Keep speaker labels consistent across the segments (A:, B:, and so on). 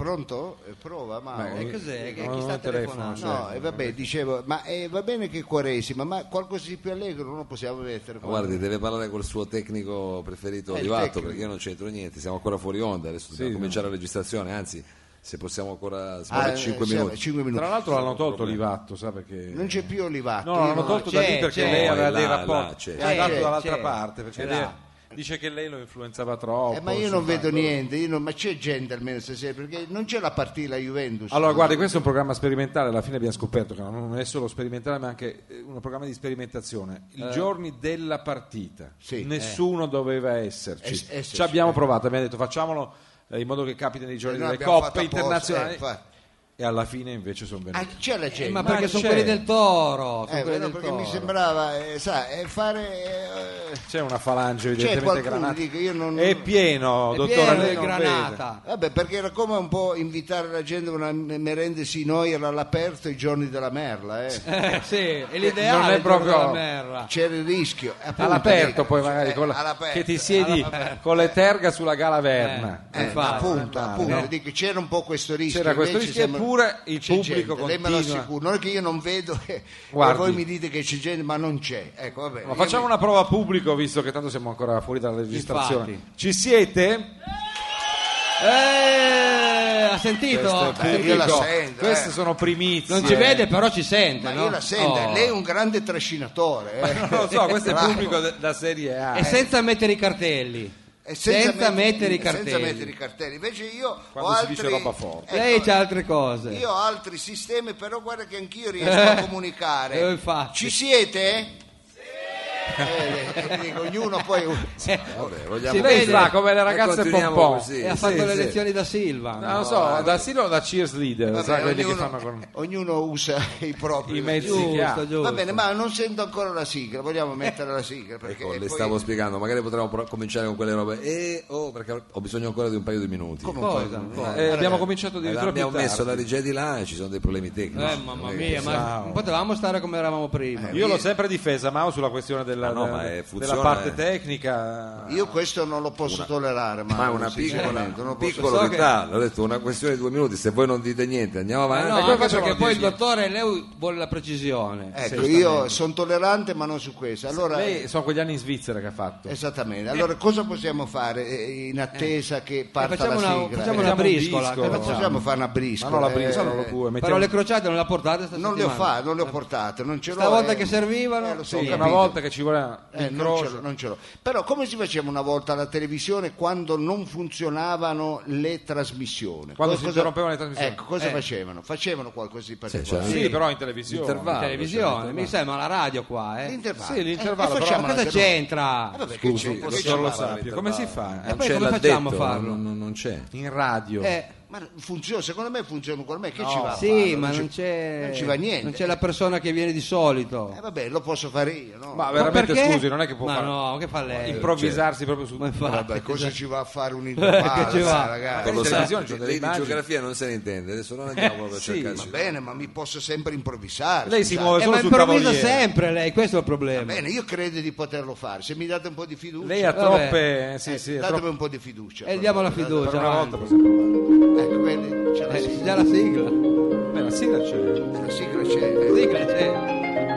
A: Pronto? Eh, Prova, ma...
B: Certo. Ma-
A: Eh,
B: Eh,
C: E cos'è? Che-
B: no,
C: chi
B: non
C: sta
B: ho telefono,
C: telefonando?
D: certo,
A: No, e vabbè, dicevo, ma eh, va bene che è quaresima, ma qualcosa di più allegro non possiamo mettere.
B: Ma Guardi, deve parlare col suo tecnico preferito
A: Eh, il
B: Olivato
A: tecnico.
B: perché io non c'entro niente, siamo ancora fuori onda, adesso dobbiamo cominciare la registrazione, anzi se possiamo
C: Ah,
B: ancora sparare 5 minuti.
A: 5 Ah, minuti. Eh.
D: Tra l'altro l'hanno tolto Livatto, sa perché?
A: Non c'è più Eh, Olivato.
D: No,
A: io
D: l'hanno
A: non-
D: tolto
C: c'è,
D: da lì perché
C: c'è.
D: lei
B: No,
D: aveva
B: è
D: dei
B: là, cioè. è
D: rapporti.
B: là, c'è.
D: L'hanno
A: Eh,
D: dato
A: c'è,
D: dall'altra
C: c'è.
D: parte perché
C: È
D: lei-
C: là.
D: dice che lei lo influenzava troppo.
A: Eh, ma io
D: insomma.
A: non vedo niente, io non- ma c'è gente almeno stasera, perché non c'è la partita Juventus.
D: Allora, guardi, questo è un programma sperimentale. Alla fine abbiamo scoperto che non è solo sperimentale, ma anche eh, un programma di sperimentazione. I giorni della partita,
A: Eh. Sì. Eh.
D: nessuno doveva esserci.
A: Es- esserci,
D: Ci abbiamo provato, abbiamo detto facciamolo eh, in modo che capita nei giorni
A: Eh, noi
D: delle
A: abbiamo
D: coppe
A: fatto apposta, eh,
D: internazionali.
A: infatti.
D: e alla fine invece sono venuti.
A: Ah, c'è
B: Eh,
A: la gente.
C: Ma
D: Ma
C: perché sono
D: c'è.
C: quelli del toro? Sono
A: Eh,
C: quelli
A: però
C: del
A: perché
C: toro.
A: mi sembrava, eh, sa, eh, fare... eh,
D: C'è una falange
A: qualcuno,
D: evidentemente granata.
A: dico, io non-
D: È pieno,
C: È
D: dottore.
C: pieno
D: lei
C: di
D: non
C: granata.
A: Vabbè, perché era come un po' invitare la gente a una merenda sinoira all'aperto i giorni della merla, eh.
C: Eh, sì, è l'ideale
D: Non è
C: il giorno
D: proprio-
C: della merla.
A: C'era il rischio. eh, appunto,
D: vede. Ah. All'aperto
A: dico,
D: poi magari
A: eh,
D: con la-
A: all'aperto.
D: che ti siedi
A: All'aperto.
D: con le terga sulla galaverna.
A: Eh,
C: Infatti,
A: appunto,
D: male,
A: appunto,
D: Ah, no?
A: dico, c'era un po' questo rischio.
D: C'era questo
A: invece
D: rischio,
A: sembra-
D: eppure il
A: c'è
D: pubblico
A: gente, Lei me lo
D: continua.
A: assicuro, non è che io non vedo eh, e
D: Guardi.
A: voi mi dite che c'è gente, ma non c'è. Ecco, vabbè,
D: Ma
A: io
D: facciamo
A: mi-
D: una prova a pubblico visto che tanto siamo ancora fuori dalla registrazione.
C: Infatti.
D: Ci siete?
C: Eh, ha sentito?
D: Questo è
C: Eh,
A: io la
D: pubblico.
A: sento,
D: Queste
A: eh.
D: sono primizie.
C: non ci vede, però ci sente.
A: Ma
C: no?
A: io la sento,
C: Oh.
A: lei è un grande trascinatore. eh.
D: Non lo so, questo è
A: Bravo.
D: pubblico de- da serie A.
C: E senza mettere i cartelli.
A: E
C: senza, mettere i
A: senza
C: cartelli.
A: mettere i cartelli. Invece io
D: Quando
A: ho
D: si
A: altri...
D: dice roba forte.
A: Ecco,
C: Lei c'ha altre cose.
A: Io ho altri sistemi, però guarda che anch'io riesco a comunicare.
C: eh, infatti.
A: Ci siete? Eh, Sì! ognuno poi...
C: Eh,
B: Vabbè, vogliamo
C: Si
D: Lei
C: vede.
D: sta come le
B: E
D: ragazze
B: continuiamo
D: pompon.
B: così.
C: e ha
B: sì,
C: fatto le
B: sì.
C: lezioni da Silva.
D: No, ecco. non so, da Silo o da Cheerleader,
A: Vabbè,
D: sai quelli
A: ognuno, Eh,
D: che fanno con
A: ognuno usa i propri
D: i mezzi che
C: Giusto,
D: ha.
C: giusto.
A: Va bene, ma non sento ancora la sigla, vogliamo mettere la sigla perché
B: Ecco, le
A: poi-
B: stavo spiegando, magari potremmo pro- cominciare con quelle robe. E oh, perché ho bisogno ancora di un paio di minuti.
A: Come un
C: Cosa?
A: po'-
D: Eh,
A: eh,
D: abbiamo cominciato
B: Eh,
D: addirittura più
B: L'abbiamo messo
D: tardi.
B: la regia di là e ci sono dei problemi tecnici.
C: Eh, mamma
B: Non è che
C: mia,
B: possiamo-
C: ma non potevamo stare come eravamo prima.
D: Io l'ho sempre difesa, Mao, sulla questione della,
B: Ah, no, ma è-
D: della
B: funziona,
D: parte
B: eh.
D: tecnica.
A: Io questo non lo posso tollerare, ma,
B: Ma è una piccola,
A: sinceramente, non
B: un
A: lo posso-
B: piccolo dettaglio, ho detto una questione di due minuti, se voi non dite niente andiamo
C: Eh
B: avanti.
C: no,
D: E come
C: anche
D: facciamo
C: perché
D: a
C: poi il
D: dirci?
C: dottore Leu vuole la precisione.
A: Ecco, io sono tollerante, ma non su questo. Allora, Eh,
D: Lei sono quegli anni in Svizzera che ha fatto.
A: esattamente. Allora, cosa possiamo fare eh, in attesa che
C: Eh,
A: parta
C: facciamo,
A: la
C: una,
A: sigla? Eh,
C: facciamo una
D: Facciamo un
C: briscola.
D: disco.
C: cosa
A: ma
C: facciamo?
A: possiamo fare una
D: Ecco. Ma
A: briscola.
D: non la
A: eh,
D: briscola, lo pue,
C: Però
D: mettiamo-
C: le crociate non le ha portate sta
A: non le ho
C: settimana?
A: fatte, non le ho portate, non ce l'ho.
C: Stavolta
A: eh,
C: che servivano,
A: eh, lo so,
C: sì,
D: Era
A: capito.
D: una volta che ci voleva
A: Eh, non, ce l'ho,
D: l'incrocio.
A: non ce l'ho. Però come si faceva una volta alla televisione quando non funzionavano le trasmissioni?
D: Quando
A: Co-
D: si interrompevano le trasmissioni.
A: Ecco, cosa
C: Eh.
A: facevano? Facevano qualcosa di particolare.
B: c'era
D: Sì,
C: Sì.
D: però in televisione.
B: Intervallo.
C: In televisione, cioè, mi sa, ma la radio qua, eh.
A: L'intervallo.
D: Sì, l'intervallo,
A: Eh, e facciamo
C: Ma
A: la
C: cosa
A: terapia.
C: c'entra?
A: Eh, vabbè, che
B: Scusi,
A: c'entra?
B: lo
A: Che
B: so,
A: c'entra?
D: Non
B: Non
D: lo
B: c'è
D: sappia. Come si fa?
C: Eh,
B: Non
C: poi
B: c'è,
C: come
B: l'ha
C: facciamo
B: detto,
C: a farlo?
B: Non, non- non c'è.
D: In radio.
C: Eh,
A: Ma funziona, secondo me funziona con me, che ci va? a
C: sì,
A: farlo?
C: ma non
A: ci-
C: c'è,
A: non ci va niente.
C: Non c'è la persona che viene di solito.
A: Eh, vabbè, lo posso fare io, no?
D: Ma
C: Ma
D: veramente,
C: perché?
D: scusi, non è che può
C: ma
D: fare- eh,
C: no, che fa lei? Eh,
D: improvvisarsi proprio su...
C: Ma infatti, cioè.
A: Vabbè, cosa ci va a fare un
C: Che
A: intervallo,
C: ci va?
A: dai, ragazzi?
D: Per
B: Lo
D: in
B: sa,
D: televisione ci sono delle
B: lei di
D: immagini.
B: geografia non se ne intende, adesso non andiamo proprio a
D: sì,
B: cercarci.
A: Va bene, ma mi posso sempre improvvisare.
D: Lei si
A: scusate.
D: muove
C: Eh,
D: solo
C: ma
D: sul
C: improvvisa
D: tavoliere.
C: sempre lei, questo è il
A: Va
C: problema.
A: bene, io credo di poterlo fare. Se mi date un po' di fiducia,
D: Lei ha
C: Vabbè.
D: troppe... eh, sì,
A: Eh,
D: sì, ha
A: datemi
D: troppe-
A: un po' di fiducia.
C: E Eh, diamo la
A: Date-
C: fiducia.
D: Per una
C: avanti.
D: volta possiamo provare.
A: Ecco, vedi, c'è la
C: Eh,
A: sigla.
C: già la sigla.
D: Beh, la sigla c'è.
A: La sigla c'è.
C: La
A: eh.
C: sigla c'è.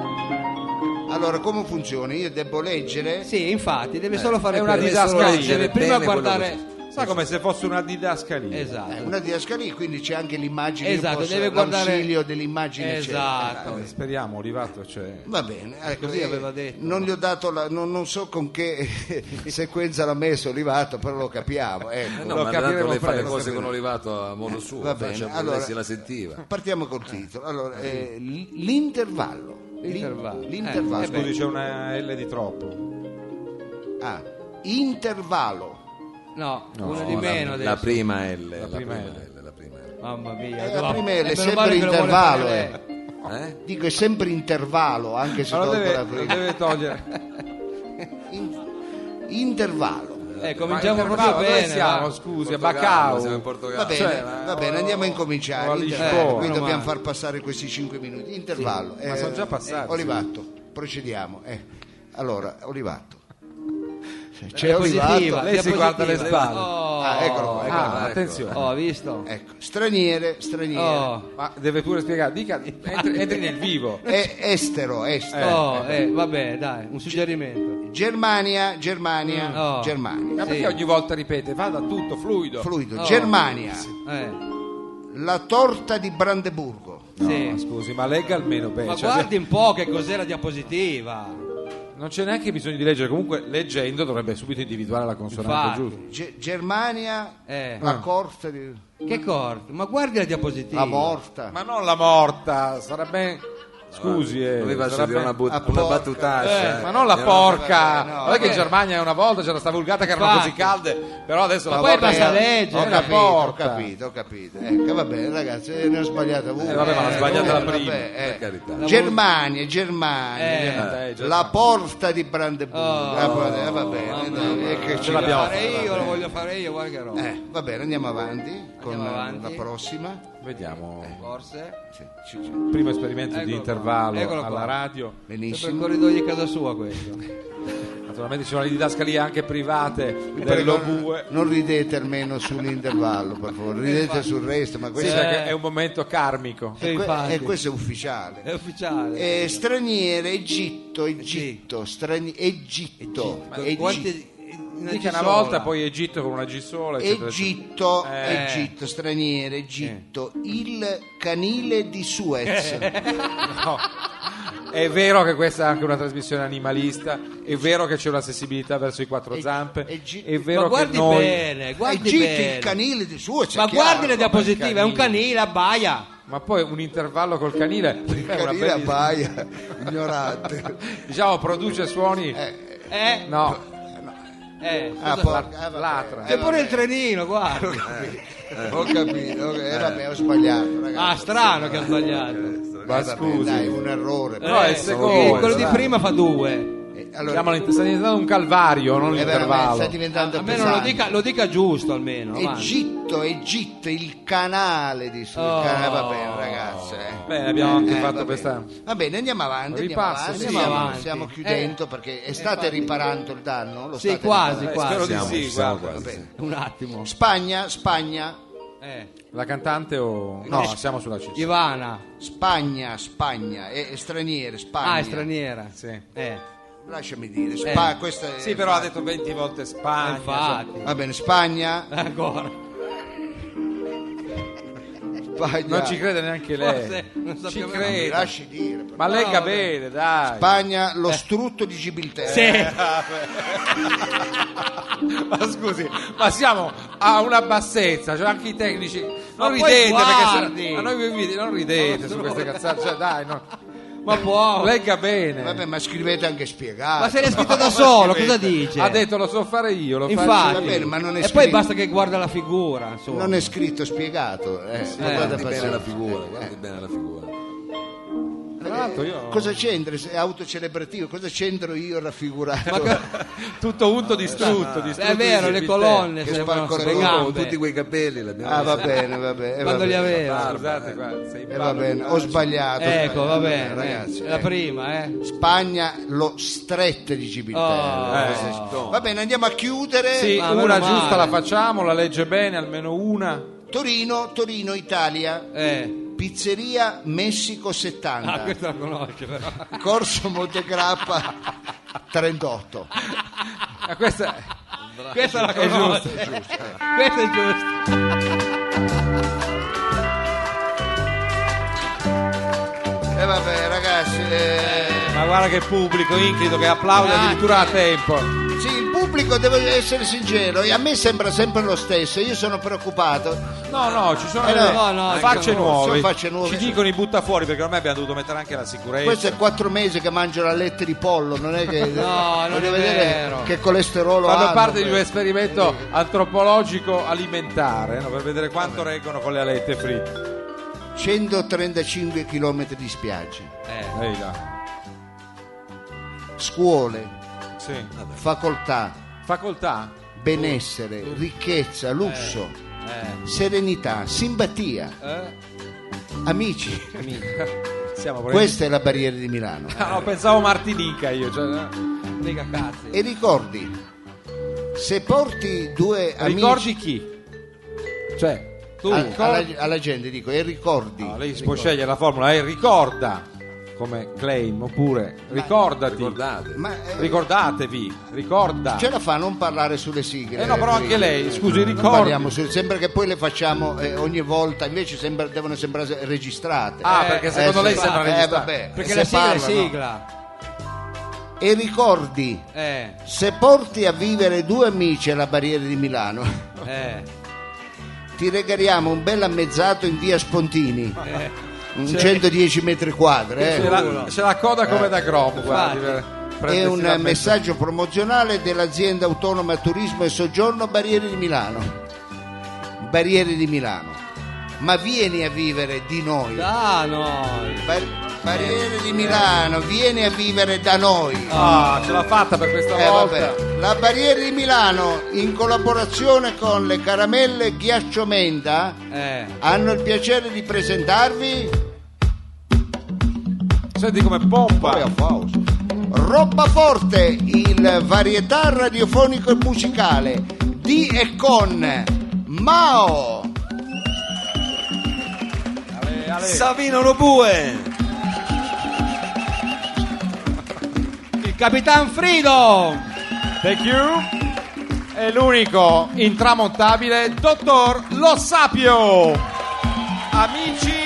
A: Allora, come funziona? Io devo leggere?
C: Sì, infatti, deve solo fare
D: È una
C: quello, deve solo
D: didascalia.
C: leggere,
B: Leggere
C: prima
B: bene
C: guardare
D: Sa come se fosse una didascalia.
A: Eh,
C: Esatto.
A: una diascalia, quindi c'è anche l'immagine, io
C: Esatto,
A: posso-
C: deve guardare-
A: l'ausilio dell'immagine. eccetera.
C: Esatto.
D: Eh, Speriamo, Olivato, cioè...
A: Va bene, ecco,
C: Così
A: eh,
C: aveva detto.
A: Non gli ho dato la, non, non so con che sequenza l'ha messo Olivato, però lo capiamo. ecco.
B: Eh no,
D: Lo
B: ma tanto
D: capiremo
B: lei fa le
D: presto,
B: cose
D: capiremo.
B: con Olivato a modo suo,
A: Va bene,
B: faccia-
A: allora-
B: lei se la sentiva.
A: Partiamo col titolo. Allora, eh, l- l'intervallo.
C: L'intervallo.
A: L'in- l'intervallo.
C: Eh, eh beh.
D: Scusi, c'è una L di troppo.
A: Ah, intervallo.
C: No, una
B: No,
C: di
B: la-
C: meno
B: la,
C: adesso.
B: prima L, la,
D: prima
B: prima
D: L.
B: L, la prima L.
C: Mamma mia,
A: Eh,
C: dovevamo-
A: la prima è
C: eh, meno
A: sempre
C: male che lo vuole
A: intervallo,
C: fare
A: eh.
C: lei.
B: Eh?
A: Dico è sempre intervallo, anche se
D: Allora
A: tolgo
D: deve,
A: la prima.
D: deve togliere...
A: In- intervallo.
C: Eh, cominciamo
D: Ma
C: proprio
D: dove
C: bene.
D: siamo,
C: va.
D: scusi? A
B: Portogallo,
D: Bacau.
B: Siamo in Portogallo.
A: Va bene,
D: Cioè,
A: va bene, andiamo a
D: o a
A: incominciare.
D: Lisboa.
A: Intervallo. Qui
C: Meno
A: dobbiamo
C: male.
A: far passare questi 5 minuti. Intervallo. eh,
D: ma sono già passati, sì.
A: Olivato, procediamo. eh. Allora, Olivato.
C: Diapositiva,
D: Lei si
C: diapositiva.
D: guarda le spalle.
C: Oh,
A: Ah, eccolo qua, eccolo
D: Ah,
A: qua.
D: attenzione.
C: Oh, ha visto?
A: Ecco, straniere, straniere.
C: Oh,
D: Ma deve pure spiegare, dica, entri, entri nel vivo.
A: E- Eh, estero, estero.
C: oh, eh, vabbè, dai, un suggerimento.
A: Germania, Germania,
C: Mm, oh.
A: Germania.
D: Ma perché
C: Sì.
D: ogni volta ripete, vada tutto fluido.
A: Fluido.
C: Oh.
A: Germania,
C: Eh,
A: la torta di Brandeburgo.
D: No,
C: sì.
D: scusi, ma legga almeno bene.
C: Ma
D: cioè,
C: guardi un po' che cos'è la diapositiva.
D: Non c'è neanche bisogno di leggere, comunque leggendo dovrebbe subito individuare la consonante
C: Infatti.
D: giusta.
A: Ge- Germania,
C: Eh.
A: la corte di...
C: Che corto, ma guardi la diapositiva.
A: La morta.
D: Ma non la morta, sarà ben... Scusi, eh,
B: Doveva
D: sarà
B: dire
D: ben-
B: una, but-
A: a
B: una
A: porca.
B: battutaccia.
D: Eh, ma non la porca!
A: no,
D: non è che in
C: eh.
D: Germania una volta c'era sta vulgata che erano
C: Infatti.
D: così calde, però adesso
C: Ma
D: la
C: poi
D: porca...
C: basta leggere.
A: Ho
D: Era
A: capito, ho
D: porca.
A: capito, ho capito. Ecco, va bene, ragazzi, eh, ne ho sbagliata una.
D: Eh, vabbè, ma l'ha sbagliata la
A: vabbè,
D: prima,
A: eh.
B: per carità.
A: Germania, Germania,
D: Eh, eh,
A: la porta di Brandeburgo.
C: Oh,
A: Ah, va- va bene, dai, eh, che ci
C: Lo voglio
D: l'abbiamo
A: fa-
C: fare io, lo voglio fare io, guarda che roba.
A: Eh, va bene, andiamo avanti con eh,
C: avanti.
A: la prossima.
D: Vediamo.
C: Forse.
A: Sì, sì, sì.
D: Primo esperimento di
C: Eccolo qua.
D: intervallo
C: Eccolo
D: alla
C: qua.
D: radio.
C: Sempre il
A: Benissimo.
C: corridoio di casa sua questo.
D: Naturalmente ci sono le didascalie anche private
A: Vi prego,
D: dell'Obue.
A: non ridete almeno sull'intervallo, per favore, ridete sul resto, ma
D: Sì,
A: questo,
C: eh,
D: perché è un momento karmico.
C: Sì,
A: e que-
C: infatti.
A: e questo è ufficiale.
C: È ufficiale.
A: Eh, straniere, Egitto, Egitto, strani- Egitto,
C: Ma
A: Egitto,
C: quanti- una
D: Dica una
C: sola.
D: volta, poi Egitto con una G sola. eccetera, eccetera.
A: Egitto,
D: Eh.
A: Egitto, straniere, Egitto,
C: Eh.
A: il canile di Suez.
D: È vero che questa è anche una trasmissione animalista, è vero che c'è una sensibilità verso i quattro
A: Eg-
D: zampe,
A: Egitto.
D: è
C: Ma
D: vero che
C: guardi
D: noi...
C: bene, Eh, guardi
A: Egitto,
C: bene.
A: il canile di Suez. è
C: Ma
A: chiaro.
C: guardi le diapositive, è un
D: canile.
C: canile, abbaia.
D: Ma poi un intervallo col canile,
C: Eh,
A: Il
D: è una
A: canile a
D: bellissima-
A: paia, ignorante.
D: diciamo, produce suoni...
C: Eh?
D: No,
C: Eh.
A: Ah,
C: scusa.
A: porca, ah, vabbè.
D: Latra.
A: Eh,
C: C'è pure il
A: vabbè.
C: trenino, guarda.
A: Ho capito, ok, eh, vabbè, ho sbagliato, ragazzi.
C: Ah, strano che ha sbagliato.
D: ma
A: Eh, vabbè,
D: scusi,
A: dai, un errore.
D: No, è il
C: Eh,
D: secondo,
C: perché Quello di
D: bravo.
C: prima fa due.
A: Eh,
D: Chiamalo
A: allora,
D: in- diciamo, sta diventando un calvario, non
A: è veramente
D: l'intervallo.
A: Eh, sta diventando
C: A me non lo
A: pesante.
C: dica, lo dica giusto almeno. avanti.
A: Egitto, Egitto, il canale di Suez.
C: Oh.
A: Ah, va bene, ragazzi. eh.
D: Bene, abbiamo anche
A: Eh,
D: fatto
A: va
D: questa...
A: bene. Va bene, andiamo avanti. Andiamo
D: Ripasso,
A: avanti,
D: sì.
A: stiamo,
C: Avanti. Eh.
A: stiamo chiudendo perché eh, state riparando il danno? Lo
C: Sì,
A: state
C: quasi,
A: riparando?
C: quasi.
D: Eh, spero
B: Siamo,
D: di sì,
B: ci siamo
D: guarda.
B: quasi,
A: Va bene.
C: Un attimo.
A: Spagna, Spagna,
C: Eh.
D: La cantante o... No, siamo sulla C.
C: Ivana.
A: Spagna, Spagna, è, è straniere, Spagna.
C: Ah, è straniera.
D: Sì.
C: Eh.
A: Lasciami dire, Spa-
C: Eh.
A: questa è-
D: Sì, però ha detto 20 volte Spagna. cioè-
C: Infatti.
A: Va bene, Spagna,
C: Ancora.
A: Spagna.
D: Non ci crede neanche lei.
C: Forse non
D: ci
C: sappiamo-
A: Mi
D: crede.
A: lasci dire. per
D: Ma
A: favore.
D: legga
C: vabbè.
D: bene, dai.
A: Spagna, lo strutto di Gibilterra.
C: Sì.
D: ma scusi, ma siamo a una bassezza, cioè anche i tecnici. Non
C: poi
D: ridete perché
C: guardi.
D: se- ma noi vi- vi- non ridete su queste cazzate, cioè dai, no.
C: Ma può.
D: Legga bene.
A: Vabbè, ma scrivete anche spiegato.
C: Ma se l'è scritto da solo, cosa dice?
D: Ha detto lo so fare io, lo
C: Infatti.
D: faccio
A: Va bene, ma non è
C: e poi
A: scritto.
C: basta che guarda la figura, insomma.
A: Non è scritto, spiegato. Eh,
C: Eh,
A: guarda
B: Guardi bene
A: pazienza.
B: la figura, guardi bene la figura.
D: io. Tra l'altro io
A: Eh, Cosa c'entra? Se È autocelebrativo, cosa c'entro io raffigurato?
C: Ma che-
D: tutto unto distrutto, distrutto
C: Eh, è vero,
D: di
C: le
D: Gibilterra.
C: colonne
A: Che
C: sembrano
A: spacco
C: sulle
A: le
B: Con
C: gambe.
B: tutti quei capelli l'abbiamo
A: Ah, va
B: messi.
A: bene, va bene. eh, va
C: Quando li
A: bene.
C: aveva.
D: Scusate qua, sei in
A: Eh, va bene, ho sbagliato.
C: Ecco, va bene.
A: ragazzi.
C: eh. È la
A: eh.
C: prima, eh.
A: Spagna, lo stretto di Gibilterra.
C: Oh.
A: Questo è- Va bene, andiamo a chiudere.
D: Sì,
C: Ma meno
D: una
C: male.
D: giusta la facciamo, la legge bene, almeno una.
A: Torino, Torino, Italia.
C: Eh.
A: Pizzeria Messico
C: Ah,
A: 70,
C: questo la conosce però.
A: Corso Montegrappa 38.
D: Ma questa
C: Questa la
D: È giusto,
C: conosce. È giusto, Questa è giusta.
A: E vabbè, ragazzi, eh,
D: Ma guarda che pubblico incrito che applaude
C: Grazie.
D: addirittura a tempo.
A: Sì, il pubblico devo essere sincero, e a me sembra sempre lo stesso, io sono preoccupato.
D: No, no, ci sono
A: Eh,
D: le-
C: no, no,
D: facce,
A: sono-
D: nuove.
A: sono facce nuove.
D: Ci dicono i butta fuori perché ormai abbiamo dovuto mettere anche la sicurezza.
A: Questo è quattro mesi che mangio la lette di pollo, non è che
C: No, non
A: voglio
C: è
A: vedere
C: vero.
A: che colesterolo
D: Fanno
A: hanno,
D: parte di un
A: beh.
D: esperimento antropologico alimentare no? per vedere quanto reggono con le alette fritte.
A: 135 km di spiagge,
C: Eh.
D: Ehi là.
A: scuole,
D: Sì.
A: facoltà,
D: Facoltà.
A: benessere, ricchezza, lusso,
C: Eh.
A: serenità, simpatia,
C: Eh.
A: amici.
D: Siamo probabilmente-
A: Questa è la barriera di Milano.
D: Ah, no, pensavo Martinica io. cioè, eh.
C: Mica cazzi.
A: E ricordi, Se porti due amici
D: Ricordi chi? Cioè, tu
A: a-
D: ricordi- Ah,
A: alla, alla gente, dico, e ricordi.
D: No, lei si può scegliere la formula, è ricorda come claim oppure ricordati.
B: Ricordate.
A: Ma eh,
D: Ricordatevi, ricorda.
A: ce la fa a non parlare sulle sigle.
D: Eh no, però anche
A: Enrico?
D: lei, scusi,
A: Cioè, Non
D: ricordi.
A: parliamo su- sembra che poi le facciamo eh, ogni volta, invece sembra- devono sembrare registrate.
D: Ah,
A: Eh,
D: perché secondo
A: eh,
D: lei
A: sì,
D: sembra
A: eh,
D: registrata.
A: vabbè,
C: Perché
A: se
C: la sigla è
A: parlano.
C: sigla.
A: E ricordi,
C: Eh,
A: se porti a vivere due amici alla Barriera di Milano,
C: eh.
A: ti regaliamo un bel ammezzato in via Spontini,
D: Eh.
A: un 110 metri quadri. eh.
D: C'è la, c'è la coda come da Grom, guardi. per
A: È
D: prendersi
A: un
D: la pezza.
A: messaggio promozionale dell'azienda autonoma turismo e soggiorno Barriere di Milano. Barriere di Milano. Ma vieni a vivere di noi.
C: Ah, no.
A: Bar- Barriere di Milano, vieni a vivere da noi.
D: Ah, ce l'ha fatta per questa
A: Eh,
D: volta.
A: vabbè. La Barriere di Milano, in collaborazione con le caramelle Ghiacciomenda,
C: Eh.
A: hanno il piacere di presentarvi
D: Senti come pompa.
A: Poi applauso. Roba Forte, il varietà radiofonico e musicale di e con Mao.
D: Ale, ale.
E: Savino Lobue,
C: Il Capitan Freedom.
D: Thank you. È l'unico intramontabile dottor Lo Sapio. Amici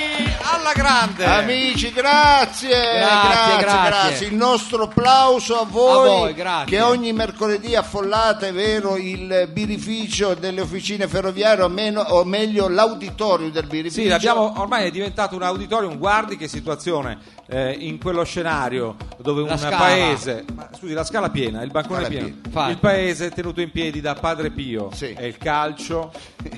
D: alla grande.
A: Amici, grazie, grazie,
C: Eh. grazie.
A: grazie. Il nostro applauso a voi,
C: A voi, grazie.
A: che ogni mercoledì affollate, è vero, il birrificio delle officine ferroviarie, o, meno- o meglio l'auditorium del birrificio.
D: Sì, l'abbiamo- ormai è diventato un auditorium, guardi che situazione eh, in quello scenario dove
C: La
D: un
C: scala.
D: paese, ma, scusi, la scala piena, il bancone
A: Scala
D: pieno,
A: piena.
C: Infatti.
D: il paese è tenuto in piedi da Padre Pio,
A: Sì.
D: è il calcio,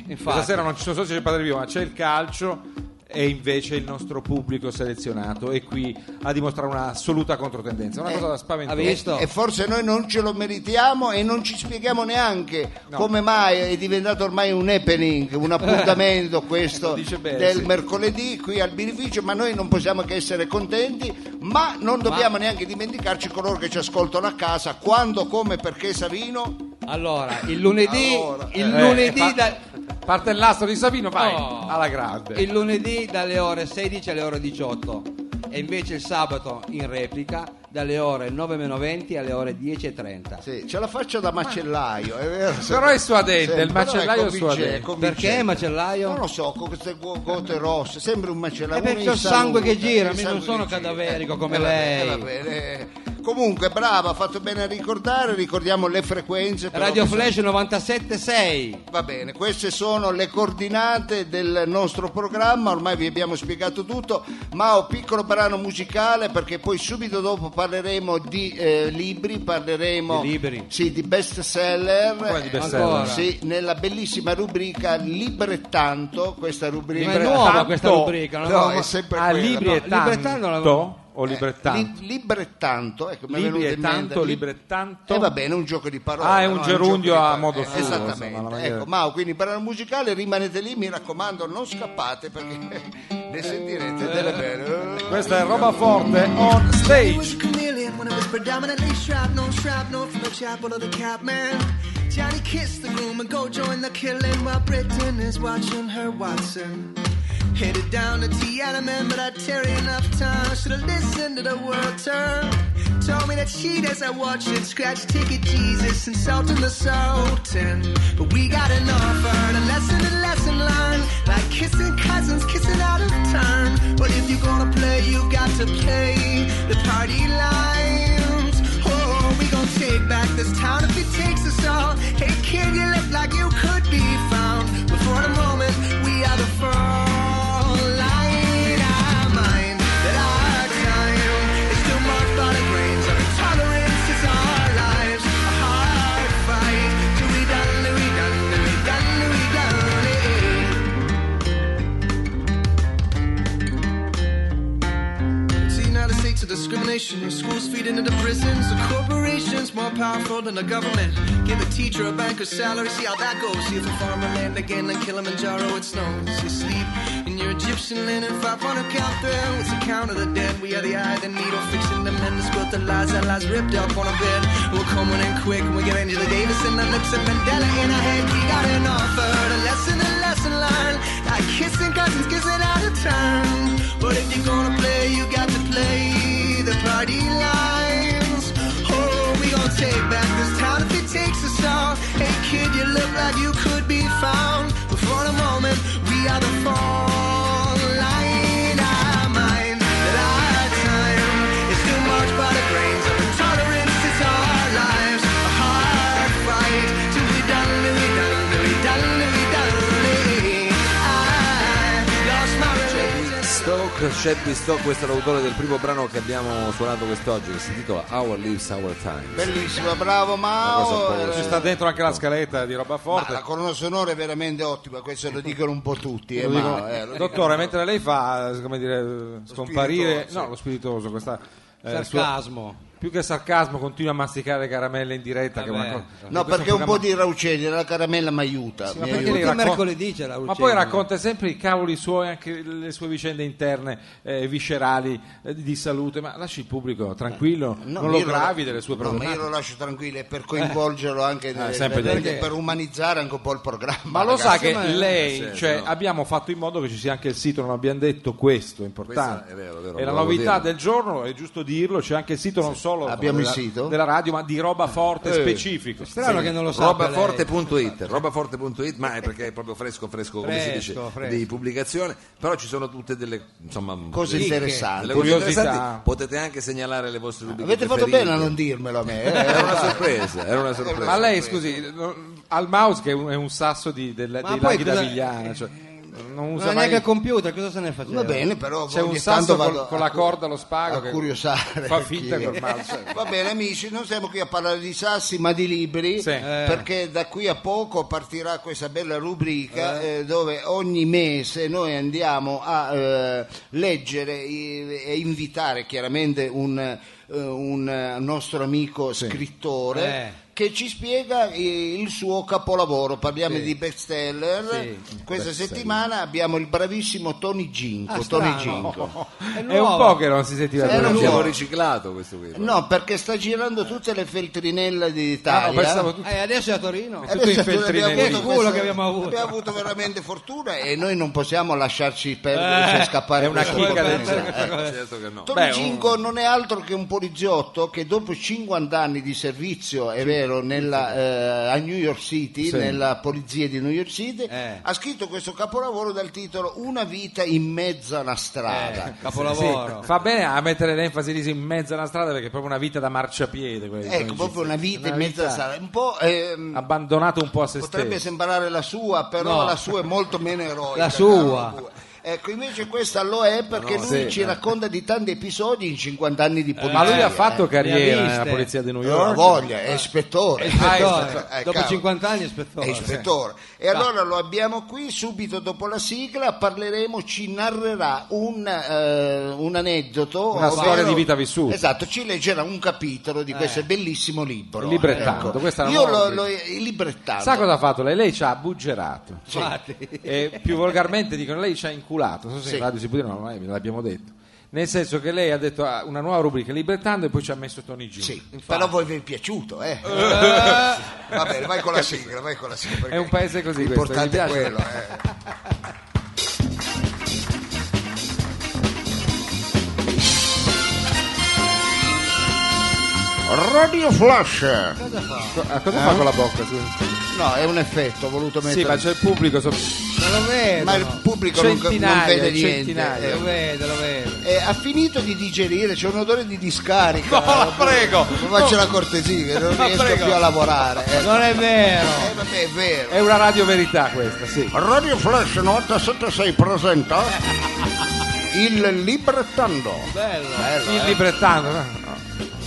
D: questa sera non, ci- non so se c'è il Padre Pio, ma c'è il calcio e invece il nostro pubblico selezionato è qui a dimostrare un'assoluta controtendenza, una cosa spaventosa.
C: ha visto?
A: E forse noi non ce lo meritiamo e non ci spieghiamo neanche come mai è diventato ormai un happening, un appuntamento questo
D: dice bene,
A: del
D: sì.
A: mercoledì qui al birrificio, ma noi non possiamo che essere contenti, ma non dobbiamo neanche dimenticarci coloro che ci ascoltano a casa, quando, come, perché Savino.
C: Allora, il lunedì,
A: Allora,
C: il
D: Eh,
C: lunedì
D: fa-
C: da-
D: Parte il lastro di Savino, vai
C: Oh.
D: alla grande.
C: il lunedì dalle ore 16 alle ore 18 e invece il sabato in replica dalle ore 9.20 alle ore 10.30.
A: Sì, ce la faccia da macellaio, è vero?
D: Però è suadente,
A: Sì,
D: il
A: però è
D: macellaio è
A: convincente,
D: suadente.
A: convincente.
C: Perché macellaio?
A: Non lo so, con queste gu- gote rosse, sembra un macellaio.
C: Eh, perché
A: uno
C: ho sangue che
A: insalubre,
C: gira,
A: il
C: mi-
A: eh, sangue
C: non sono
A: che gira.
C: cadaverico come
A: Eh, va bene, va
C: lei.
A: bene, eh. Comunque, brava, ha fatto bene a ricordare, ricordiamo le frequenze. però
C: Radio
A: che sono-
C: Flash 97.6.
A: Va bene, queste sono le coordinate del nostro programma, ormai vi abbiamo spiegato tutto, ma ho piccolo brano musicale perché poi subito dopo parleremo di eh, libri, parleremo
C: Di libri.
A: Sì, di best seller,
D: Come di best
A: Eh,
C: seller?
A: sì, nella bellissima rubrica Librettanto, questa rubrica
C: Ma è
D: Librettanto.
C: nuova questa rubrica, non
A: No,
C: l'avevo-
A: è sempre
D: Ah,
A: quella.
D: libri
C: no,
D: e
C: librettanto
D: tanto
C: l'avevo-
D: o librettanto?
A: Li- Eh, librettanto, ecco, mi è
D: Libri
A: venuto in
D: e
A: mente.
D: tanto,
A: Li-
D: librettanto.
A: eh, va bene, è un gioco di parole.
D: Ah, è un gerundio
A: gioco di
D: a
A: parole.
D: modo
A: Eh,
D: suo,
A: Esattamente.
D: insomma, alla maniera-
A: ecco, Mao, quindi brano musicale, rimanete lì, mi raccomando, non scappate perché ne sentirete delle belle.
D: Questa è roba forte on
F: He was
D: stage.
F: a chameleon when it was predominantly shrapnel, shrapnel from the chapel of the capman. Johnny kissed the groom and go join the killing while Britain is watching her Watson. Headed down to Tiananmen, but I tarry enough time. Should've listened to the world turn. Told me that she doesn't watch it, scratch ticket Jesus, insulting the Sultan. But we got an offer, and a lesson, a lesson learned. Like kissing cousins, kissing out of turn. But if you're gonna play, you got to play the party lines. Oh, we gonna take back this town if it takes us all. Hey kid, you look like you could be found. But for the moment, we are the fall line. I mind that our time is still marked by the grains of intolerance. It's our lives, a hard fight. Do we done, do we done, do we done, do we done it? It's the United States of discrimination. Your schools feed into the prisons. The corporations more powerful than the government. Give a teacher a banker's salary. See how that goes. See if a farmer land again like Kilimanjaro, it snows. You sleep in your gypsy fiction linen. If I wanna count through, it's a count of the dead. We are the eye, the needle, fiction, the men spilt the lies, and lies ripped up on a bed. We'll come in and quick, we give Angela Davis in our lips and Mandela in our head. We got an offer, a lesson, a lesson learned. Like kissing cousins, kissing out of turn. But if you're gonna play, you got to play the party lines. Oh, we gonna take back this town if it takes us all. Hey kid, you look like you could be found. But for the moment, we are the fall line. Our mind, that our time is still marked by the grains of intolerance. It's our lives, a hard fight till we done, till we done, till we done, till we done. I lost my religion.
B: Stoke, Shelby Stoke, questo è l'autore del primo brano che abbiamo suonato quest'oggi, che si intitola Our Lives, Our Time.
A: Bellissima, bravo
B: Una
A: Mao.
B: cosa un po'
A: eh,
D: Ci sta dentro anche la scaletta di roba
A: ma
D: forte.
A: la colonna sonora è veramente ottima, questo lo dicono un po' tutti. eh,
D: Lo
A: Mao,
D: dicono-
A: eh, lo dicono-
D: dottore, mentre lei fa eh, come dire, scomparire,
A: spiritoso,
D: no,
A: sì.
D: lo spiritoso, questa eh, sua-
C: Sarcasmo.
D: più che sarcasmo, continua a masticare le caramelle in
A: Eh
D: diretta. che è una
C: Vabbè.
D: cosa-
A: No,
D: questo
A: perché un po'
D: programma-
A: di raucelli, la caramella mi aiuta.
D: Ma
A: mi
D: perché
A: aiuta.
D: lei
C: Tutti
D: raccon-
C: mercoledì c'è la
D: Eh, Ma poi
C: Lucena.
D: racconta sempre i cavoli suoi, anche le sue vicende interne, eh, viscerali, eh, di salute. Ma lasci il pubblico tranquillo,
A: No,
D: non lo
A: io
D: gravi delle sue
A: no, ma io
D: problematiche.
A: lo lascio tranquillo, è per coinvolgerlo anche nel-
D: sempre
A: per,
D: perché-
A: per umanizzare anche un po' il programma.
D: Ma lo sa
A: ragazzi.
D: che
A: Ma-
D: lei,
B: sì,
D: cioè,
B: no.
D: abbiamo fatto in modo che ci sia anche il sito, non abbiamo detto questo, è
B: Questa
D: importante.
B: è vero, è vero,
D: la
B: volevo
D: novità
B: dirlo.
D: del giorno, è giusto dirlo, c'è anche il sito non solo insomma,
A: Abbiamo il
D: della,
A: sito?
D: della radio, ma di roba forte
A: Eh.
D: specifico.
C: Strano che non lo sappia lei.
B: Robaforte.it, robaforte.it, ma è perché è proprio fresco, fresco, come si dice,
C: Fresco, fresco.
B: di pubblicazione, però ci sono tutte delle insomma,
A: Cose
B: delle-
A: interessanti.
B: delle cose
D: Curiosità.
B: interessanti. Potete anche segnalare le vostre rubriche
A: Avete fatto
B: preferite.
A: bene a non dirmelo a me. eh.
B: Era una sorpresa, era una sorpresa.
D: Ma lei, scusi, no, al mouse che è un, è un sasso di, del, dei
C: Ma poi
D: laghi
C: cosa-
D: d'Avigliana, cioè, non
C: Non
D: usa
C: ha
D: mai...
C: neanche il computer, cosa se ne faceva?
A: Va bene, però
D: C'è un
A: ogni tanto
D: sasso
A: vado
D: col- con la
A: a-
D: corda allo spago
A: a
D: che
A: curiosare.
D: fa finta
A: chi-
D: col mouse.
A: Va bene amici, non siamo qui a parlare di sassi ma di libri
D: Sì.
A: eh, perché da qui a poco partirà questa bella rubrica eh, dove ogni mese noi andiamo a eh, leggere i- e invitare chiaramente un, eh, un, eh, nostro amico scrittore
C: Eh.
A: che ci spiega eh, il suo capolavoro. Parliamo di bestseller.
C: Sì.
A: Questa settimana abbiamo il bravissimo Tony Ginko.
C: Ah,
A: Tony
C: strano.
A: Ginko.
D: È, un
C: nuovo.
D: po' che non si sentiva
A: Sì,
D: più.
A: era un
B: Abbiamo
A: uomo.
B: riciclato questo qui.
A: No, perché sta girando tutte le feltrinelle
D: Ah,
A: d'Italia.
D: pensavo tutto-
C: Eh, adesso è a Torino.
A: E
D: tutti i
A: adesso
D: feltrinelli.
A: abbiamo avuto
C: Che culo
A: questa-
C: che abbiamo avuto.
A: abbiamo avuto veramente fortuna e noi non possiamo lasciarci perdere cioè scappare
D: è una
A: questa
D: chicca del
A: opportunità.
D: genere.
A: Ecco.
B: certo che no.
A: Tony Cinco non è altro che un poliziotto che dopo 50 anni di servizio, è vero, nella, eh, a New York City, nella polizia di New York City,
C: Eh.
A: ha scritto questo capolavoro dal titolo Una vita in mezzo alla
D: Eh,
A: strada.
C: Eh, Capolavoro.
D: Fa bene a mettere l'enfasi lì in mezzo alla strada perché è proprio una vita da marciapiede. quella di
A: Ecco,
D: Tony
A: proprio
D: Giusti.
A: una vita in
D: Una
A: mezzo alla strada, un po'... ehm,
D: abbandonato un po' a se
A: Potrebbe
D: stesso.
A: sembrare la sua, però
C: No.
A: la sua è molto meno eroica.
C: La sua.
A: caro Bue. Ecco, invece questa lo è perché lui ci racconta di tanti episodi in 50 anni di polizia.
D: Ma lui ha fatto
A: eh.
D: carriera
C: viste.
D: nella polizia di New
A: Eh, ha
D: York.
A: voglia, è ispettore.
C: Ispettore.
A: Eh,
C: cioè, Dopo
A: cavolo,
C: 50 anni è eh.
A: È
C: ispettore.
A: ispettore.
D: Ah.
A: E allora lo abbiamo qui, subito dopo la sigla parleremo, ci narrerà un, eh, un aneddoto.
D: Una storia di vita vissuta. Eh.
A: Esatto, ci leggerà un capitolo di questo bellissimo libro.
D: Il librettando,
A: Ecco.
D: questa è una
A: Io
D: nuova
A: lo, lo, il librettando.
D: Sa cosa ha fatto lei? Lei ci ha buggerato.
C: Infatti.
D: E più volgarmente dicono lei ci ha inculato. Non so se
A: Sì.
D: in radio si può dire, no, ormai l'abbiamo detto. Nel senso che lei ha detto ah, una nuova rubrica librettando e poi ci ha messo Tony G.
A: Sì, però voi vi è piaciuto, eh? Va bene, vai con la sigla, vai con la sigla. perché
D: È un paese così questo,
A: L'importante
D: mi
A: è
D: piace.
A: quello, eh. Radio Flash eh,
D: A cosa fa con la bocca? scusi?
A: No, è un effetto, ho voluto
D: Sì, ma
A: mettere
D: c'è il pubblico. so-
C: Ma lo vedo. Eh,
A: ma il pubblico non, non
D: Centinaia,
A: vede niente
D: centinaia.
A: eh.
C: Lo vedo, lo vedo.
A: Eh, Ha finito di digerire, c'è un odore di discarica
D: No, la prego.
A: Mi faccio la cortesia, che non
D: La
A: riesco
D: prego.
A: più a lavorare eh.
C: Non è vero.
A: Eh, vabbè, è vero
D: È una radio verità questa, sì.
A: Radio Flash 976 presenta Eh, il librettando.
C: Bello.
A: Bello,
D: Il
A: eh?
D: librettando. no?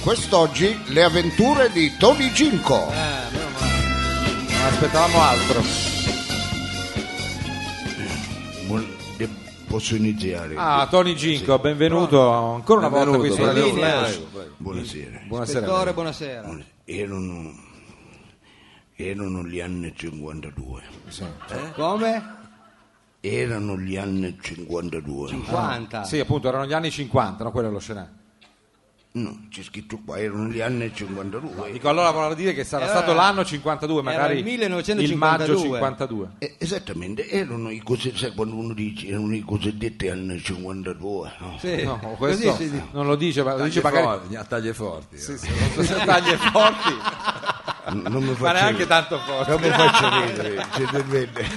A: Quest'oggi le avventure di Tony Ginko.
C: Eh, meno male.
D: Non aspettavamo altro.
A: Eh, Posso iniziare?
D: Ah, Tony Ginco, benvenuto ancora una volta qui su
B: Benvenuto,
D: Radio
C: benvenuto.
D: Flash.
A: Buonasera.
D: Buonasera.
C: Ispettore, eh, buonasera.
A: Erano, erano gli anni 52.
D: Ah,
C: Come?
A: Erano gli anni 52.
C: 50.
D: Sì, appunto, erano gli anni 50, no? quello è lo scenario.
A: No, c'è scritto qua, erano gli anni 52.
D: Dico, allora voleva dire che sarà
C: Era-
D: stato l'anno 52, magari
C: Eh, il
D: il maggio
C: 1952.
D: 52.
A: Eh, esattamente, erano i cosiddetti, sai quando uno dice, erano i cosiddetti anni 52. no?
C: Sì,
D: No,
C: così
D: questo
C: si dice.
D: non lo dice, ma lo dice magari
B: forti, a taglie forti. eh.
D: non so se tagli forti,
A: Non mi
D: ma
A: faccio
D: neanche
A: ridere.
D: tanto forti.
A: Non mi faccio ridere, siete belli.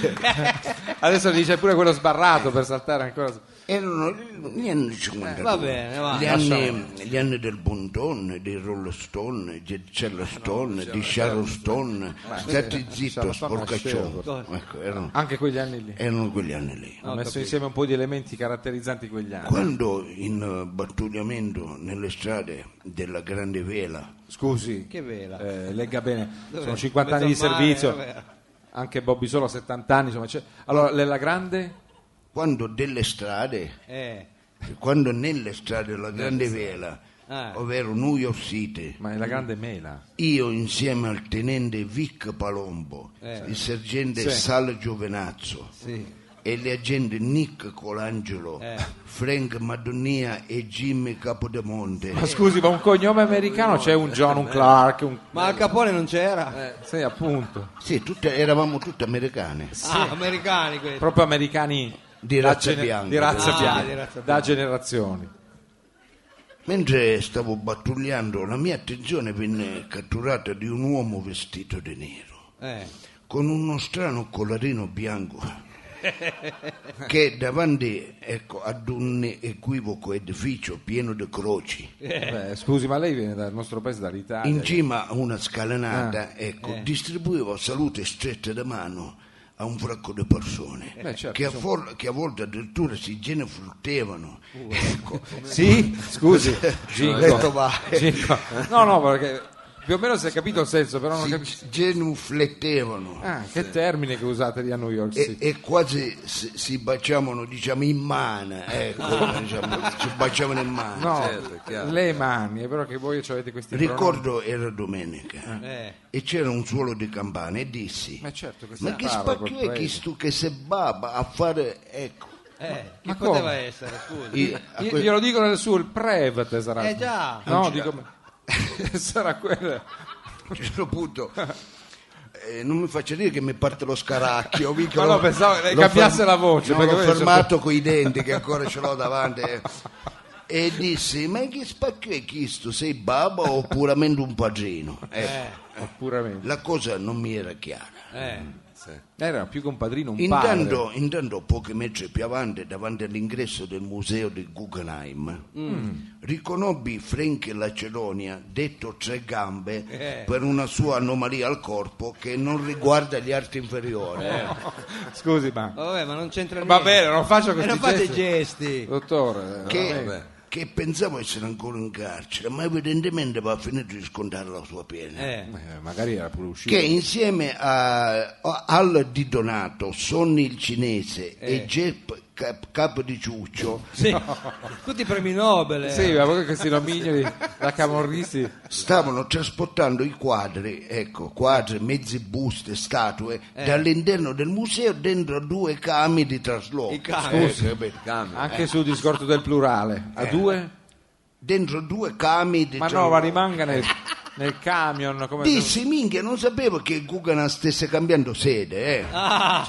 D: Adesso dice pure quello sbarrato per saltare ancora. su-
A: Erano gli anni 50.
C: Eh, va bene, va.
A: Gli anni, gli anni del Bondone, dei Rolling Stone, di Cella Stone, di Sharon Stone. State zitto,
D: Sharon Stone
A: sporcaccione. Ecco, erano,
D: Anche quegli anni lì.
A: erano quegli anni lì.
D: Ho messo insieme un po' di elementi caratterizzanti quegli anni.
A: Quando in eh, pattugliamento nelle strade della Grande Vela,
D: Scusi,
C: Che vela.
D: eh, legga bene,
C: Dov'è?
D: sono 50 anni di
C: Mezzo al mare,
D: servizio,
C: vabbè.
D: anche Bobby Solo ha 70 anni. Insomma, c'è- Allora, Lella Grande,
A: quando delle strade,
C: Eh,
A: quando nelle strade della Grande Vela,
D: Eh.
C: Ah.
A: ovvero New York City,
D: ma Lella Grande Mela.
A: Io insieme al tenente Vic Palombo,
C: Eh.
A: il sergente Sal Giovenazzo e gli agenti Nick Colangelo,
C: Eh.
A: Frank Madonia e Jimmy Capodemonte.
D: Ma scusi, ma un cognome americano c'è un John, un Clark, un...
C: ma Al Capone non c'era?
D: Eh, sì, appunto.
A: Sì, tutte- eravamo tutti americane,
C: Ah, americani questi.
D: Proprio americani
A: di
D: da
A: razza
D: gene-
A: bianca.
D: di razza
C: Ah,
D: bianca,
C: di razza
D: da generazioni.
A: Mentre stavo pattugliando, la mia attenzione venne catturata di un uomo vestito di nero.
C: Eh,
A: con uno strano collarino bianco che davanti ecco, ad un equivoco edificio pieno di croci,
D: Beh, scusi, ma lei viene dal nostro paese, dall'Italia.
A: in cima a una
D: Ah,
A: scalinata,
D: eh.
A: ecco, distribuiva salute strette da mano a un fracco di persone
D: Beh, certo,
A: che, a vol- che a volte addirittura si genefruttevano ecco,
D: Sì, scusi,
A: Detto
D: Ginko.
A: va.
D: Ginko. No, no, perché più o meno si è capito il senso, però non capisco.
A: si genuflettevano
D: Ah, che termine che usate lì a New York
A: E,
D: City.
A: e quasi si, si baciavano diciamo in mano ecco, diciamo, si baciavano in mano
D: Ah. No,
B: certo, è chiaro.
D: le mani, è vero che voi avete questi pronomi.
A: Ricordo era domenica
C: eh.
A: e c'era un suolo di campane e dissi:
D: Ma certo, che
A: Ma
D: si
A: che
D: parla col
A: spacchio è chi
D: paese.
A: stu che se baba a fare. Ecco,
C: Eh, chi
D: ma
C: poteva
D: come?
C: essere, scusi?
A: i- a
D: Io-
A: que-
D: Glielo dico nel suo, il Prev tesoro.
C: Eh, già.
D: No, dico... Sarà quello.
A: a un certo punto. eh, non mi faccia dire che mi parte lo scaracchio. mica
D: Ma no,
A: l'ho-
D: pensavo che
A: l'ho
D: cambiasse
A: ferm-
D: la voce,
A: No,
D: perché
A: l'ho
D: voi c'è-
A: fermato coi denti che ancora ce l'ho davanti. eh. E dissi: Ma che spacchio è chi stu? Sei baba o puramente un padrino? Ecco,
D: Puramente.
A: la cosa non mi era chiara.
C: Eh,
D: Era più che un padrino, un padre.
A: Intanto, intanto pochi metri più avanti, davanti all'ingresso del museo di Guggenheim,
D: Mm.
A: riconobbi Frank Lacedonia, detto tre gambe,
D: Eh.
A: per una sua anomalia al corpo che non riguarda gli arti inferiori.
D: Eh, Scusi, ma...
C: vabbè, ma non c'entra niente.
D: Va bene, non faccio
C: E
D: questi
C: Eh, non fate gesti.
D: Eh. Dottore,
A: Che,
D: vabbè.
A: che pensavo essere ancora in carcere, ma evidentemente va finito di scontare la sua pena.
C: Eh,
D: Eh, magari era pure uscito.
A: Che insieme a, a- al Di Donato, Sonny il cinese
D: Eh.
A: e Jepp Cap, Capodiciuccio
C: sì. Tutti i premi Nobel. eh.
D: Sì, ma poi questi nomignoli da camorristi.
A: stavano trasportando i quadri, ecco, quadri, mezzi buste, statue, dall'interno del museo dentro a due cami di trasloco.
C: I
D: eh.
C: cami.
A: Scusi, vabbè.
B: Cambio.
D: Anche sul discorso del plurale. A due?
A: Dentro due cami di
D: Ma no,
A: trasloco.
D: ma rimanga nel, nel camion. Come
A: Dissi, minchia, non sapevo che Guggenheim stesse cambiando sede, eh.
C: Ah,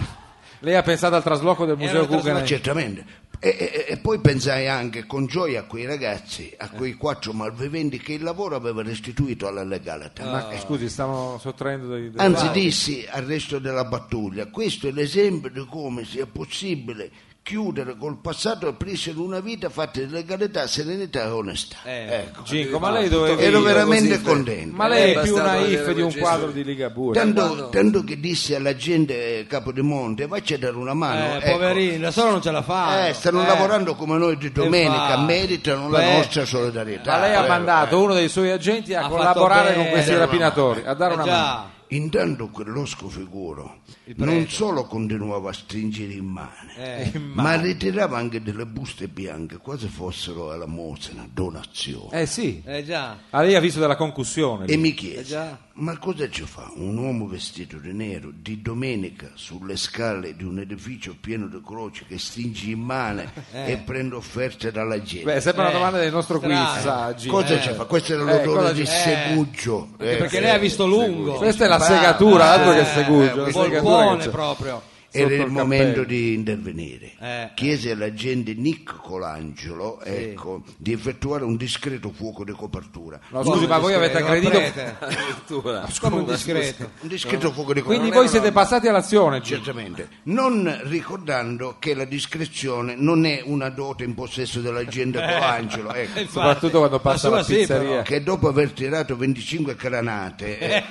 D: Lei ha pensato al trasloco del museo
C: Era un
A: Ma
D: Guggenheim.
A: certamente. E, e- e poi pensai anche con gioia a quei ragazzi, a quei quattro malviventi che il lavoro aveva restituito alla legalità.
D: Ma Eh, scusi, stiamo sottraendo dei... dei-
A: eh, Anzi, dissi al resto della pattuglia: questo è l'esempio di come sia possibile chiudere col passato e aprirsi ad una vita fatta di legalità, serenità e onestà.
C: Eh,
A: Ecco.
D: Ginko, ma lei dove
A: Ero
B: io
A: veramente
B: così,
A: contento.
D: Ma lei è più
B: Bastato
D: una
B: vedere
D: if di un
B: quel
D: quadro
B: gesto.
D: di Ligabue.
A: Tanto, tanto che dissi alla gente eh, Capodimonte, vacci a dare una mano.
C: eh,
A: ecco.
C: poverini, da solo non ce la fa.
A: Eh, stanno lavorando come noi di domenica,
C: Infatti.
A: meritano la
C: Beh.
A: nostra solidarietà.
D: Ma lei ha
A: Eh,
D: mandato uno dei suoi agenti a
C: Ha fatto
D: collaborare con
C: bene.
D: questi rapinatori, a dare una mano.
C: già.
A: eh. Intanto quello scofiguro non solo continuava a stringere in mano, ma ritirava anche delle buste bianche, quasi fossero alla mozena, donazione.
D: Eh sì,
C: Eh già,
D: ah, lei ha visto della concussione.
A: E
D: lì.
A: mi
C: eh
A: chiese,
C: già.
A: ma cosa ci fa un uomo vestito di nero di domenica sulle scale di un edificio pieno di croci che stringe in mano e prende offerte dalla gente?
D: Beh, sembra
C: Eh,
D: una domanda del nostro
C: strano.
D: quiz, saggi.
A: cosa
D: Eh.
A: ci fa? Questo era
D: Eh,
A: l'odore
D: cosa
A: di
D: ci-
A: segugio. eh,
C: perché
A: sì.
C: lei ha visto lungo.
D: Questa è la
A: Bravo.
D: segatura, altro
A: Eh,
D: che segugio. la
A: eh,
D: segatura che
C: Volpone
D: c'è.
C: proprio.
A: Era
D: sotto
A: il,
D: il
A: momento
D: cappello.
A: di intervenire.
C: Eh.
A: Chiese all'agente Nick Colangelo ecco, di effettuare un discreto fuoco di copertura.
D: No, scusi, ma voi avete aggredito.
B: Addirittura.
C: Come un discreto.
A: Un discreto fuoco di copertura.
D: Quindi
A: Non
D: voi
A: era
D: siete
A: una-
D: passati all'azione. Gigi.
A: Certamente, non ricordando che la discrezione non è una dote in possesso dell'agente Colangelo, ecco,
D: Soprattutto quando passa
C: la
D: la
C: sua sì, però.
D: pizzeria.
A: che dopo aver tirato 25 granate, eh,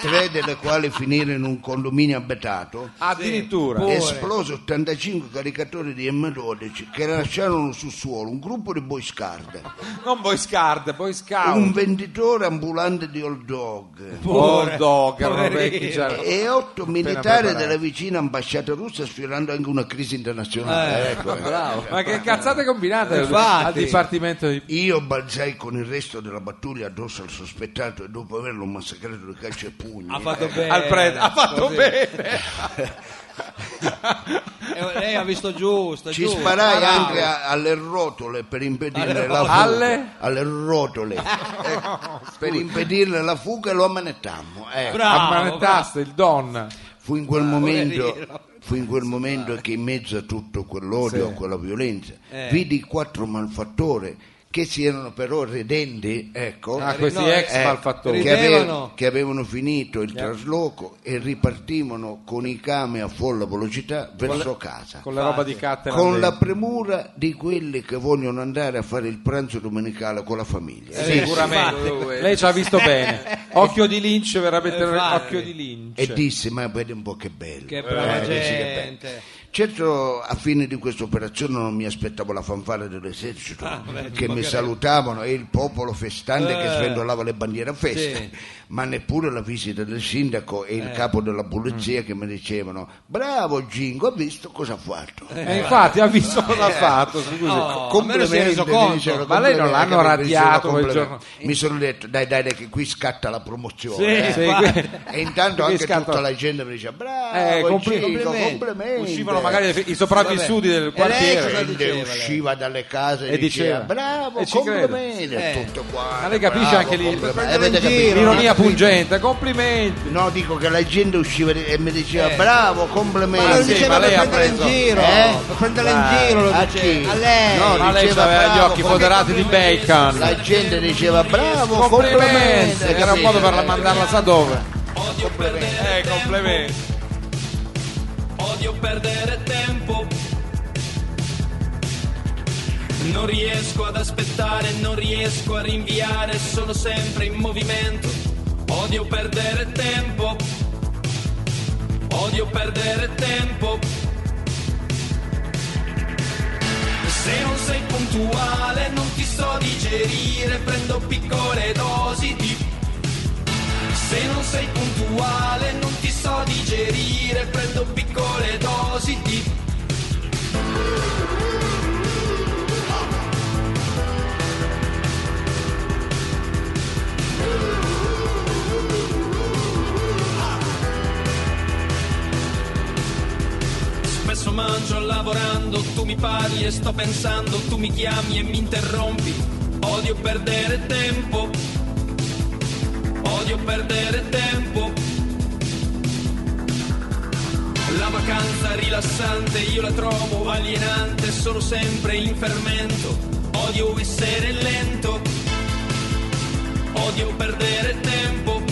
A: tre delle quali finire in un condominio abitato,
D: Addirittura.
A: Boh.
C: Pure.
A: esplose 85 caricatori di M12 che lasciarono sul suolo un gruppo di boy scout,
D: Non Boy Scout, Boy Scout.
A: un venditore ambulante di old dog
D: Hot dog, erano
C: Poverino.
D: vecchi già.
A: e otto militari
D: preparati.
A: della vicina ambasciata russa sfiorando anche una crisi internazionale. ecco, eh.
D: Ma che cazzate combinate
C: Infatti.
D: al dipartimento di...
A: Io balzai con il resto della pattuglia addosso al sospettato e dopo averlo massacrato di calcio e pugni.
C: Ha fatto
A: eh,
C: bene.
D: al prete. Ha fatto
C: Così.
D: bene.
C: Eh, lei ha visto giusto.
A: Ci
C: giusto.
A: sparai
C: Bravo.
A: anche a- alle rotole per impedirle
C: Ah, Alle
A: la fuga.
D: rotole.
A: Alle rotole. Ecco, per impedirle la fuga lo ammanettammo. ecco.
C: Bravo.
D: Ammanettaste il donna.
A: Fu in quel
C: poverino.
A: momento, fu in quel momento che in mezzo a tutto quell'odio,
D: Sì.
A: a quella violenza,
C: Eh.
A: vidi i quatro malfattori che si erano però redenti, ecco,
D: Ah, questi
C: no,
D: ex
A: Eh,
D: malfattori.
A: che,
C: Ridevano.
A: ave- che avevano finito il trasloco e ripartivano con i cami a folla velocità verso casa
D: Con la roba di Catten.
A: con la premura di quelli che vogliono andare a fare il pranzo domenicale con la famiglia
D: sicuramente. Lei ci ha visto bene. Occhio di Lynch, veramente.
C: Infatti.
D: Occhio di Lynch.
A: e disse ma vedi un po' che bello
C: Che brava
A: Eh, dici che bello.
C: gente.
A: certo a fine di questa operazione non mi aspettavo la fanfara dell'esercito
D: Ah,
A: che mi salutavano e il popolo festante
D: Eh.
A: che sventolava le bandiere a festa
C: Sì.
A: ma neppure la visita del sindaco e il
D: Eh.
A: capo della
D: Mm.
A: polizia che mi dicevano bravo Gingo ha visto cosa ha fatto
D: E Eh, infatti ha visto cosa ha fatto. scusi.
C: No, almeno si è
A: Complimenti,
C: reso
A: mi
C: conto.
A: dicevano,
D: Ma lei non
A: complimenti,
D: l'hanno
A: mi dicevano
D: radiato quel
A: complimenti.
D: giorno?
A: mi sono detto dai dai dai che qui scatta la promozione eh.
D: Sì, que-
A: e intanto
D: Qui
A: anche
D: scatta-
A: tutta la gente mi diceva bravo
D: Eh, compli-
A: Gingo
C: complimenti."
A: complimenti
D: Uscivano magari i sopravvissuti del quartiere.
C: cosa
A: Gente
C: diceva lei?
A: usciva dalle case e,
D: E
A: diceva,
D: diceva,
A: bravo
D: e ci
A: complimenti a
C: credo.
A: tutto quanto
D: Ma lei capisce
A: bravo,
D: anche lì-
A: complimenti."
D: per
C: prendere
A: Avete
C: in
A: capito?
C: giro.
D: Ironia pungente, complimenti.
A: no dico che la gente usciva e mi diceva bravo complimenti
C: Eh. Ma lo
D: sì,
C: diceva
D: ma
C: per
D: lei ha
C: prendere in
D: preso- Eh,
C: giro.
A: Eh?
C: Per prendere in giro lo
A: A chi?
C: diceva. A lei.
A: No,
D: Ma lei
A: diceva,
D: aveva eh, gli
A: bravo,
D: occhi
A: compl-
D: foderati di bacon.
A: La gente diceva bravo, complimenti,
D: Complimenti, che era
A: capito?
D: un modo per la- mandarla sa dove.
E: Eh, Odio perdere tempo. Non riesco ad aspettare, non riesco a rinviare, sono sempre in movimento. Odio perdere tempo. Odio perdere tempo. Se non sei puntuale non ti so digerire, prendo piccole dosi di se non sei puntuale non ti so digerire, prendo piccole dosi di... Spesso mangio lavorando, tu mi parli e sto pensando, tu mi chiami e mi interrompi. Odio perdere tempo, odio perdere tempo. La vacanza rilassante io la trovo alienante, sono sempre in fermento. Odio essere lento, odio perdere tempo.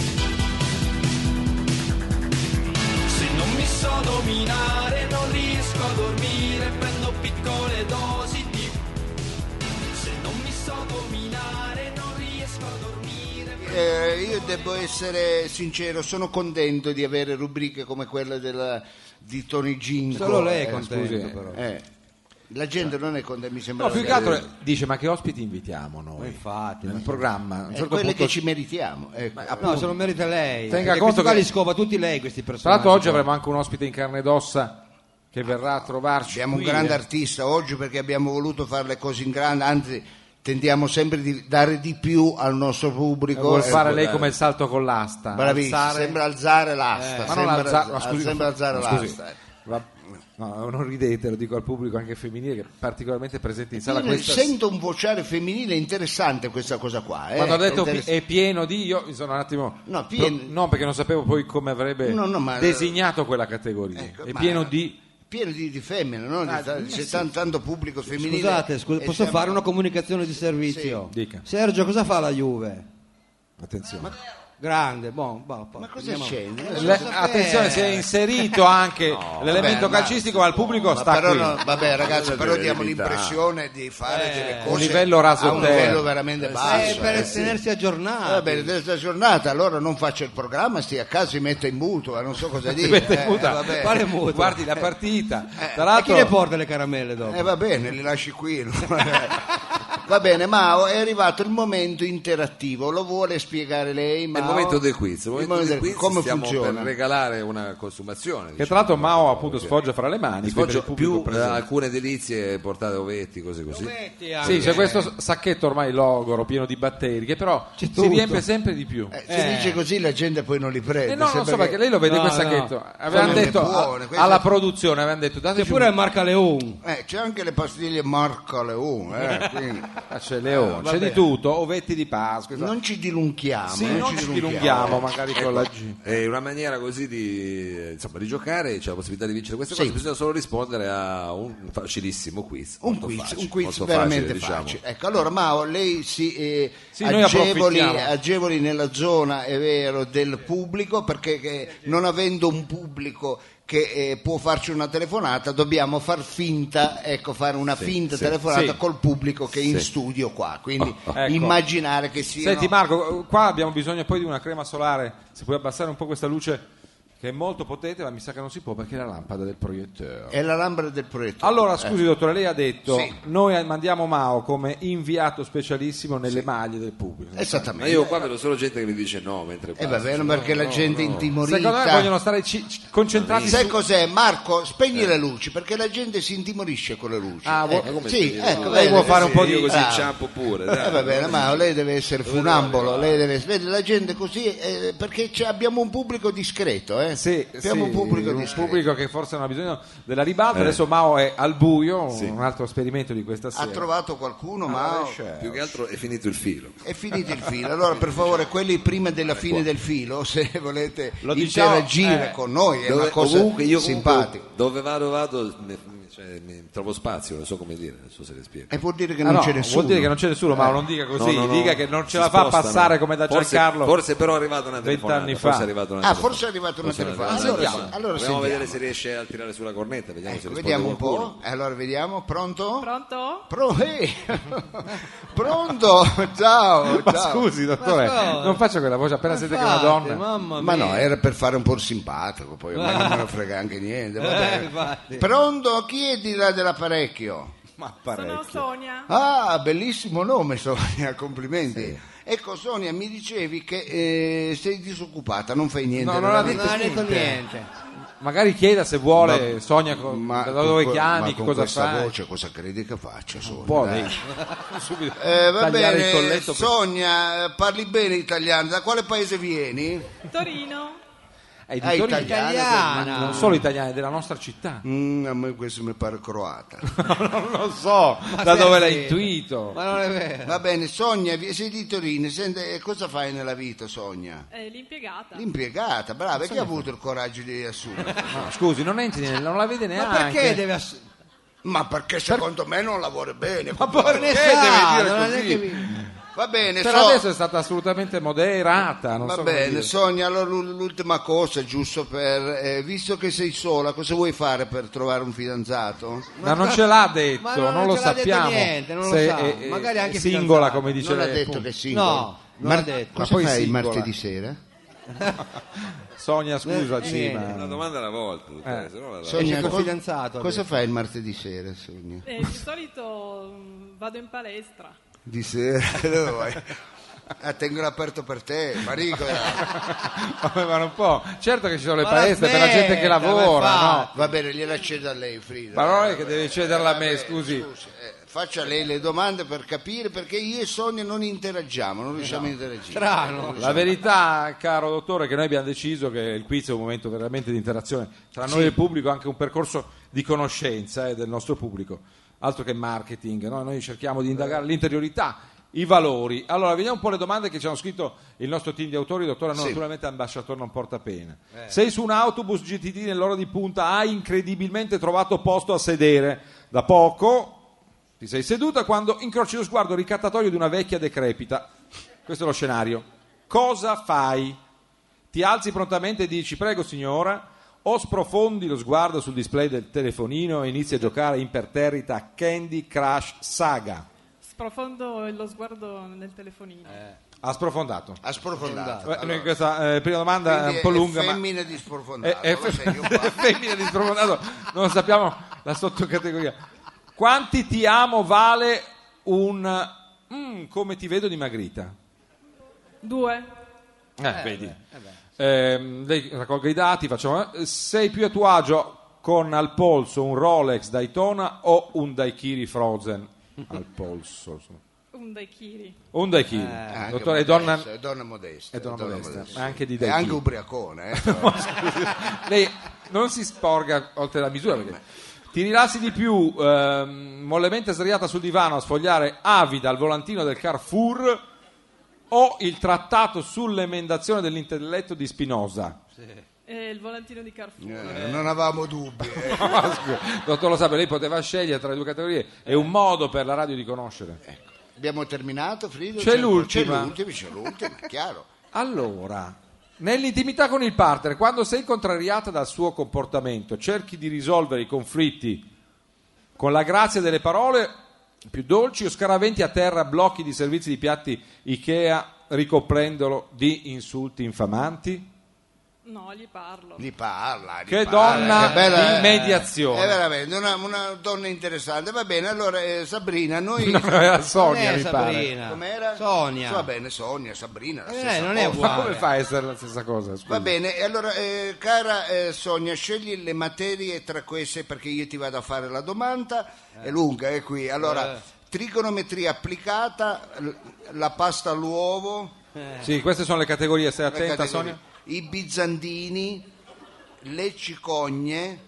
E: Se non mi so dominare non riesco a dormire, prendo piccole dosi di... Se non mi so dominare non riesco a dormire.
A: Eh, io devo essere sincero, sono contento di avere rubriche come quella della- di Tony Ginko.
C: Solo lei è
A: Eh,
C: contento
A: scusi,
C: però.
A: eh. La gente non è contenta, mi sembra.
D: No, più
A: di
D: che altro è- dice ma che ospiti invitiamo noi?
C: Infatti,
D: Nel programma, a un
A: capire. Eh,
D: certo
A: quelle
D: punto...
A: che ci meritiamo. ecco.
C: No, se lo merita lei.
D: Tenga
C: perché
D: conto
C: questi qua
D: che-
C: li scova tutti lei questi
D: Tra
C: personaggi.
D: l'altro oggi avremo anche un ospite in carne ed ossa che verrà a trovarci.
A: Abbiamo un
D: qui,
A: grande
D: eh.
A: artista oggi perché abbiamo voluto fare le cose in grande, anzi tentiamo sempre di dare di più al nostro pubblico.
D: Vuol
A: Eh,
D: fare lei come il salto con l'asta.
A: Bravissimo,
D: Alzare- Eh,
A: sembra alzare l'asta,
D: Ma non
A: sembra,
D: alza- no, scusi,
A: sembra alzare
D: no, scusi.
A: l'asta. eh.
D: Va- no, non ridete, lo dico al pubblico anche femminile che è particolarmente presente in sala
A: Io
D: questa
A: Sento un vociare femminile interessante questa cosa qua. eh.
D: Quando ha detto
A: È
D: pi-
A: interessante.
D: è pieno di, io mi sono un attimo.
A: No, pieno-
D: pro- no, perché non sapevo poi come avrebbe
A: No, no, ma-
D: designato quella categoria.
A: Ecco,
D: è
A: ma-
D: pieno di.
A: pieno di, di femmine, no?
D: Ah,
A: Di- c'è tan- tanto pubblico femminile.
C: Scusate, scu-
A: E
C: posso
A: siamo-
C: fare una comunicazione di servizio?
D: Sì. Dica.
C: Sergio, cosa fa la Juve?
B: Attenzione.
C: Grande, boh, buon, buon, buon.
A: Ma cosa c'è?
D: Le-
C: sapere.
D: attenzione, si è inserito anche l'elemento
A: Vabbè, ma-
D: calcistico, ma il pubblico
A: Ma
D: sta
A: però
D: qui.
A: no, vabbè ragazzi, però
B: dire
A: diamo
B: verità.
A: l'impressione di fare delle cose
D: un livello raso
A: a un
D: terra.
A: livello veramente basso.
C: Eh, per
A: eh.
C: tenersi aggiornati.
A: Va bene, questa giornata allora non faccia il programma, stia a casa si mette in mutua, non so cosa dire.
D: Mette in muta.
A: eh, va bene.
C: Quale muto?
D: Guardi la partita. Tra
C: E chi
D: l'altro,
C: le porta le caramelle dopo?
A: Eh, va bene, li lasci qui. va bene, Mao, è arrivato il momento interattivo, lo vuole spiegare lei?
B: È il
A: Mao?
B: momento del quiz, il momento
A: momento
B: del
A: del-
B: quiz
A: come
B: stiamo
A: funziona?
B: per regalare una consumazione.
D: che
B: diciamo,
D: tra l'altro Mao
B: no?
D: appunto
B: Perché-
D: sfoggia fra le mani. quindi
B: sfoggio
D: per il
B: più
D: pubblico
B: eh,
D: presente.
B: alcune delizie, portate ovetti, cose così.
D: Eh,
A: eh,
D: Sì, c'è questo sacchetto ormai logoro pieno di batteri che però
C: C'è
D: si
C: tutto.
D: riempie sempre di più.
A: Eh, se
C: Eh.
A: dice così la gente poi non li prende.
D: Eh no,
A: sembra
D: non so
A: che-
D: perché lei lo vede in
C: No,
D: quel sacchetto.
C: no.
D: Avevano
A: Sono
D: detto a-
A: buone, queste-
D: alla produzione, avevano detto dateci
C: Eppure è
D: un...
C: Marca Leon.
A: Eh, c'è anche le pastiglie Marca Leon, eh, quindi
D: Ah, c'è Leone, c'è di tutto, ovetti di Pasqua. esatto.
A: non ci dilunghiamo.
D: Sì, non ci dilunghiamo magari
A: Eh,
D: con la G.
B: È una maniera così di, eh, insomma, di giocare, c'è la possibilità di vincere queste
A: Sì.
B: cose, bisogna solo rispondere a un facilissimo quiz.
A: Un
B: molto
A: quiz,
B: facile,
A: un quiz
B: molto
A: veramente facile,
B: diciamo.
A: Ecco, allora Mao, lei si eh,
D: Sì, noi
A: agevoli,
D: approfittiamo.
A: agevoli nella zona, è vero, del pubblico, perché che, non avendo un pubblico che eh, può farci una telefonata, dobbiamo far finta, ecco, fare una finta
B: sì,
A: telefonata
D: sì.
A: col pubblico che è in
B: Sì.
A: studio qua, quindi
D: Ecco.
A: immaginare che sia...
D: Senti Marco, qua abbiamo bisogno poi di una crema solare, se puoi abbassare un po' questa luce che è molto potente, ma mi sa che non si può perché è la lampada del proiettore.
A: È la lampara del proiettore.
D: Allora, scusi dottore, lei ha detto
A: Eh. Sì.
D: noi mandiamo Mao come inviato specialissimo nelle maglie del pubblico.
A: Eh
B: Ma
A: Esattamente.
B: io qua vedo solo gente che mi dice no mentre
A: E
B: passa.
A: va bene perché la gente è intimorita.
D: Secondo me vogliono stare ci- ci- concentrati
A: Sai
D: su...
A: cos'è Marco?
D: Eh.
A: Spegni le luci perché la gente si intimorisce con le luci.
D: Ah, vuoi-
A: Ecco,
B: come
A: sì,
B: spegni le
A: ecco,
B: luci?
D: Lei
A: vedi,
D: vuol fare un po' di-
B: Io così
A: bravo.
B: inciampo pure.
A: Eh,
B: dai.
A: va bene, ma lei deve essere funambolo, lei deve essere- vedi, la gente così eh, perché c'è- abbiamo un pubblico discreto, eh.
D: Sì,
A: abbiamo
D: sì,
A: un pubblico
D: un
A: discreto.
D: pubblico che forse non ha bisogno della
A: Eh.
D: ribalta. Adesso Mao è al buio, un altro esperimento di questa
A: Ha
D: sera.
A: trovato qualcuno,
D: Ah,
A: ma
D: eh, certo.
B: Più che altro è finito il filo.
A: è finito il filo. Allora, per favore, quelli prima della fine del filo, se volete
D: Eh, Lo diciamo,
A: interagire
D: eh,
A: con noi, è una
B: Dove-
A: cosa
B: comunque io comunque
A: simpatica.
B: dove vado vado mi, cioè, mi trovo spazio, non so come dire, non so se le spiego.
A: E vuol dire che
D: Ah,
A: non
D: no,
A: c'è nessuno.
D: Vuol dire che non c'è nessuno, Mao non dica
A: Eh.
D: così,
B: No, no, no,
D: dica che non
B: si
D: ce la fa a
B: spostano.
D: passare come da
B: Forse-
D: Giancarlo.
B: Forse però è arrivata una telefonata.
D: Vent'anni
B: Forse
D: fa.
B: è arrivata una
A: Ah,
B: telefonata.
A: forse è arrivata una
B: Forse è
A: telefonata. Allora, sì,
B: arrivata una telefonata.
A: allora
B: Proviamo a
A: sentiamo.
B: vedere se riesce a tirare sulla cornetta, vediamo se
A: Ecco,
B: risponde
A: vediamo un
B: qualcuno.
A: po'. Allora vediamo, pronto?
G: Pronto?
A: Pro- eh. Pronto? Ciao,
D: Ma
A: ciao.
D: scusi, dottore,
C: Ma no.
D: non faccio quella voce appena siete che è una
C: Infatti,
D: donna. eh.
C: Mamma mia.
A: Ma no, era per fare un po' il simpatico, poi a me non me ne frega anche niente. va
C: Eh,
A: bene.
C: infatti.
A: Pronto? Chi è di là dell'apparecchio?
G: Sono
D: Ecco.
G: Sonia.
A: Ah, bellissimo nome Sonia, complimenti. Ecco Sonia, mi dicevi che eh, sei disoccupata, non fai niente.
D: No, non ha
A: veramente.
C: Non ha detto niente.
D: Magari chieda se vuole, Sonia, co-
A: Ma
D: da
A: con
D: dove
A: que-
D: chiami,
A: ma
D: che
A: con
D: cosa
A: questa
D: fa.
A: voce cosa credi che faccia Sonia?
D: Può,
A: Dai.
D: lei- subito
A: Eh, va
D: tagliare
A: bene,
D: il colletto. per-
A: Sonia, eh, parli bene italiano. Da quale paese vieni?
G: Torino.
D: Ai
A: Ah,
D: editori
A: italiana.
D: italiani, ma non solo italiani, della nostra città.
A: Mm, a me questo mi pare croata.
D: non lo so da
C: senti-
D: dove l'ha intuito.
C: Ma non è vero.
A: Va bene, Sonia, vi- sei di Torino. senti, eh, cosa fai nella vita, Sonia?
G: È Eh, l'impiegata.
A: L'impiegata, brava. E chi ha avuto il coraggio di assumere?
D: No, scusi, non entri, nel- non la vede
C: Ma
D: neanche.
C: perché deve ass-
A: Ma perché secondo me non lavora bene?
D: Perché
C: ne
D: deve
C: sa,
D: dire
C: non è
D: così?
C: che mi-
A: Va bene,
D: Per
A: So-
D: adesso Cioè, è stata assolutamente moderata. Non
A: Va
D: so come
A: bene,
D: dire.
A: Sonia, allora l'u- l'ultima cosa, giusto per... eh, visto che sei sola, cosa vuoi fare per trovare un fidanzato?
D: Ma non ce l'ha detto,
C: Ma
D: non,
C: non
D: lo
C: ce l'ha detto
D: sappiamo.
C: niente, non lo
D: se
C: sa.
D: è- è
C: Magari anche
D: singola,
C: fidanzata.
D: come dice
A: non ha
D: lei,
A: detto
D: appunto.
A: che è singola.
C: No, non ha detto.
A: Ma
D: Ma poi
A: poi fai
D: singola.
A: martedì sera?
D: Sonia, scusaci,
C: niente,
D: ma...
B: Una domanda alla volta, dottore,
D: Eh.
B: se no la-
C: Esce col
A: co-
C: fidanzato,
A: cosa
C: adesso.
A: fai il martedì sera, Sonia?
G: Eh, di solito mm, vado in palestra.
A: Di sera? Dove vai? Ah, tengono aperto per te, Maricola.
D: Vabbè, ma un po'. Certo che ci sono le
C: Ma
D: palestre per la gente che
C: smetta,
D: lavora,
C: ma
D: no?
C: fa-
A: Va bene, gliela cedo a lei, Frida.
D: Ma non è che deve cederla a
A: Vabbè,
D: me, scusi.
A: scusi, eh, faccia lei le domande per capire perché io e Sonia non interagiamo, non riusciamo a interagire.
C: Esatto. Strano.
D: La verità, caro dottore, è che noi abbiamo deciso che il quiz è un momento veramente di interazione tra noi e il pubblico, anche un percorso di conoscenza eh, del nostro pubblico, altro che marketing. no? Noi cerchiamo di indagare l'interiorità, i valori. Allora, vediamo un po' le domande che ci hanno scritto il nostro team di autori, dottore, no,
A: Sì.
D: naturalmente ambasciatore non porta pena. Sei su un autobus GTD nell'ora di punta, hai incredibilmente trovato posto a sedere. Da poco ti sei seduta quando incroci lo sguardo ricattatorio di una vecchia decrepita. Questo è lo scenario. Cosa fai? Ti alzi prontamente e dici prego signora, o sprofondi lo sguardo sul display del telefonino e inizi a giocare imperterrita a Candy Crush Saga.
G: Sprofondo lo sguardo nel telefonino.
A: Eh.
D: Ha sprofondato.
A: Ha sprofondato.
D: Beh, noi
A: Allora,
D: questa eh, prima domanda è
A: quindi
D: un po'
A: è
D: lunga, ma
A: femmina di
D: è,
A: sprofondato.
D: è
A: lo sai, io qua-
D: Eh, femmina di sprofondato, non sappiamo la sottocategoria. Quanti ti amo vale un mm, come ti vedo dimagrita?
G: Due.
D: Eh, vedi. Ehm, lei raccolga i dati, facciamo. eh, Sei più a tuo agio con al polso un Rolex Daytona o un Daikiri Frozen? Al polso. insomma.
G: Un daiquiri.
D: Un Daikiri.
A: Eh, anche
D: Dottore, è
A: modesta,
D: donna...
A: è donna modesta.
D: è donna modesta, ma anche di
A: È
D: dai
A: anche
D: chi.
A: ubriacone. eh.
D: Lei non si sporga oltre la misura perché... Ti rilassi di più, ehm, mollemente sdraiata sul divano a sfogliare avida al volantino del Carrefour o il trattato sull'emendazione dell'intelletto di Spinoza?
G: E il volantino di Carrefour.
A: Eh, non avevamo dubbi. eh.
D: Ma scusa, Dottor Lo Sapio, lei poteva scegliere tra le due categorie, è un modo per la radio di conoscere.
A: Abbiamo terminato, Frido?
D: C'è l'ultima.
A: C'è l'ultima, c'è l'ultima, chiaro.
D: Allora, nell'intimità con il partner, quando sei contrariata dal suo comportamento, cerchi di risolvere i conflitti con la grazia delle parole più dolci o scaraventi a terra blocchi di servizi di piatti Ikea ricoprendolo di insulti infamanti?
G: No, gli parlo.
A: Gli parla. gli
D: Che
A: parla,
D: donna
A: che bella- Eh,
D: di mediazione.
A: È veramente una, una donna interessante. Va bene, allora eh, Sabrina, noi...
D: Non era Sonia,
C: Non è
D: mi pare.
C: Sabrina.
A: Com'era?
C: Sonia.
A: Va bene, Sonia, Sabrina. la
C: Eh,
A: stessa
C: non è
A: cosa.
D: Ma
C: uguale.
D: come fa a essere la stessa cosa? scusi?
A: Va bene, e allora eh, cara eh, Sonia, scegli le materie tra queste perché io ti vado a fare la domanda, è lunga, è qui. Allora, trigonometria applicata, l- la pasta all'uovo,
D: Sì, queste sono le categorie,
A: le
D: stai attenta
A: categorie,
D: Sonia.
A: i bizandini, le cicogne,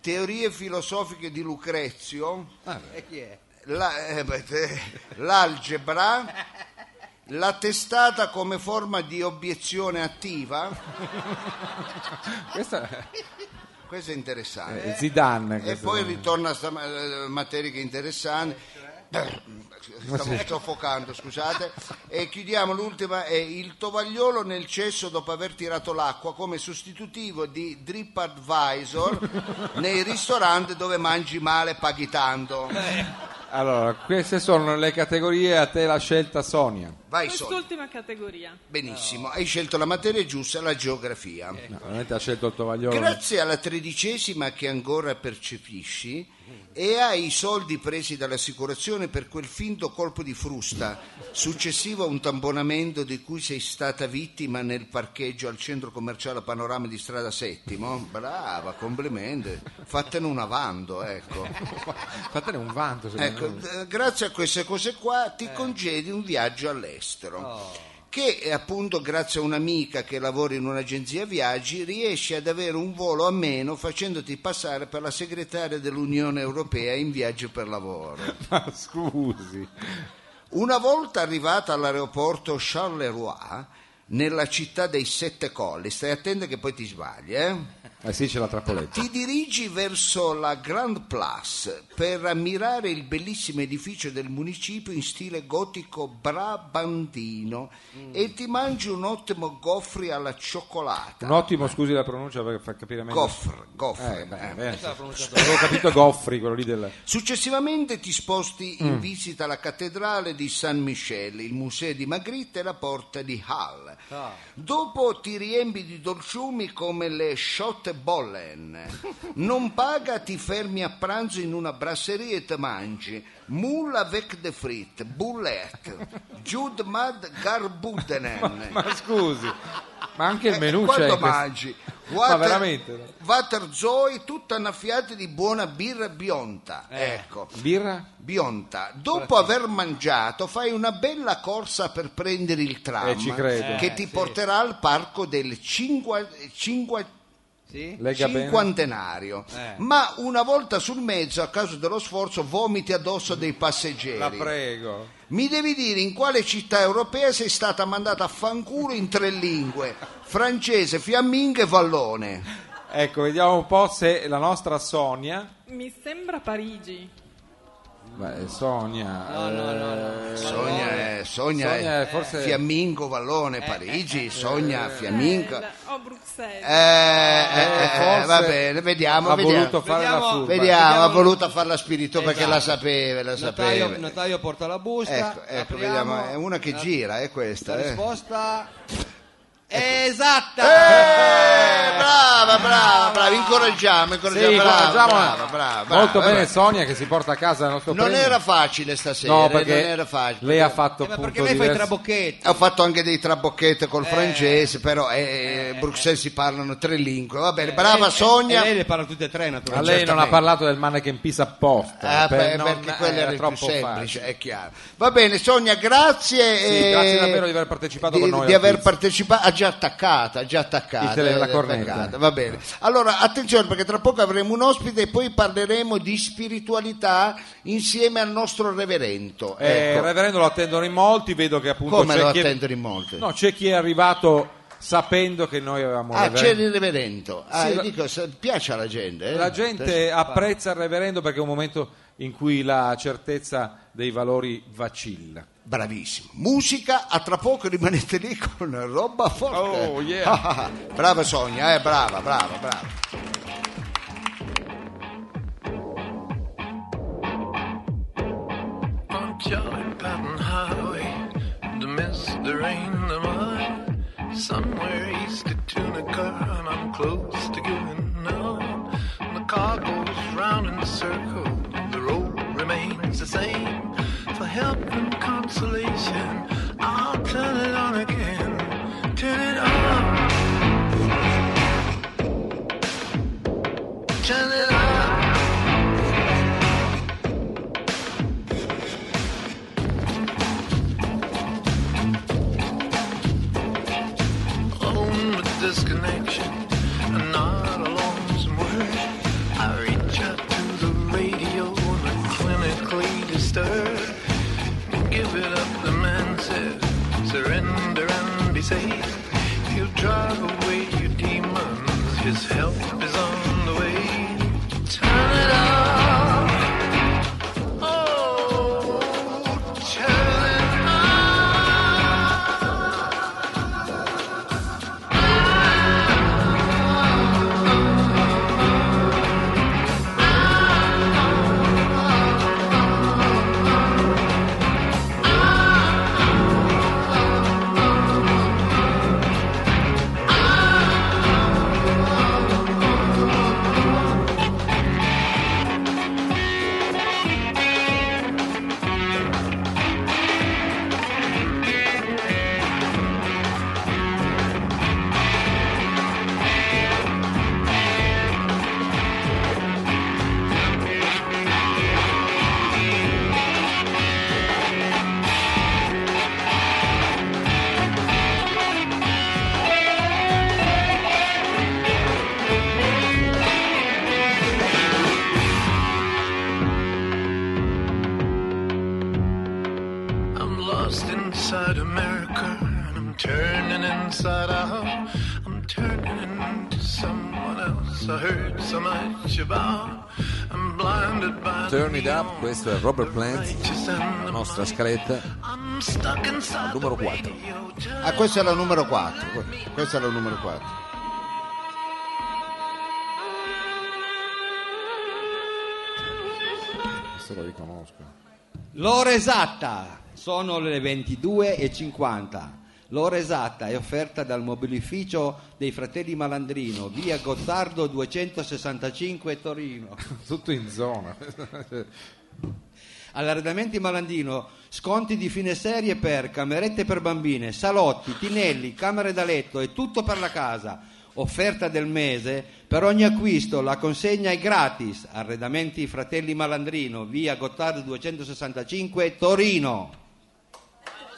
A: teorie filosofiche di Lucrezio,
C: E chi è?
A: la- eh, beh, te- l'algebra, la testata come forma di obiezione attiva,
D: Questa
A: questo è interessante.
D: è Zidane.
A: Eh, E
D: questa.
A: poi ritorna a sta eh, materie che interessanti. Stavo soffocando, scusate. E chiudiamo l'ultima, è il tovagliolo nel cesso dopo aver tirato l'acqua come sostitutivo di drip advisor nei ristoranti dove mangi male paghi tanto.
D: Allora, queste sono le categorie, a te la scelta Sonia.
A: Vai Sonia.
G: Quest'ultima categoria.
A: Benissimo, hai scelto la materia giusta, la geografia.
D: No, veramente ha scelto il tovagliolo.
A: Grazie alla tredicesima che ancora percepisci e hai i soldi presi dall'assicurazione per quel finto colpo di frusta successivo a un tamponamento di cui sei stata vittima nel parcheggio al centro commerciale Panorama di Strada Settimo. Brava, complimenti. Fattene un avanto, ecco.
D: Fatene un vanto. se
A: Ecco,
D: non-
A: d- grazie a queste cose qua ti congedi un viaggio all'estero. Che eh, appunto, grazie a un'amica che lavora in un'agenzia viaggi, riesci ad avere un volo a meno facendoti passare per la segretaria dell'Unione Europea in viaggio per lavoro.
D: Ma scusi.
A: Una volta arrivata all'aeroporto Charleroi, nella città dei Sette Colli, stai attento che poi ti sbagli, eh?
B: Eh sì, c'è la trappoletta.
A: Ti dirigi verso la Grand Place per ammirare il bellissimo edificio del municipio in stile gotico brabantino
B: Mm.
A: e ti mangi un ottimo goffri alla cioccolata.
D: Un ottimo, scusi la pronuncia perché fa capire meglio.
A: Goffre, goffre.
D: Eh, beh, beh, avevo capito Goffri, quello lì del...
A: Successivamente ti sposti
D: Mm.
A: in visita alla cattedrale di San Michele, il museo di Magritte e la porta di Hall.
D: Ah.
A: Dopo ti riempi di dolciumi come le Schottebollen. Non paga, ti fermi a pranzo in una brasserie e te mangi. Mula vec de frit, bullet, Jude Mad Garbudenen.
D: Ma scusi, ma anche il
A: Eh,
D: menù c'è.
A: quanto
D: in questo-
A: mangi?
D: Ma veramente?
A: Waterzoi, tutta annaffiata di buona birra bionta.
D: Eh.
A: Ecco.
D: Birra?
A: Bionta, dopo aver mangiato fai una bella corsa per prendere il tram
D: Eh, ci credo.
A: che ti porterà al parco del cinqua- cinqua-
C: Sì?
D: Lega bene.
A: cinquantenario.
D: Eh.
A: Ma una volta sul mezzo, a causa dello sforzo, vomiti addosso dei
D: La
A: passeggeri.
D: prego.
A: Mi devi dire in quale città europea sei stata mandata a fanculo in tre lingue: francese, fiamminga e vallone.
D: Ecco, vediamo un po' se la nostra Sonia...
G: Mi sembra Parigi.
D: Beh, Sonia... eh,
C: No, no, no, no.
A: Sogna, eh, sogna,
D: Sonia
A: eh,
D: è forse-
A: fiammingo,
D: Eh,
A: vallone, Parigi, sogna, fiamminga.
G: o Eh, oh, Bruxelles.
A: Eh, eh,
D: eh,
A: eh,
D: forse
A: va bene, vediamo,
D: ha
A: vediamo.
D: voluto fare la
C: Vediamo-
D: furba.
A: Vediamo,
C: Vediamo-
A: ha voluto farla spirito perché
C: Esatto.
A: la sapeva, la sapeva.
C: Notaio, notaio porta la busta.
A: ecco, ecco,
C: apriamo.
A: vediamo, è una che
C: La-
A: gira, è
C: La
A: questa. Eh. Ecco.
C: risposta è esatta.
A: Eh, brava, brava, brava, incoraggiamo,
D: Sì,
A: incoraggiamo, brava,
D: incoraggiamola.
A: brava, brava,
D: Molto
A: brava,
D: bene
A: brava.
D: Sonia che si porta a casa il nostro
A: Non
D: premio.
A: era facile stasera, eh,
D: No, perché
A: non era facile.
D: lei ha fatto
C: Eh, ma perché
D: punto
C: lei fa i
D: diverso.
C: trabocchetti?
A: Ho fatto anche dei trabocchetti col francese, però eh, Bruxelles si parlano tre lingue. Va bene, brava
C: Eh,
A: Sonia.
C: e lei le parla tutte e tre,
D: A
C: naturalmente.
D: lei non ha
A: certamente.
D: parlato del mannequin piece apposta.
A: Ah,
D: per
A: beh,
D: non-
A: perché quello
D: era
A: era, il più
D: troppo
A: semplice,
D: facile.
A: è chiaro. Va bene, Sonia, grazie.
D: Sì, grazie davvero di aver partecipato
A: di,
D: con noi
A: di
D: al
A: aver
D: quiz.
A: partecipato, ha già attaccata, ha già attaccata.
D: Il tele- la
A: eh,
D: cornetta.
A: attaccata, Va bene. Allora, attenzione perché tra poco avremo un ospite e poi parleremo di spiritualità insieme al nostro reverendo.
D: Eh, il
A: Ecco.
D: reverendo lo attendono in molti, vedo che appunto
A: Come
D: c'è
A: lo
D: chi è-
A: attendono in molti?
D: No, c'è chi è arrivato sapendo che noi avevamo il
A: Ah, c'è
D: reverendo.
A: il reverendo. Ah,
D: Sì, la-
A: dico, se- piace alla gente. eh?
D: La gente apprezza il reverendo perché è un momento in cui la certezza dei valori vacilla.
A: Bravissimo. Musica, a tra poco rimanete lì con roba forte.
D: Oh, yeah.
A: ah. brava Sonia, eh, brava, brava, brava.
H: on Charlie Patton Highway. The mist, the rain, the mud. Somewhere east of Tunica, and I'm close to giving up. The car goes round in a circle, the road remains the same. For help and consolation, I'll turn it on again. Turn it on. Turn it on. alone with disconnection and not a lonesome word. I reach out to the radio and I'm clinically disturbed. Give it up, the man says. Surrender and be saved. He'll drive away your demons. His help is on the way. Turn it off. Oh, turn it off. I'm lost inside America and I'm turning inside out. I'm turning into someone else. else I heard so much about. I'm blinded by
B: Turn
H: the
B: it up,
H: neon,
B: questo è Robert Plant,
H: righteous and
B: la
H: the
B: nostra
H: mighty.
B: scaletta
H: I'm stuck inside
B: numero
H: the
B: 4.
H: radio
A: Ah, questa è la numero 4. Questa è la numero 4.
D: Questo lo riconosco.
C: L'ora esatta sono le 22.50. L'ora esatta è offerta dal mobilificio dei fratelli Malandrino, via Gottardo 265 Torino.
D: Tutto in zona.
C: All'arredamenti Malandrino, sconti di fine serie per camerette per bambine, salotti, tinelli, camere da letto e tutto per la casa. Offerta del mese, per ogni acquisto la consegna è gratis. Arredamenti Fratelli Malandrino, via Gottardo 265 Torino.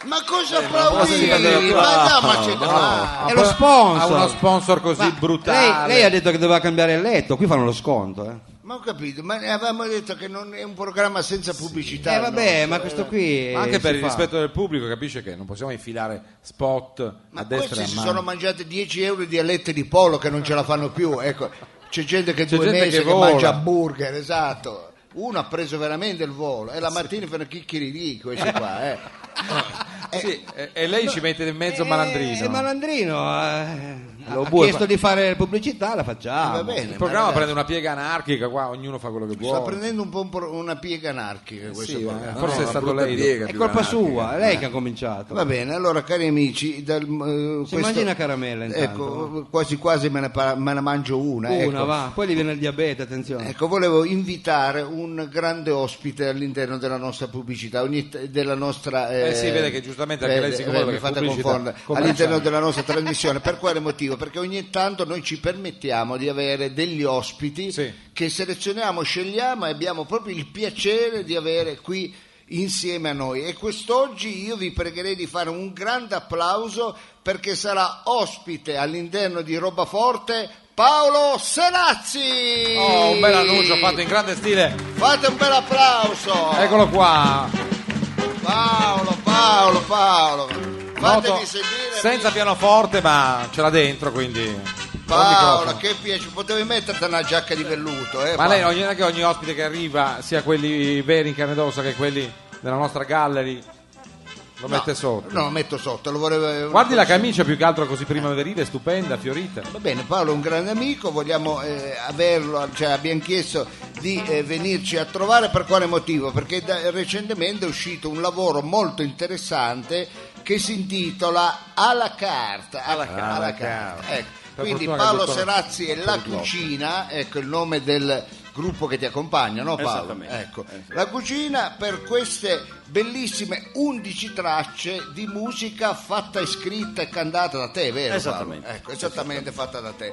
A: Ma cosa
B: cosa
A: applaudire?
B: si vede
A: Ma
B: qua?
A: dai, ma c'è- ma-
C: è lo
D: Ah, Ha
C: sponsor.
D: uno sponsor così
C: Ma
D: brutale.
C: Lei, lei ha detto che doveva cambiare il letto, qui fanno lo sconto. Eh,
A: Ma ho capito, ma avevamo detto che non è un programma senza pubblicità.
C: Eh, vabbè,
A: no?
C: ma questo qui.
D: Ma anche
C: si
D: per il
C: fa.
D: rispetto del pubblico, capisce che non possiamo infilare spot
A: Ma
D: a destra e
A: questi
D: a
A: si
D: mano.
A: sono mangiati 10 euro di alette di polo che non ce la fanno più. Ecco, c'è gente che
D: C'è
A: due
D: gente
A: mesi
D: che
A: che,
D: vola.
A: mangia burger, esatto. Uno ha preso veramente il volo e la mattina fanno chicchiri lì questi qua. Eh.
D: Sì, e- e lei ci mette in mezzo
C: Eh,
D: malandrino.
C: eh, malandrino eh,
D: Lo Eh,
C: ha
D: bue-
C: chiesto di fare pubblicità, la facciamo.
A: Va bene,
D: Il
A: ma
D: programma
A: ragazzi,
D: prende una piega anarchica qua, ognuno fa quello che
A: sta
D: vuole.
A: prendendo un po' un pro- una piega anarchica questo
D: Sì,
A: programma.
D: eh, forse
B: No,
D: è
B: una
D: stato
B: brutta
D: lei.
B: piega.
C: È colpa sua, è
A: eh.
C: lei che ha cominciato.
A: Va bene, allora cari amici, dal, eh, questo-
C: mangi una caramella intanto?
A: Ecco, quasi quasi me ne, pa- me ne mangio una.
C: Una
A: ecco.
C: va, poi gli viene il diabete, attenzione.
A: Ecco, volevo invitare un grande ospite all'interno della nostra pubblicità, ogni t- della nostra...
D: Eh sì, vede che giustamente anche lei si
A: vede,
D: confonde
A: mi
D: perché
A: fate
D: pubblicità-
A: confondere.
D: commerciale.
A: All'interno della nostra trasmissione, per quale motivo? Perché ogni tanto noi ci permettiamo di avere degli ospiti
D: Sì.
A: che selezioniamo, scegliamo e abbiamo proprio il piacere di avere qui insieme a noi e quest'oggi io vi pregherei di fare un grande applauso perché sarà ospite all'interno di Roba Forte Paolo Senazzi
D: Oh, un bel annuncio fatto in grande stile.
A: Fate un bel applauso!
D: Eccolo qua.
A: Paolo, Paolo, Paolo!
D: Noto,
A: Fatemi sentire!
D: senza pianoforte, ma ce l'ha dentro, quindi. Col
A: Paolo,
D: microfono.
A: che piace, potevi metterti una giacca di velluto, eh?
D: Ma lei
A: Paolo.
D: non è che ogni ospite che arriva, sia quelli veri in carne ed ossa che quelli della nostra gallery, lo mette sotto.
A: No, lo metto sotto, lo volevo.
D: Guardi la camicia più che altro così primaverile, stupenda, fiorita.
A: Va bene, Paolo è un grande amico, vogliamo eh, averlo, cioè abbiamo chiesto di eh, venirci a trovare per quale motivo? Perché da- recentemente è uscito un lavoro molto interessante che si intitola À la carte. À la carte.
D: À la carte.
A: Ecco.
D: Per
A: Quindi
D: fortuna che
A: Paolo
D: buttano-
A: Serazzi e La
D: buttano il
A: Cucina, ecco il nome del gruppo che ti accompagna, no Paolo?
I: Esattamente.
A: Ecco. La Cucina per queste bellissime 11 tracce di musica fatta e scritta e cantata da te, vero? vero, Paolo?
I: Esattamente.
A: Ecco, esattamente fatta da te.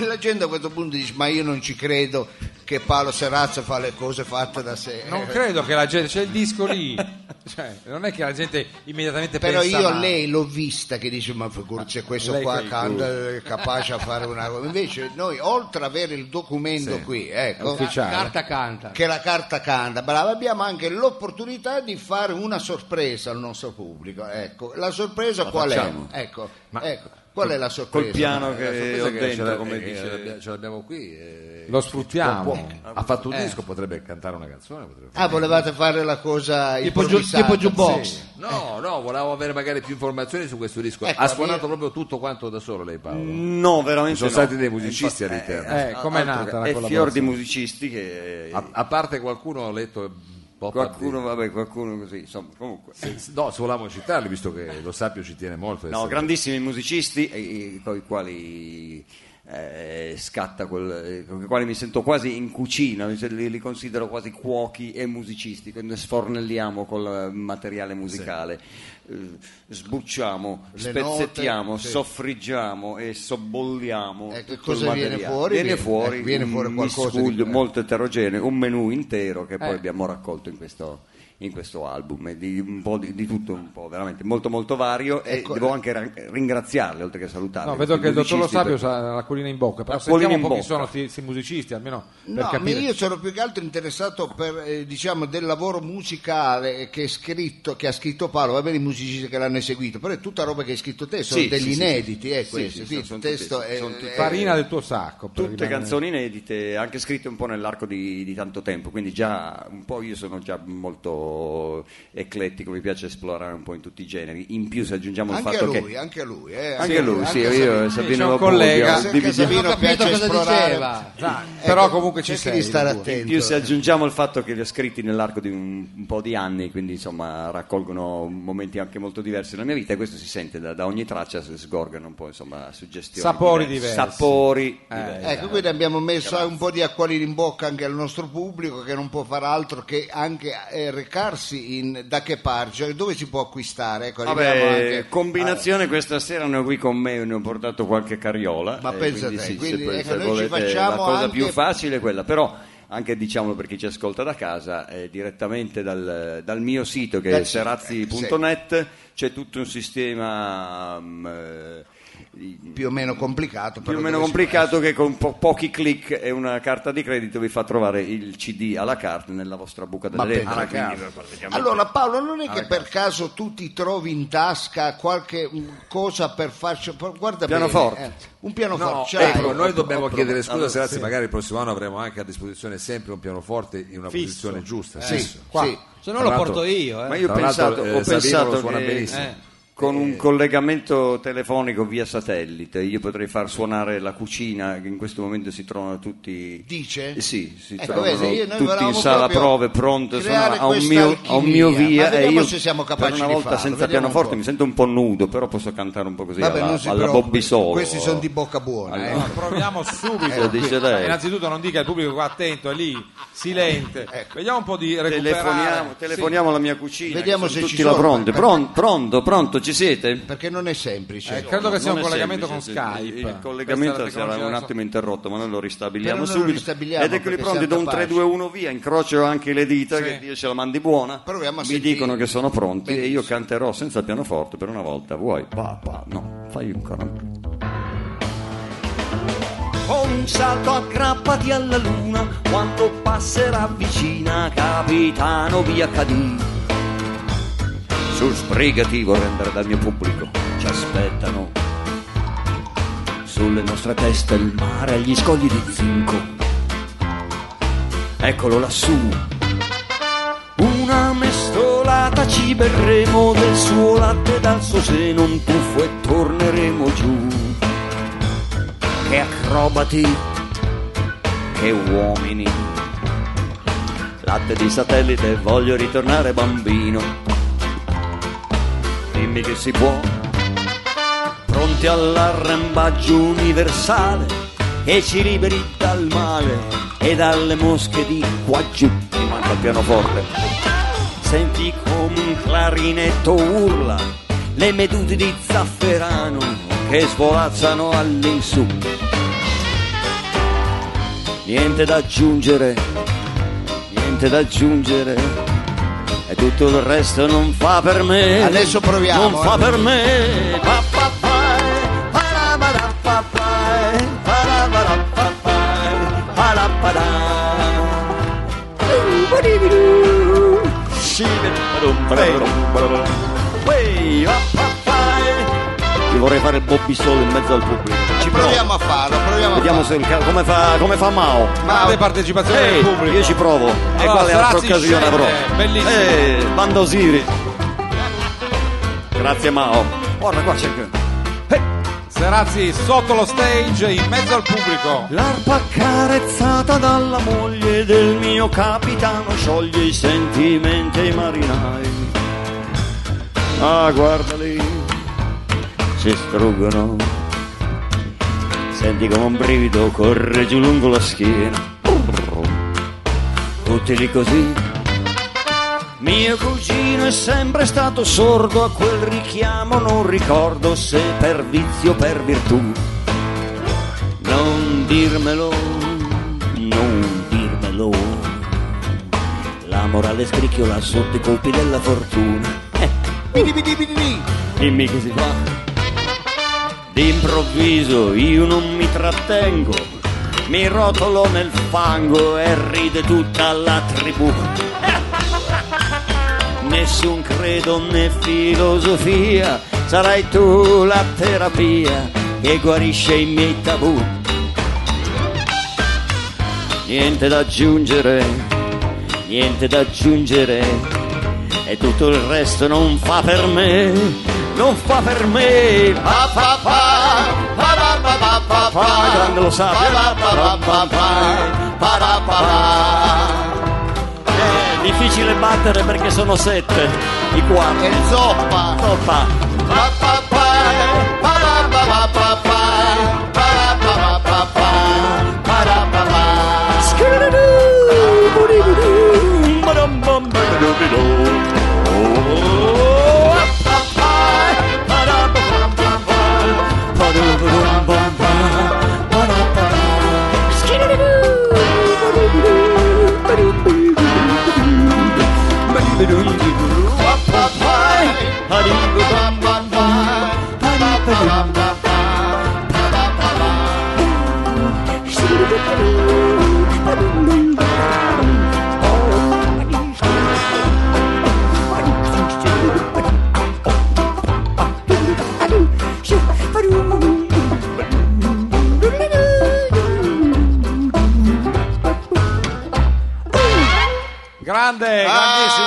A: Eh, la gente a questo punto dice: Ma io non ci credo che Paolo Serazza fa le cose fatte da sé.
D: Non
A: Eh,
D: credo che la gente. C'è il disco lì. Cioè, non è che la gente immediatamente
A: Però
D: pensa.
A: io a
D: male.
A: lei l'ho vista che dice ma figurati c'è questo
D: Lei
A: qua
D: che-
A: canta, è capace a fare una cosa. Invece noi oltre ad avere il documento qui, ecco,
D: ufficiale.
C: Carta canta.
A: che la carta canta, brava, abbiamo anche l'opportunità di fare una sorpresa al nostro pubblico. Ecco, la sorpresa qual
I: facciamo?
A: è? Ecco, ecco, qual è la sorpresa?
I: Col
D: Eh,
I: piano
B: La
I: che
B: sorpresa
I: ho
B: è che ce, l'ha-
I: dentro.
B: come
I: perché,
B: dice,
I: eh,
B: l'abbia- ce l'abbiamo qui. eh,
D: Lo sfruttiamo.
B: può- ha fatto un disco, potrebbe cantare una canzone. potrebbe fare-
A: Ah, volevate fare la cosa
C: Tipo, giu-
A: improvvisata.
C: tipo jukebox.
B: No, no, volevo avere magari più informazioni su questo disco.
A: Ecco,
B: ha suonato
A: io-
B: proprio tutto quanto da solo lei Paolo.
I: No, veramente
B: Ci sono
I: no.
B: stati dei Ah, musicisti
I: Eh,
B: all'interno.
D: Eh, com'è
I: altro
D: nata
I: che-
D: la
I: È fior di
D: collaborazione?
I: musicisti che...
B: A, a parte qualcuno ho letto un po'
I: Qualcuno, vabbè, qualcuno così, insomma, comunque.
B: No, se volevamo citarli, visto che lo sappio ci tiene molto.
I: No, grandissimi musicisti eh, eh, con i quali eh, scatta quel, eh, con i quali mi sento quasi in cucina, mi se- li, li considero quasi cuochi e musicisti, quindi sfornelliamo col eh, materiale musicale, eh, sbucciamo,
A: Le
I: spezzettiamo,
A: note, sì.
I: soffriggiamo e sobbolliamo.
A: Ecco,
I: tutto il
A: cosa viene
I: materiale.
A: fuori?
I: Viene
A: Viene-
I: fuori,
A: ecco, viene fuori
I: un
A: qualcosa di-
I: miscuglio
A: eh.
I: molto eterogeneo, un menù intero che poi
D: Eh.
I: abbiamo raccolto in questo in questo album e di un po' di, di tutto un po' veramente molto molto vario e
A: Ecco,
I: devo
A: eh.
I: anche ra- ringraziarli oltre che salutarli
D: No, vedo
I: questi
D: che il dottor Lo
I: musicisti,
D: Sapio
I: perché-
D: sa la l'acquolina in bocca, però
I: L'acquolina
D: sentiamo
I: in
D: un po' chi
I: bocca.
D: sono questi musicisti, almeno per
A: No, ma
D: capire.
A: io sono più che altro interessato per, eh, diciamo, del lavoro musicale che, è scritto, che ha scritto Paolo, va bene i musicisti che l'hanno eseguito, però è tutta roba che hai scritto te, sono
I: Sì,
A: degli
I: sì, sì,
A: inediti, eh,
I: Sì, sì,
A: questi, sì,
I: sono
A: il
I: tutti-
A: testo è,
I: sono tutti-
A: è-
D: Farina del tuo sacco. per
I: Tutte
D: rimanere-
I: canzoni inedite, anche scritte un po' nell'arco di, di tanto tempo, quindi già un po' io sono già molto eclettico, mi piace esplorare un po' in tutti i generi. In più se aggiungiamo
A: anche
I: il
A: a
I: fatto
A: lui,
I: che...
A: anche a lui, eh,
I: Anche a lui, sì,
A: anche
I: io
A: a
I: e
A: Sabino.
D: c'è un
I: Sabino
D: collega.
I: Bobbio,
A: Anche a
I: dividiamo-
A: Sabino
C: Non ho capito
A: piace
C: cosa
A: esplorare.
C: diceva.
D: Dai,
A: Ecco,
D: però comunque ci
A: cerchi
D: sei.
A: di stare
D: tu.
A: attento.
I: In più se aggiungiamo il fatto che li ho scritti nell'arco di un, un po' di anni, quindi insomma raccolgono momenti anche molto diversi nella mia vita e questo si sente da, da ogni traccia, si sgorgano un po' insomma suggestioni.
D: Sapori diversi.
I: Sapori
D: Eh,
I: diversi.
A: Ecco, quindi abbiamo messo un po' di acquolini in bocca anche al nostro pubblico che non può far altro che anche eh, recarsi in da che parte, cioè dove si può acquistare. Ecco,
I: Vabbè,
A: arriviamo anche-
I: combinazione questa sera ne ho qui con me, ne ho portato qualche carriola.
A: Ma
I: eh,
A: pensa
I: quindi
A: te,
I: sì, se
A: quindi,
I: poi-
A: ecco,
I: se
A: noi ci
I: volete,
A: facciamo
I: la cosa
A: anche-
I: più facile è quella, però anche diciamolo per chi ci ascolta da casa, eh, direttamente dal, dal mio sito che
A: Dal
I: è
A: sito, eh,
I: serazzi.net c'è tutto un sistema mm, eh, di-
A: più o meno complicato.
I: più
A: però
I: o meno
A: dove si-
I: complicato che con po- pochi click e una carta di credito vi fa trovare il CD alla carta nella vostra buca della
A: Ma pensa
I: lettera.
A: te.
I: quindi, praticamente-
A: Allora Paolo, non è che per caso tu ti trovi in tasca qualche mm, cosa per farci... per- Guarda
I: Pianoforte.
A: bene, eh, un pianoforte. ce l'hai?
B: Ecco, noi dobbiamo chiedere scusa,
I: allora,
B: se anzi
I: sì.
B: magari il prossimo anno avremo anche a disposizione sempre un pianoforte in una posizione giusta.
A: Eh. Sì,
B: fisso.
A: qua.
B: Sì.
C: Se no
B: Tra
C: lo
B: l'altro-
C: porto io, eh.
I: Ma io ho
B: Tra l'altro,
I: pensato,
B: eh,
I: ho
B: Savino
I: pensato
B: lo suona
I: che
B: benissimo.
C: Eh.
I: con un collegamento telefonico via satellite io potrei far suonare la cucina che in questo momento si trovano tutti...
A: Dice?
I: Eh sì, si
A: Ecco,
I: trovano
A: vedi, io- noi
I: tutti in
A: volevamo
I: sala
A: proprio
I: prove pronte
A: creare
I: suonare a un
A: questa
I: mio, a un mio
A: alchimia.
I: via
A: Ma
I: e
A: vediamo
I: io
A: se siamo
I: per
A: capaci
I: una
A: di
I: volta
A: farlo,
I: senza
A: vediamo un
I: pianoforte
A: po'.
I: mi sento un po' nudo però posso cantare un po' così
A: Vabbè,
I: alla,
A: non si
I: alla
A: preoccupi,
I: Bobby Solo
A: Questi sono di bocca buona.
I: Allora,
A: eh.
D: No, proviamo subito.
I: Lo eh, dice lei.
D: Innanzitutto non dica al pubblico qua attento, è lì, silente. Vediamo un po' di recuperare.
I: Ecco. telefoniamo, telefoniamo alla mia cucina
A: Vediamo
I: che sono
A: se ci
I: tutti là
A: sono.
I: pronti pronto, pronto, pronto ci siete?
A: Perché non è semplice.
D: Eh, credo che sia
I: Non
D: un
I: è
D: collegamento
I: semplice,
D: con
I: sì,
D: Skype.
I: Il collegamento
D: Questa è la
I: sarà
D: tecnologia
I: un
D: adesso.
I: attimo interrotto, ma noi lo ristabiliamo
A: Però noi lo
I: subito.
A: ristabiliamo
I: Ed eccoli
A: perché
I: pronti da
A: siamo
I: un
A: capaci.
I: 3-2-1 via, incrocio anche le dita,
D: Sì.
I: che Dio ce la mandi buona.
A: Proviamo a
I: Mi
A: sentire.
I: dicono che sono pronti e
A: Benissimo.
I: io canterò senza pianoforte per una volta. Vuoi? Pa, pa, no, fai ancora. Ho un salto aggrappati alla luna, quando passerà vicina, capitano via Cadì. Su sbrigati vorrei andare dal mio pubblico, ci aspettano. Sulle nostre teste il mare agli scogli di zinco. Eccolo lassù. Una mestolata ci berremo del suo latte dal suo seno un tuffo e torneremo giù. Che acrobati, che uomini. Latte di satellite, voglio ritornare bambino dimmi che si può. Pronti all'arrembaggio universale e ci liberi dal male e dalle mosche di qua giù. Mi manca il pianoforte. Senti come un clarinetto urla le medute di zafferano che svolazzano all'insù. Niente da aggiungere, niente da aggiungere. E tutto il resto non fa per me.
A: Adesso proviamo,
I: Non fa
A: eh.
I: per me. Pa, pa, pai, parabara, pa, eh. pai, parabara, pa, pai, parabara. Umbaribidu. Shibidum, parabarum, parabarum. Uei, pa, pa, pai. Io vorrei fare il Bobby Solo in mezzo al pubblico. Ci provo.
A: Proviamo a farlo, proviamo
I: Vediamo
A: a
I: se il ca- come fa, come fa Mao.
D: Grande partecipazione
I: Ehi,
D: del pubblico.
I: io ci provo. e
D: Allora,
I: quale altra
D: Strazzi
I: occasione
D: Ah, scende,
I: avrò?
D: bellissimo.
I: Eh, Banda Osiri. Grazie Mao. Guarda qua c'è anche-
D: Serazzi sotto lo stage, in mezzo al pubblico.
I: L'arpa carezzata dalla moglie del mio capitano scioglie i sentimenti ai marinai. Ah, guarda lì, si struggono. Senti come un brivido corre giù lungo la schiena. Tutti lì così. Mio cugino è sempre stato sordo a quel richiamo, non ricordo se per vizio o per virtù. Non dirmelo, non dirmelo. La morale scricchiola sotto i colpi della fortuna. Eh,
A: Bidi, bidi, bidi, bidi.
I: Dimmi che si fa.
J: D'improvviso io non mi trattengo, mi rotolo nel fango e ride tutta la tribù. Nessun credo né filosofia, sarai tu la terapia che guarisce i miei tabù. Niente da aggiungere, niente da aggiungere, e tutto il resto non fa per me, non fa per me. Pa, pa, pa, pa, pa, pa, pa, pa, pa, grande lo sa. Pa, pa, pa, pa, pa, pa, pa, pa. È difficile battere perché sono sette i quarti. E zoppa. Zoppa. Pa, pa, pa, pa, pa, pa, pa, pa, pa, pa, pa, pa, pa, pa, pa, pa. Scrivedevi, buribidu, badum, bum, badubidu.
D: Grande,
I: Ah!
D: grandissimo!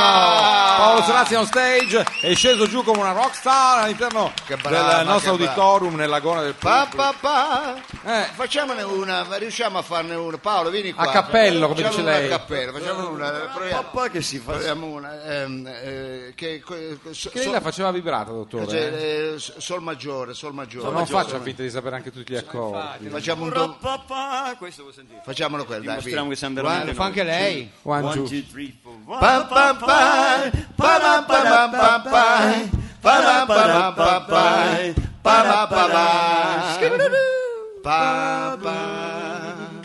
D: Paolo Sorazzi on stage è sceso giù come una rockstar all'interno
A: Che brava,
D: del nostro
A: che brava.
D: auditorium nella gona del
A: Pa,
D: pubblico.
A: pa, pa.
D: Eh.
A: Facciamone una, riusciamo a farne una. Paolo, vieni qua.
D: A cappello, come
A: Facciamo
D: dice
A: una
D: lei.
A: A cappello, facciamo una. Proviamo,
I: Papà che si fa.
A: proviamo una. ehm, eh, che, que- so-
D: Che lei
A: so-
D: la faceva vibrata, dottore.
A: cioè, eh,
D: eh?
A: sol maggiore, sol maggiore.
D: non
I: eh.
D: faccia finta di sapere anche tutti gli accordi.
A: Facciamo un do-
J: Pa-pa-pa, Questo vuoi sentire?
A: Facciamolo quello, dai.
J: Dimostriamo
A: vieni.
J: che siamo veramente
C: Lo fa anche lei.
D: One, two.
A: Pam, pam, pam, pam, pam, pam, pam, pam, pam, pam, pam, pam, pam, pam, pam. Pam, pam.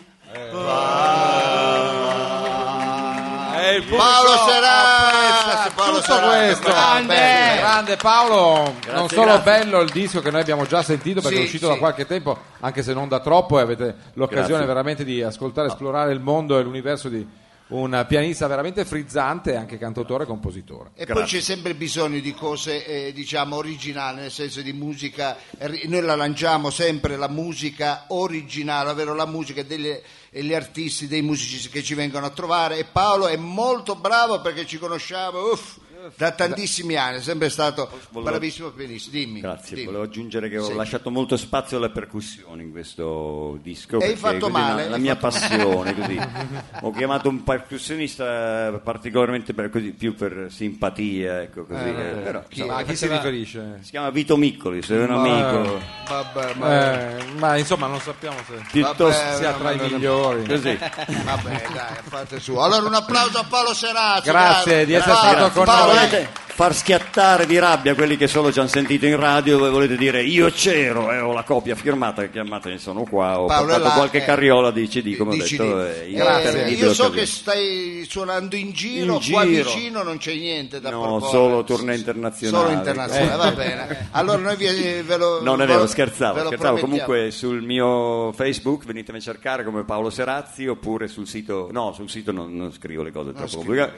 D: È il pubblico
A: Paolo
D: apprezza
A: Serra, Paolo
D: tutto
A: Serra,
D: questo.
A: bravo,
D: Grande.
A: bello.
D: Grande Paolo, non solo bello il disco che noi abbiamo già sentito perché
A: Sì,
D: è uscito
A: sì.
D: da qualche tempo, anche se non da troppo, e avete l'occasione veramente di ascoltare, esplorare il mondo e l'universo di un pianista veramente frizzante, anche cantautore e compositore.
A: E poi c'è sempre bisogno di cose eh, diciamo originali, nel senso di musica, ri- noi la lanciamo sempre la musica originale, ovvero la musica degli degli artisti, dei musicisti che ci vengono a trovare e Paolo è molto bravo perché ci conosciamo uff, da tantissimi anni, è sempre stato
J: Volevo-
A: bravissimo pianista, dimmi.
J: Grazie,
A: dimmi.
J: volevo aggiungere che ho
A: Sì.
J: lasciato molto spazio alle percussioni in questo disco.
A: E hai
J: perché
A: fatto
J: così
A: male,
J: La, la
A: hai
J: mia
A: fatto-
J: passione, così. Ho chiamato un percussionista eh, particolarmente per così, più per simpatia, ecco così. eh, però,
D: Ma
J: insomma,
D: a chi si riferisce?
J: si chiama Vito Miccoli, se è un amico.
A: Vabbè, ma-
D: Eh, ma insomma non sappiamo se
J: Piuttosto
D: sia tra i migliori.
J: così.
A: vabbè, dai, a parte sua. Allora un applauso a Paolo Serazzi.
D: Grazie
A: bravo.
D: di essere
A: Bravo,
D: stato con
A: Paolo, eh.
D: noi.
A: dai.
J: volete far schiattare di rabbia quelli che solo ci hanno sentito in radio voi volete dire io c'ero eh, ho la copia firmata chiamatene sono qua ho
A: Paolo è
J: portato
A: là,
J: qualche
A: eh,
J: carriola di cd come ho
A: Dici
J: detto
A: di-
J: eh,
A: Eh,
J: imperdibile
A: io so
J: occasione.
A: che stai suonando in giro,
J: In
A: qua
J: giro.
A: vicino non c'è niente da
J: No,
A: proporre.
J: solo tournée internazionali.
A: Solo internazionale, va bene. Allora noi vi, ve lo
J: No, non è
A: ve
J: vero,
A: lo-
J: scherzavo.
A: ve lo promettiamo.
J: scherzavo. Comunque sul mio Facebook venitemi a cercare come Paolo Serazzi oppure sul sito... No, sul sito non, non scrivo le cose troppo complicate.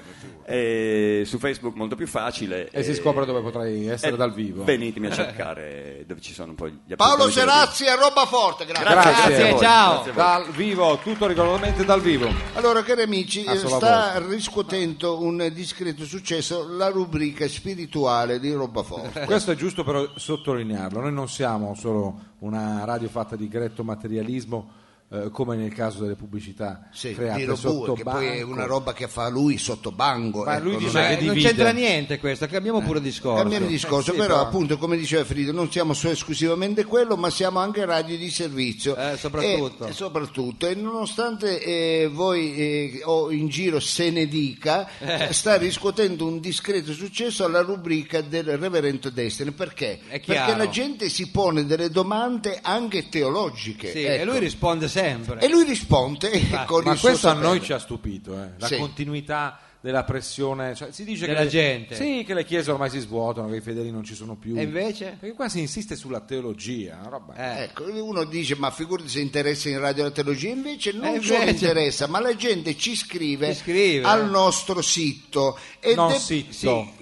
J: Eh, su Facebook molto più facile.
D: E si scopre dove potrei essere
J: eh,
D: dal vivo.
J: Venitemi a cercare dove ci sono poi gli
A: Paolo
J: appuntamenti dal
A: Serazzi a roba forte, grazie.
J: Grazie.
D: Grazie a voi.
C: ciao.
D: Dal vivo, tutto rigorosamente dal vivo.
A: Allora, cari amici,
D: Ah,
A: eh,
D: solo a
A: sta riscuotendo un discreto successo la rubrica spirituale di roba forte.
D: Questo è giusto per sottolinearlo, noi non siamo solo una radio fatta di gretto materialismo eh, come nel caso delle pubblicità
A: Sì, di
D: create
A: Robue,
D: sotto
A: che poi è
D: banco.
A: una roba che fa lui sotto banco.
D: Ma lui
A: ecco,
D: dice
A: non è-
D: che
C: Beh, Cioè, non
D: divide.
C: c'entra niente questo, cambiamo pure discorso.
A: Eh, Cambiamo discorso,
D: Eh sì,
A: però,
D: però-
A: appunto come diceva Frido non siamo solo esclusivamente quello ma siamo anche radio di servizio.
C: Eh, soprattutto.
A: E, e soprattutto, e nonostante eh, voi eh, o in giro se ne dica,
C: Eh.
A: sta riscuotendo un discreto successo alla rubrica del Reverendo Destiny. Perché?
C: È chiaro.
A: Perché la gente si pone delle domande anche teologiche.
C: Sì,
A: ecco.
C: E lui risponde sempre.
A: E lui risponde eh, con
D: Ma
A: il suo
D: questo a
A: sapere.
D: noi ci ha stupito, eh, la
A: Sì.
D: continuità della pressione, cioè, si dice
C: Della
D: che le-
C: gente.
D: Sì, che le chiese ormai si svuotano, che i fedeli non ci sono più.
C: E invece?
D: Perché qua si insiste sulla teologia, una roba.
C: Eh,
A: Ecco, uno dice ma figurati se interessa in radio la teologia, invece non
C: Eh,
A: solo
C: invece-
A: interessa, ma la gente ci scrive,
C: Ci scrive.
A: al nostro sito. Ed
D: non
A: è-
D: sito.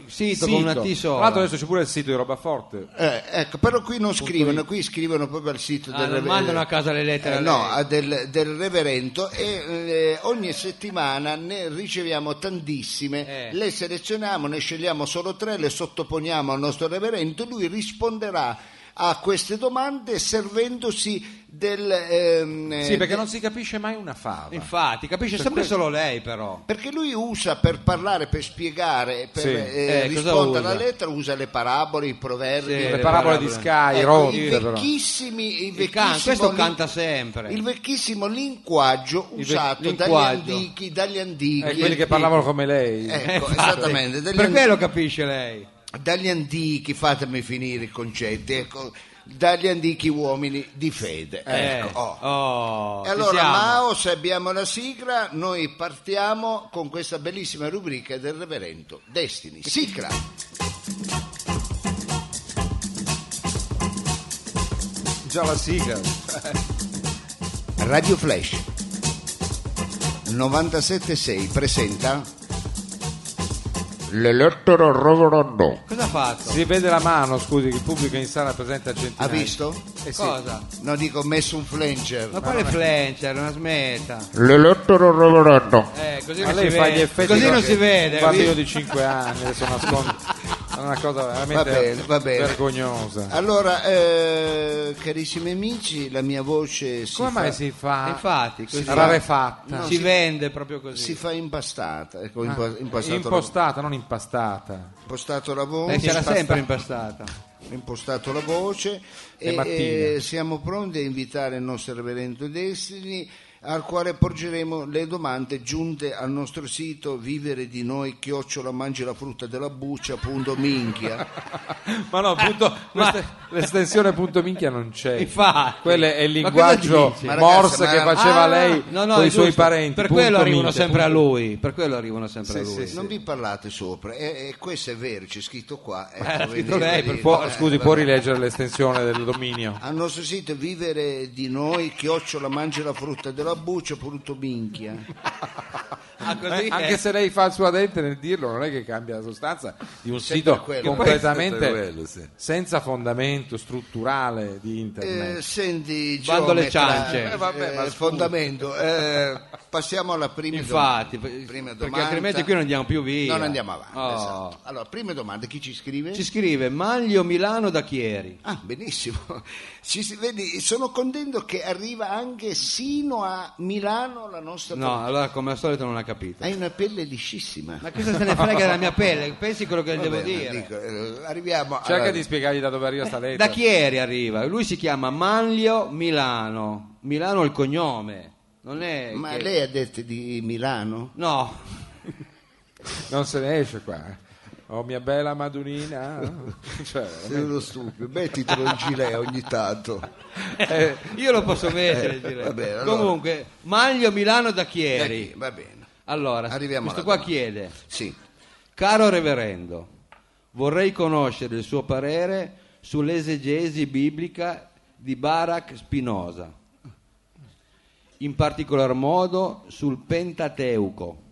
C: sì, sito con una T sola.
D: Tra l'altro adesso c'è pure il sito di roba forte.
A: Eh, ecco, però qui non scrivono, qui scrivono proprio al sito
C: Ah,
A: del
C: non
A: rever-
C: mandano a casa le lettere
A: Eh,
C: a
A: no,
C: lei.
A: a del, del reverendo e eh, ogni settimana ne riceviamo tantissime,
C: Eh.
A: le selezioniamo, ne scegliamo solo tre, le sottoponiamo al nostro reverendo, lui risponderà a queste domande servendosi del... ehm, eh,
D: Sì, perché
A: de-
D: non si capisce mai una fava.
C: Infatti, capisce sempre solo lei, però.
A: perché lui usa per parlare, per spiegare, per
D: Sì.
A: eh,
C: Eh, cosa
A: rispondere alla
C: usa?
A: lettera, usa le parabole, i proverbi,
C: Sì,
D: le,
C: le
D: parabole
C: parabole.
D: di Sky,
A: Ecco, i
D: Rotter, però.
A: vecchissimi, il
C: Il can-
A: vecchissimo
C: questo
A: lin-
C: canta sempre.
A: il vecchissimo linguaggio
C: ve-
A: usato
C: linguaggio.
A: dagli antichi, dagli antichi
D: Eh, quelli che parlavano come lei.
A: Ecco,
C: Infatti.
A: esattamente, dagli,
C: Perché
A: an-
C: lo capisce lei?
A: dagli antichi, fatemi finire i concetti, ecco, dagli antichi uomini di fede.
C: Eh,
A: ecco, oh.
C: oh,
A: E
C: ci
A: allora,
C: siamo.
A: Mao, se abbiamo la sigla, noi partiamo con questa bellissima rubrica del reverendo Destini. Sigla!
D: Già la sigla.
A: Radio Flash 976 presenta L'elettero reverendo.
C: Cosa ha fatto?
D: Si vede la mano, scusi, che il pubblico in sala presenta
A: Ha
D: centinaia.
A: visto?
D: Eh sì.
C: Cosa?
A: No, dico ho messo un flanger.
C: Ma quale flancher, una smetta.
A: L'elettero reverendo.
C: Eh, così
D: Ma
C: non,
D: lei
C: si
D: fa gli
C: vede.
D: effetti
C: Così non
D: proprio-
C: si vede.
D: Un bambino
C: hai
D: di 5 anni, adesso nasconde. È una cosa
A: Va
D: veramente
A: bene, va bene.
D: vergognosa.
A: Allora, eh, carissimi amici, la mia voce si,
D: Come
A: fa,
D: mai si fa?
C: visto? Eh, Infatti, così.
D: rarefatta.
A: No,
C: si
A: si-
C: vende proprio così.
A: si fa impastata.
D: Ah.
A: Ecco, impa-
D: Impostata,
A: impastato,
D: non impastata.
A: la, impostato la voce.
C: lei Eh, c'era
D: impastata.
C: sempre impastata.
A: impostato la voce
D: È
A: e,
D: mattina.
A: eh, siamo pronti a invitare il nostro reverendo Destini al quale porgeremo le domande giunte al nostro sito vivere di noi chiocciola mangi la frutta della buccia punto minchia
D: Eh, Ma no, punto, questa- l'estensione punto minchia non c'è.
C: Infatti.
D: Quello è il
C: Ma
D: linguaggio
C: cosa dici?
A: Ma
D: morse
A: ragazzi,
D: che
A: ma-
D: faceva
C: Ah,
D: lei
C: no, no,
D: con
C: è
D: i suoi
C: giusto.
D: parenti.
C: Per quello
D: punto
C: arrivano
D: minchia,
C: sempre a
D: punto-
C: lui. Per quello arrivano sempre
D: Sì,
C: a lui.
D: sì,
A: eh. non vi parlate sopra e, e questo è vero c'è scritto qua ecco, venite
C: scritto lei,
A: a
C: per
A: dire.
D: Può-
A: Eh,
D: scusi,
A: vabbè.
D: può rileggere l'estensione del dominio?
A: al nostro sito vivere di noi chiocciola mangi la frutta della buccia punto minchia
C: Ah, così?
D: Eh, anche
C: Eh.
D: se lei fa il suo dente nel dirlo, non è che cambia la sostanza di un
A: Sempre
D: sito
A: quello.
D: completamente
B: Sempre quello, sì.
D: senza fondamento strutturale di internet.
A: Eh, senti,
C: Bando alle
A: geometra,
C: ciance.
A: eh,
D: Eh, vabbè, ma
A: eh,
D: scusa.
A: fondamento. eh, passiamo alla prima
C: Infatti,
A: domanda. Prima
C: perché
A: domanda.
C: altrimenti qui non andiamo più via.
A: Non andiamo avanti.
C: Oh.
A: esatto. Allora, prima domanda, chi ci scrive?
C: Ci scrive Maglio Milano da Chieri.
A: Ah, benissimo. Ci si- vedi, sono contento che arriva anche sino a Milano la nostra...
C: No, allora come al solito non ha capito.
A: Hai una pelle liscissima.
C: Ma cosa se ne frega della mia pelle? Pensi quello che devo
A: Vabbè,
C: dire.
A: dico, eh, arriviamo a...
D: Cerca di spiegargli da dove arriva
A: eh,
D: sta lettera.
C: Da Chieri arriva, lui si chiama Manlio Milano. Milano è il cognome, non è.
A: Ma
C: che-
A: lei ha detto di Milano?
C: No,
D: Non se ne esce qua. Oh mia bella Madunina. Cioè,
A: Sei uno stupido, mettitelo in gilet ogni tanto.
C: io lo posso mettere. direi.
A: vabbè, Eh, allora.
C: Comunque, Manlio Milano da
A: Da
C: Chieri.
A: chi? Va bene.
C: Allora,
A: Arriviamo
C: questo
A: alla
C: qua chiede,
A: Sì.
C: caro reverendo, vorrei conoscere il suo parere sull'esegesi biblica di Barak Spinoza, in particolar modo sul Pentateuco.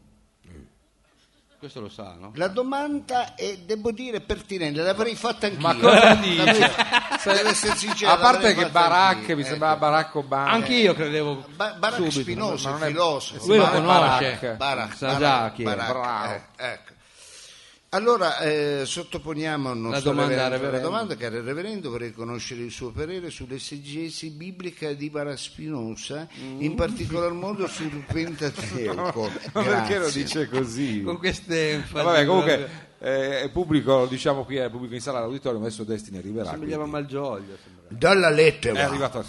C: Questo lo sa, no?
A: La domanda è, devo dire, pertinente, l'avrei fatta anch'io.
D: Ma cosa
A: L'avrei-
D: dice?
A: Se- devo essere sincero,
D: a parte
A: l'avrei
D: che
A: fatta
D: Barack
A: anch'io,
D: mi
A: ecco.
D: sembrava Barack Obama.
C: Anch'io credevo.
A: Ba- Barack
C: subito,
A: Spinoza,
D: ma
A: il
D: non è-
A: filosofo.
C: Lui lo
A: Barack-
C: conosce.
D: Barack.
A: Barack,
C: Sa già
A: Barack,
C: chi è.
A: Barack,
D: Bravo.
A: eh, ecco. Allora, eh, sottoponiamo al nostro
C: domanda al
A: reverendo la
C: reverendo.
A: domanda, caro reverendo, vorrei conoscere il suo parere sull'esegesi biblica di Barack Spinoza, in particolar modo sul Pentateuco.
D: Ma perché lo
A: Grazie.
D: dice così?
C: Con queste enfasi.
D: Vabbè, comunque eh, è pubblico, diciamo qui è pubblico in sala all'auditorium, adesso Destiny arriverà.
C: Sembrava
D: quindi.
C: Malgioglio. sembrava.
A: Dalla
D: È
A: lettera.
D: arrivato.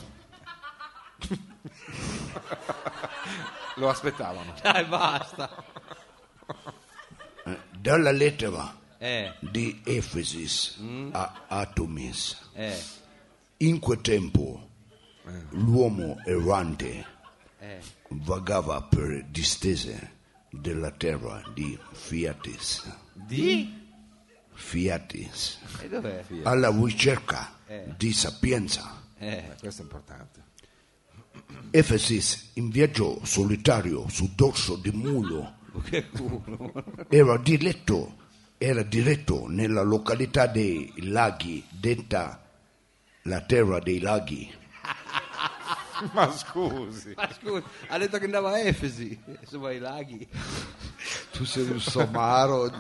D: Lo aspettavano.
C: Dai, basta.
A: Eh. Dalla lettera
C: Eh, Mm.
A: di Efesis a Atomis.
C: eh,
A: In quel tempo
C: Eh.
A: l'uomo errante vagava per distese
K: della terra di Fiatis.
C: Di?
K: Fiatis.
C: E dov'è?
K: Alla ricerca
C: Eh.
K: di sapienza.
D: Eh, questo è importante.
K: Efesis, in viaggio solitario su dorso di mulo,
C: Che culo.
K: era diretto, era diretto nella località dei laghi, detta la terra dei laghi.
D: Ma scusi.
C: Ma scusa, ha detto che andava a Efesi, insomma ai laghi.
K: Tu sei un somaro.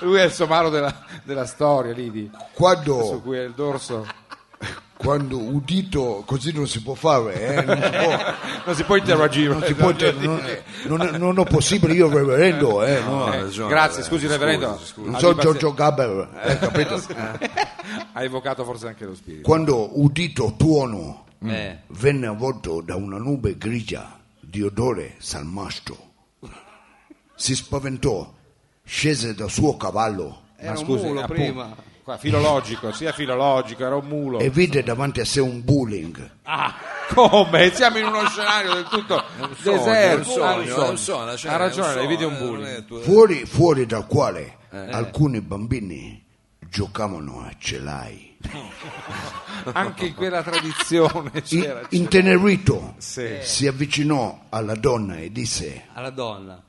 D: Lui è il somaro della, della storia, Lidi. Su
A: Oh.
K: Quando,
D: cui è il dorso.
K: quando udito, così non si può fare, eh? non si può.
D: Non si può interagire.
K: non si può dire, non, non- non è possibile io reverendo eh, no.
D: Eh, grazie, scusi, reverendo.
K: non
D: Ah,
K: so
D: di pazienza.
K: Giorgio Gaber eh, capito?
D: Ha evocato forse anche lo spirito.
K: quando udito tuono
D: Mm.
C: Eh.
K: venne avvolto da una nube grigia di odore salmastro si spaventò scese dal suo cavallo
C: Era un
D: scusi,
C: mulo
D: appunto.
C: prima.
D: Qua, filologico, sia filologico, era un mulo.
K: e vide davanti a sé un bullying
D: Ah, come? Siamo in uno scenario del tutto
B: sogno,
D: deserto.
B: è un sogno,
D: Ah,
B: è un sogno, la scena
D: ha
B: è un
D: ragione,
B: sogno,
D: le vide un
B: eh, non
D: bullying.
B: è tu-
K: fuori, fuori dal quale alcuni bambini giocavano a celai
D: Anche in quella tradizione
K: I-
D: c'era. c'era.
K: intenerito
D: Sì.
K: si avvicinò alla donna e disse
C: Alla donna.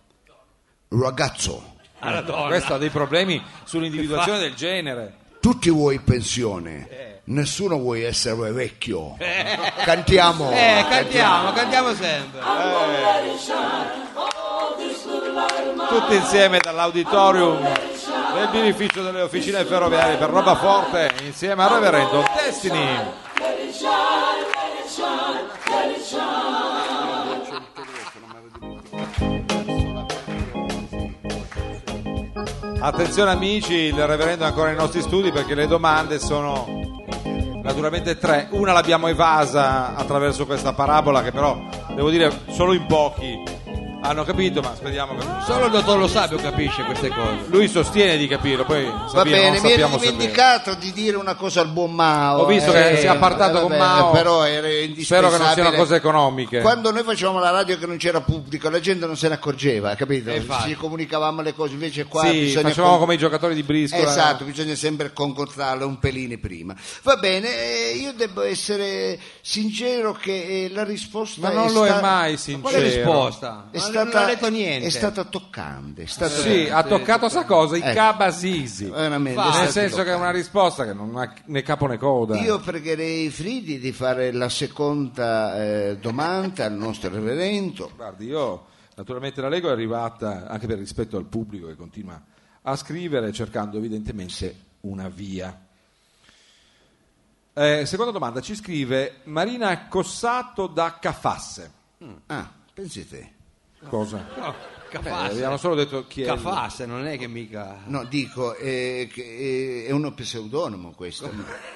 K: ragazzo
C: Alla donna.
D: Questo ha dei problemi sull'individuazione del genere.
K: tutti vuoi
D: Eh.
K: pensione nessuno vuoi essere vecchio cantiamo
C: Eh, cantiamo, cantiamo sempre.
D: Tutti insieme dall'auditorium del birrificio delle officine ferroviarie per roba forte, insieme al reverendo Destiny. Attenzione amici, il reverendo è ancora nei nostri studi perché le domande sono naturalmente tre. Una l'abbiamo evasa attraverso questa parabola che però devo dire solo in pochi hanno capito, ma speriamo che
C: Solo il dottor Lo Sabio capisce queste cose.
D: lui sostiene di capirlo, poi
A: Va
D: Sabino,
A: bene,
D: non
A: mi ero
D: sappiamo se è vero.
A: dimenticato di dire una cosa al buon Mao.
D: Ho visto
A: eh,
D: che si è appartato
A: eh,
D: con
A: vabbè,
D: Mao.
A: Però era
D: Spero che non siano
A: indispensabile.
D: cose economiche.
A: Quando noi facevamo la radio che non c'era pubblico, la gente non se ne accorgeva, capito?
C: Eh, infatti.
A: Ci comunicavamo le cose, invece qua
D: sì,
A: bisogna...
D: facevamo
A: con-
D: come i giocatori di briscola.
A: Esatto, bisogna sempre concordarle un pelino prima. Va bene, eh, io devo essere sincero che eh, la risposta
D: Ma non
A: è
D: lo è
A: sta-
C: Quale
D: mai sincero.
C: risposta?
A: È
C: Ma
A: stata,
C: non ha detto niente.
A: È stata toccante, è stata
D: Sì, ha toccato sta cosa, i
A: Ecco.
D: cabasisi.
A: veramente... è
D: Nel
A: stata
D: senso che è
A: toccante.
D: una risposta che non ha né capo né coda.
A: Io pregherei Fridi di fare la seconda eh, domanda al nostro reverendo.
D: Guardi, io naturalmente la Lego è arrivata anche per rispetto al pubblico che continua a scrivere cercando evidentemente una via. Eh, seconda domanda, ci scrive Marina Cossato da Cafasse.
A: Ah, pensi te.
D: Cosa?
C: No,
D: Eh,
C: Cafasse.
D: abbiamo solo detto chi è. il-
C: Cafasse, non è che mica...
A: No, dico, eh, che, eh, è uno pseudonimo questo.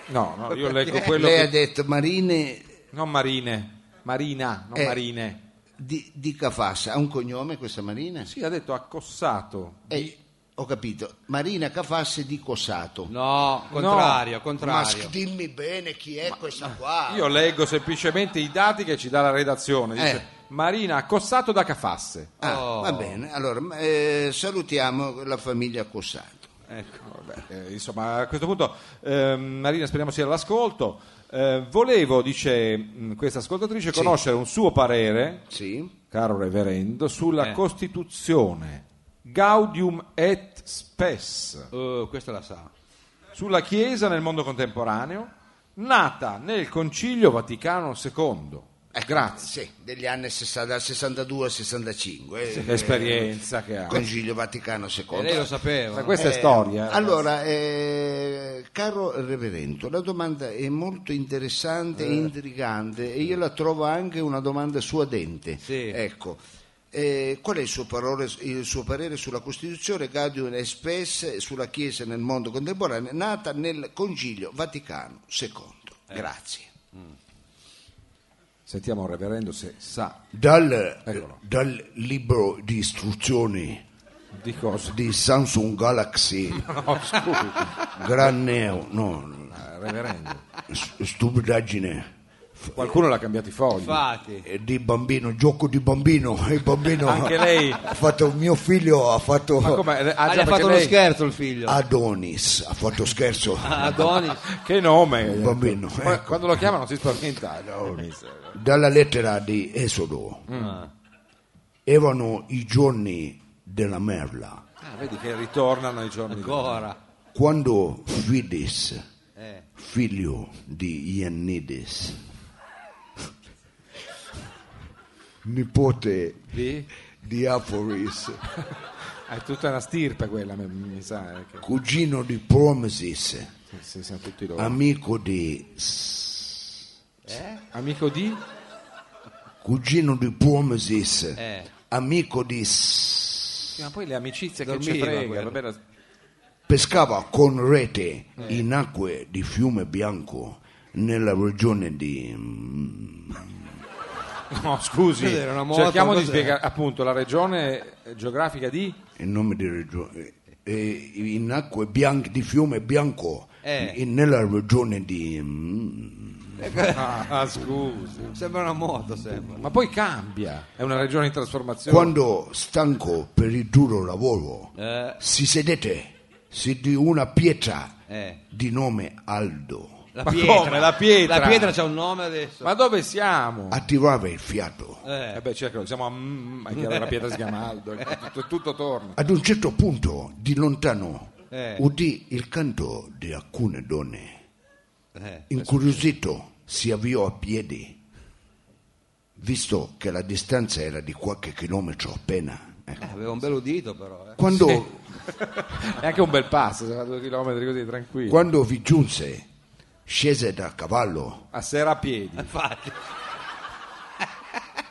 D: No, no, io leggo quello
A: Lei ha
D: che...
A: detto Marine
D: Non Marine, Marina, non
A: Eh.
D: Marine.
A: di, di Cafassa. Ha un cognome questa Marina?
D: Sì, ha detto accossato.
A: Eh, ho capito. Marina Cafasse di Cossato.
C: No, contrario,
A: Ma
C: contrario.
A: s- dimmi bene chi è questa qua.
D: Io leggo semplicemente i dati che ci dà la redazione. Dice
A: Eh.
D: Marina accossato da Cafasse.
A: Ah,
C: Oh.
A: Va bene, allora ma, eh, salutiamo la famiglia Cossato.
C: Ecco,
D: Eh, insomma, a questo punto, ehm, Marina, speriamo sia all'ascolto. Eh, volevo, dice mh, questa ascoltatrice, conoscere un suo parere,
A: Sì.
D: caro reverendo, sulla
C: Eh.
D: Costituzione Gaudium et Spes,
C: Eh, questo la sa.
D: sulla Chiesa nel mondo contemporaneo, nata nel Concilio Vaticano II. Grazie.
A: Sì, degli anni 60, dal 62 al 65. eh,
D: Esperienza che ha.
A: Concilio Vaticano II.
C: E lei lo sapeva.
D: Ma
C: no?
D: questa è storia. eh.
A: Allora, eh, caro Reverendo, la domanda è molto interessante
D: Eh.
A: e intrigante e io la trovo anche una domanda suadente.
C: Sì.
A: Ecco, eh, qual è il suo, parole- il suo parere sulla Costituzione Gaudium et Spes e sulla Chiesa nel mondo contemporaneo nata nel Concilio Vaticano II?
D: Eh.
A: Grazie.
D: Sentiamo un reverendo se sa
K: dal,
D: Eccolo.
K: dal libro di istruzioni
D: di cosa.
K: di Samsung Galaxy
D: No, scusi,
K: Gran Neo no, no,
D: eh, reverendo.
K: s- stupidaggine
D: Qualcuno l'ha cambiato i fogli.
C: Infatti.
A: E di bambino, gioco di bambino. Il bambino
D: Anche lei.
A: ha fatto mio figlio ha fatto
D: Ma come? Ah, già,
C: Ah, gli ha
D: perché
C: fatto uno
D: lei- Ah,
C: scherzo il figlio.
A: Adonis, ha fatto scherzo.
C: Ah, Adonis.
D: Che nome?
A: Il bambino.
D: Ma
A: ecco.
D: Quando lo chiama non si spaventa. No,
A: Dalla lettera di Esodo
D: Ah.
A: erano i giorni della merla.
D: Ah, vedi che ritornano i giorni.
C: Ancora.
A: Quando Fidis,
C: Eh.
A: figlio di Iannidis, nipote
D: Di?
A: di Aforis,
D: Ah, È tutta una stirpe quella, mi, mi sa. eh, che-
A: cugino di Promesis,
D: sì, siamo tutti
A: Ah.
D: loro.
A: amico di S-
D: Amico di?
A: cugino di Promesis,
C: Eh.
A: amico di S-
D: Sì, ma poi le amicizie che ci
C: Dormiva
D: frega.
C: quello.
D: vabbè, la-
A: pescava con rete
C: Eh.
A: in acque di fiume bianco nella regione di mm,
D: No, scusi.
C: Cos'era, una moto,
D: Cerchiamo di
C: cos'era?
D: spiegare appunto la regione eh, geografica di
A: il nome di regione eh, in acque bianche di fiume bianco
C: Eh.
A: in- nella regione di mm,
D: Ah, scusi.
C: Sembra una moto, sembra.
D: Ma poi cambia. È una regione in trasformazione.
A: quando stanco per il duro lavoro
C: Eh,
A: si sedete su di una pietra
C: eh.
A: di nome Aldo
C: La
D: Ma
C: pietra.
D: come, la pietra?
C: La pietra c'ha un nome adesso.
D: Ma dove siamo?
A: Ah. attivava il fiato
D: Eh
C: Eh.
D: beh, cercalo, siamo a mm, è chiaro, la pietra si chiama Aldo, tutto, tutto torna.
A: ad un certo punto di lontano
C: Eh.
A: udì il canto di alcune donne
C: eh.
A: Incuriosito si avviò a piedi, visto che la distanza era di qualche chilometro appena. Ecco.
C: Eh, Aveva un bel udito però. eh.
A: Quando,
D: È anche un bel passo, si fa due chilometri così tranquillo.
A: quando vi giunse, scese da cavallo
D: A sera a piedi.
C: Infatti.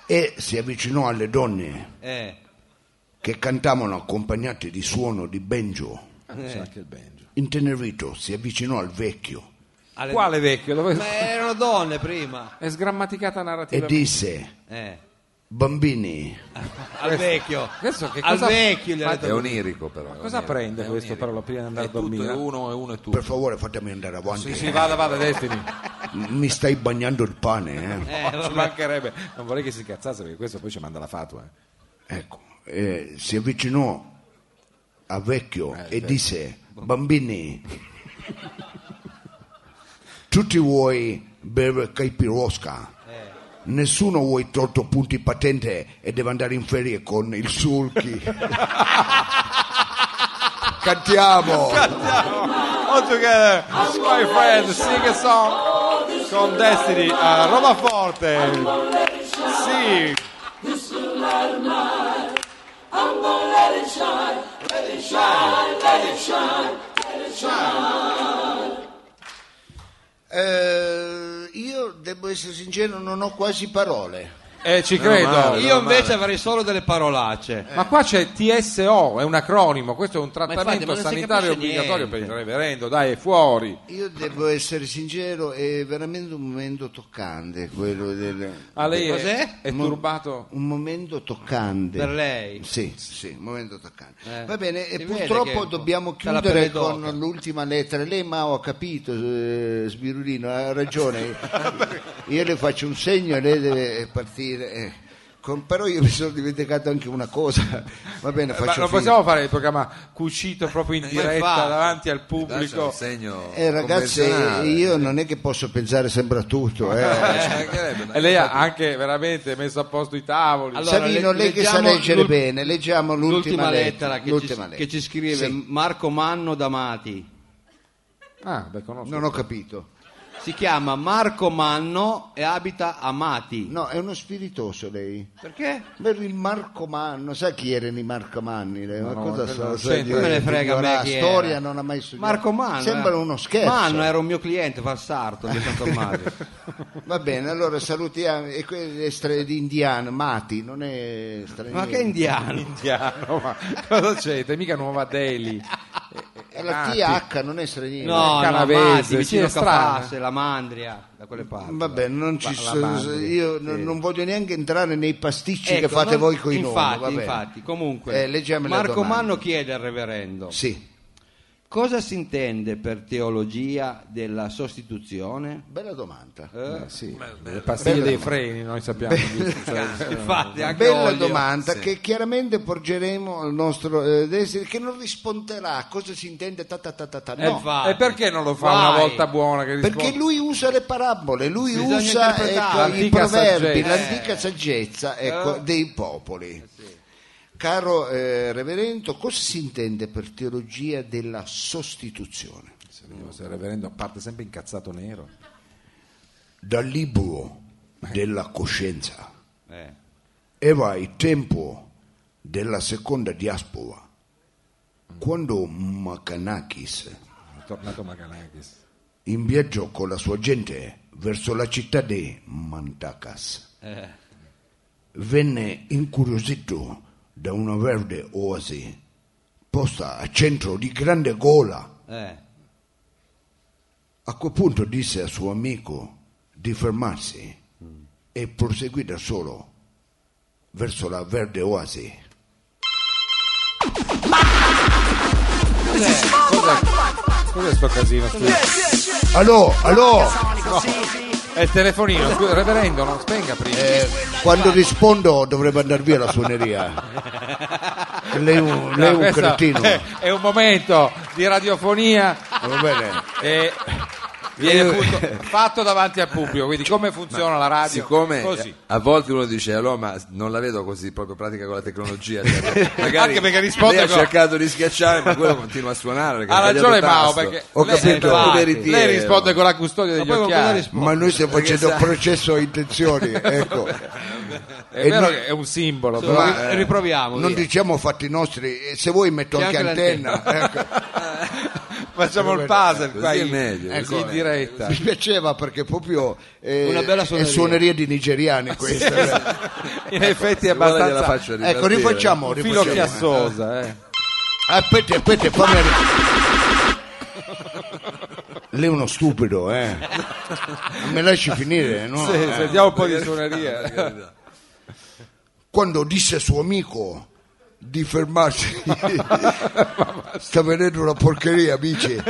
A: e si avvicinò alle donne
C: Eh.
A: che cantavano accompagnate di suono di banjo.
C: Eh.
D: C'è anche il banjo.
A: Intenerito si avvicinò al vecchio
C: Alle-
D: Quale vecchio? Dove-
C: Ma erano donne prima.
D: È sgrammaticata
A: e
D: narrativa.
A: disse:
C: Eh.
A: Bambini,
C: Al vecchio.
D: Questo che
C: Al
D: cosa-
C: vecchio gli ha
D: Ma-
B: È
C: detto.
B: onirico però. eh. è
D: cosa
B: onirico,
D: prende
B: è
D: questo
B: onirico.
D: però prima di andare
B: È
D: a dormire?
B: Tutto è uno e uno è tutto.
A: per favore fatemi andare avanti.
D: Sì, sì, vada, vada, Destiny.
A: Mi stai bagnando il pane. eh.
C: Eh,
D: Oh, ci
C: vabbè.
D: mancherebbe. Non vorrei che si incazzasse perché questo poi ci manda la fatua. eh.
A: Ecco, eh, si avvicinò a vecchio e disse: Bambini, tutti vuoi bere caipirosca? Nessuno vuoi tolto punti patente e deve andare in ferie con il sulchi. Cantiamo!
D: All together, my friend, sing a song con Destiny a Roma Forte. Sì.
K: Eh, io devo essere sincero, non ho quasi parole.
D: Eh, ci credo.
B: male,
D: Io-
C: Io invece avrei solo delle parolacce.
D: Ma qua c'è TSO, è un acronimo, questo è un trattamento
C: ma non si
D: sanitario
C: capisce
D: obbligatorio per
C: niente.
D: il reverendo, dai, è fuori.
K: Io devo essere sincero, è veramente un momento toccante quello del...
D: Ah, lei è-
C: Cos'è?
D: è
K: Mo-
D: turbato.
K: Un momento toccante.
C: Per lei.
K: Sì, sì, un momento toccante.
C: Eh.
K: Va bene, e
C: Si vede che è
K: purtroppo
C: un po'
K: dobbiamo
C: dalla
K: chiudere
C: pelle d'oca.
K: con l'ultima lettera. Lei, Mao, ha capito, eh, Sbirulino, ha ragione. Io le faccio un segno e lei deve partire. eh. Con- però io mi sono dimenticato anche una cosa. Va bene,
D: Ma
K: faccio
D: non
K: finta.
D: possiamo fare il programma cucito proprio in diretta
C: Eh, infatti.
D: davanti al
B: Lascia un
D: pubblico.
B: segno
K: Eh, ragazzi,
B: convenzionale.
K: io non è che posso pensare sempre a tutto. eh.
B: Eh, ci mancherebbe, no?
D: E lei ha anche veramente messo a posto i tavoli.
C: Allora,
K: Savino,
C: le-
K: lei che sa
C: leggiamo
K: leggere
C: l'ul-
K: bene, leggiamo l'ultima,
C: L'ultima lettera, che,
K: l'ultima
C: ci,
K: lettera.
C: che ci scrive
K: Sì,
C: Marco Manno D'Amati.
D: Ah, beh, conosco.
K: non ho capito.
C: Si chiama Marco Manno e abita a Mati.
K: No, è uno spiritoso lei.
C: Perché?
K: Per il Marcomanno, sai chi erano i Marcomanni? lei? Ma
D: No, no,
K: cosa
D: quello
K: sono?
D: non
K: Sai,
D: c'entra.
K: io
C: Me ne
K: dico,
C: frega a me
K: la
C: chi era.
K: storia non ha mai studiato.
C: Marco Manno.
K: Sembra
C: era-
K: uno scherzo.
C: Manno era un mio cliente, Valsarto, di San Tommaso.
K: Va bene, allora salutiamo. E que- è stra- di indiano, Mati, non è straniero.
C: Ma che indiano?
D: Indiano, ma cosa c'entra? Mica Nuova Delhi.
K: È la
D: Mati.
K: TH, non è straniero.
C: No, no, a
D: Canavese,
C: Mati, vicino a
D: sì, è strano.
C: Capace, la Mandria, da quelle parti.
K: Va bene, non ci
D: la
K: so-
D: madre,
K: io non- non voglio neanche entrare nei pasticci che
C: Ecco,
K: fate
C: non-
K: voi con i nomi.
C: infatti,
K: va bene.
C: infatti, comunque
K: Eh, leggiamo le
C: Marco
K: domande.
C: Manno chiede al reverendo
K: Sì.
C: Cosa si intende per teologia della sostituzione?
K: Bella domanda.
D: Eh, sì. Le pastiglie dei freni, noi sappiamo. giusto? Cioè,
C: Infatti, anche
K: Bella
C: olio.
K: domanda
D: Sì.
K: che chiaramente porgeremo al nostro eh, desiderio, che non risponderà a cosa si intende ta ta ta ta, ta.
D: eh,
K: No,
D: va. E perché non lo fa
C: Vai.
D: una volta buona che risponde?
K: perché lui usa le parabole, lui
C: Bisogna
K: usa
C: interpretare.
K: ecco, i
D: L'antica
K: proverbi,
D: saggezza.
K: l'antica saggezza ecco, dei popoli. Caro eh, reverendo, cosa si intende per teologia della sostituzione?
D: Se vediamo se il reverendo parte sempre incazzato nero.
A: dal libro
K: Eh.
A: della coscienza
C: Eh.
A: era il tempo della seconda diaspora quando Macanakis
D: È tornato Maganakis.
A: in viaggio con la sua gente verso la città di Mantakas venne incuriosito da una verde oasi posta a centro di grande gola
C: Eh.
A: A quel punto disse al suo amico di fermarsi e proseguì da solo verso la verde oasi.
D: Cos'è sto casino? scusa?
A: Allora, allora,
D: È il telefonino, scusa, reverendo, non spenga prima.
A: eh, quando rispondo dovrebbe andare via la suoneria. Lei è un, lei è un
D: Questo
A: cretino.
D: è, è un momento di radiofonia
A: Va bene.
D: e viene appunto fatto davanti al pubblico. Quindi, come funziona la radio?
B: Siccome
D: Così.
B: a volte uno dice allora ma non la vedo così proprio pratica con la tecnologia cioè, magari
D: Anche perché risponde
B: lei ha
D: con-
B: cercato di schiacciare ma quello continua a suonare perché
D: Ha ragione Mao
B: sbagliato tasto.
D: perché
B: ho
D: lei,
B: capito
D: infatti,
B: tu
D: lei
B: veritiero.
D: risponde con la custodia degli
C: poi con cosa
D: occhiali.
C: risponde?
A: Ma noi stiamo facendo
B: sa-
A: processo a intenzioni, ecco.
D: È
A: E
D: vero
A: lui-
D: che è un simbolo,
C: Su,
D: però
C: ri- riproviamo.
A: Non
C: via.
A: diciamo fatti nostri, eh, se vuoi metto
C: C'è
A: anche,
C: anche
A: antenna. ecco.
D: facciamo il puzzle
B: Così
D: qua
B: è
D: in,
B: meglio,
D: ecco,
B: così è
D: in
B: meglio.
D: diretta.
A: Mi piaceva perché proprio eh,
C: Una bella
A: è
C: suoneria.
A: suoneria di nigeriani questa. eh.
D: In effetti è
B: Se vuole gliela
D: abbastanza
B: faccio
A: Ecco,
B: ripartire.
A: rifacciamo,
D: filo
A: rifacciamo.
D: chiassosa. eh.
A: Aspetta, aspetta, fammi arri- Lei è uno stupido, eh. Me lasci finire, no?
D: Sì,
A: Eh.
D: sentiamo un po' di suoneria.
A: Quando disse a suo amico di fermarsi, sta vedendo una porcheria, amici,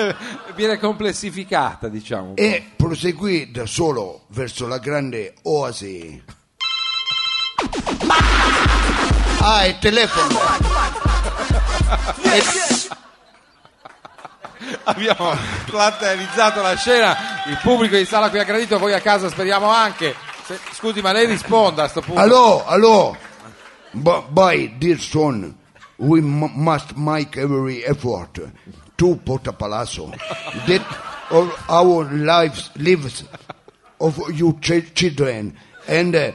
D: Viene complessificata, diciamo.
A: e proseguì da solo verso la grande oasi. Ah, il telefono!
D: Abbiamo platealizzato la scena, il pubblico di sala qui ha gradito, voi a casa speriamo anche. Se- scusi, ma lei risponda a sto punto.
A: Allora, allora, bu- by dear son, we m- must make every effort to Porta Palazzo that all our lives, lives of you ch- children and uh,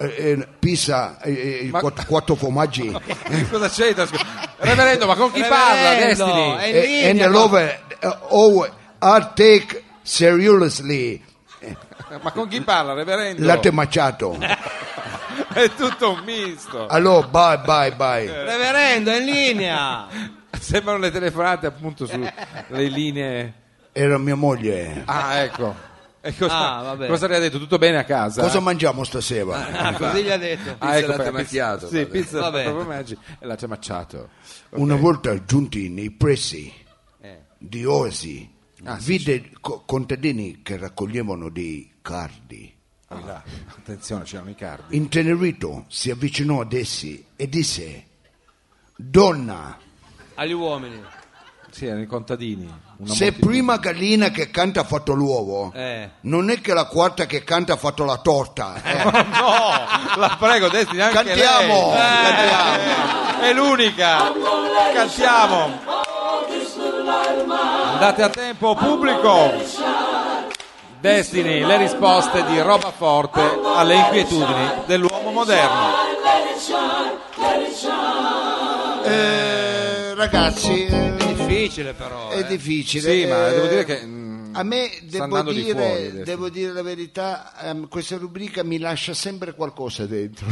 A: and pizza, eh, eh,
D: Ma-
A: quatt- quattro formaggi
D: Cosa c'entra? scusi? Reverendo, ma con chi parla?
C: Reverendo,
D: Destiny?
C: è in
A: eh, and
C: linea,
A: love uh, all are take seriously
D: Ma con chi parla, reverendo?
A: latte macchiato.
D: È tutto un misto.
B: Ah.
A: Allora, bye, bye, bye.
C: Reverendo, è in linea.
D: Sembrano le telefonate appunto sulle linee.
A: Era mia moglie.
D: Ah, ecco. E cosa,
C: Ah, vabbè.
D: cosa le ha detto? Tutto bene a casa?
A: Cosa mangiamo stasera?
C: Ah, così gli ha detto.
B: Pizza e
D: ecco,
B: latte
D: per-
B: macchiato,
D: Sì,
B: vabbè.
D: pizza
C: Vabbè.
D: proprio maggi e latte macchiato.
A: Una volta giunti nei pressi di Oasi, vide co- contadini che raccoglievano dei cardi.
B: Ah.
D: Poi là, attenzione, c'erano i cardi.
A: Intenerito si avvicinò ad essi e disse: Donna,
C: Agli uomini.
D: Sì, erano i contadini. Una
A: se
D: moltitudine.
A: prima gallina che canta ha fatto l'uovo,
C: Eh.
A: non è che la quarta che canta ha fatto la torta. eh.
D: No, la prego, Destiny, anche
A: Cantiamo,
D: lei. Eh, È l'unica. Cantiamo. Andate a tempo, pubblico. Destiny, le risposte di roba forte alle inquietudini dell'uomo moderno.
K: Eh, ragazzi, eh,
D: Eh.
C: Difficile però.
A: Eh,
K: è difficile.
D: Sì, ma
K: eh,
D: devo dire che mm,
A: eh, A me
D: sta
A: devo
D: andando di fuori
A: dire,
D: adesso.
A: devo dire la verità, ehm, questa rubrica mi lascia sempre qualcosa dentro.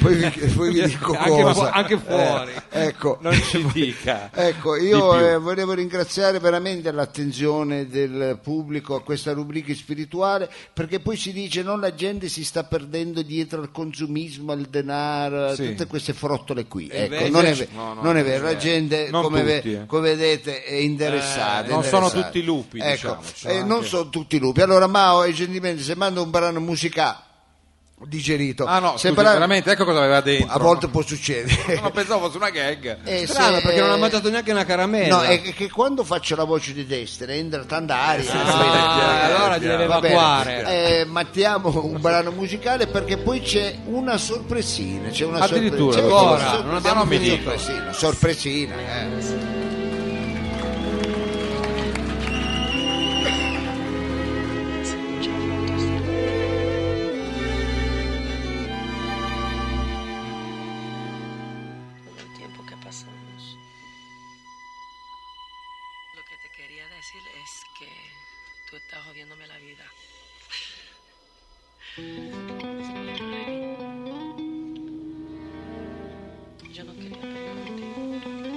A: poi, vi, poi vi dico
D: Anche
A: cosa.
D: fu- anche
A: Eh,
D: fuori.
A: ecco.
D: Non ci dica.
A: Ecco,
D: di
A: io
D: più.
A: eh, volevo ringraziare veramente l'attenzione del pubblico a questa rubrica spirituale perché poi si dice no, la gente si sta perdendo dietro al consumismo, al denaro, a
D: Sì.
A: tutte queste frottole qui.
D: E
A: Ecco,
D: invece-
A: non è, ve-
D: no, no,
A: non è
D: non
A: vero,
D: è
A: la gente
D: Non
A: come, ve-
D: tutti, eh.
A: come vedete è interessata.
D: Eh, non sono
A: interessata.
D: tutti lupi,
A: Ecco,
D: diciamo, ci sono
A: eh,
D: anche-
A: Non sono tutti lupi. Allora Mao e gentilmente se manda un brano musicale digerito.
D: Ah no,
A: se
D: scusi,
A: parla-
D: veramente, ecco cosa aveva dentro.
A: a volte può succedere.
D: No, pensavo fosse una gag.
A: Eh,
C: Strano,
A: se-
C: perché non ha mangiato neanche una caramella.
A: No, è che- che quando faccio la voce di destra entra tanta aria.
C: Ah, allora ti deve
A: Va bene.
C: evacuare.
A: Eh, mattiamo un brano musicale perché poi c'è una sorpresina. C'è una
D: Addirittura,
A: sorpresina.
D: ancora,
C: non abbiamo
A: mi
C: finito.
A: Sorpresina, sorpresina, eh.
L: el tiempo que pasamos. Lo que te quería decir es que tú estás jodiéndome la vida. Yo no quería perderte.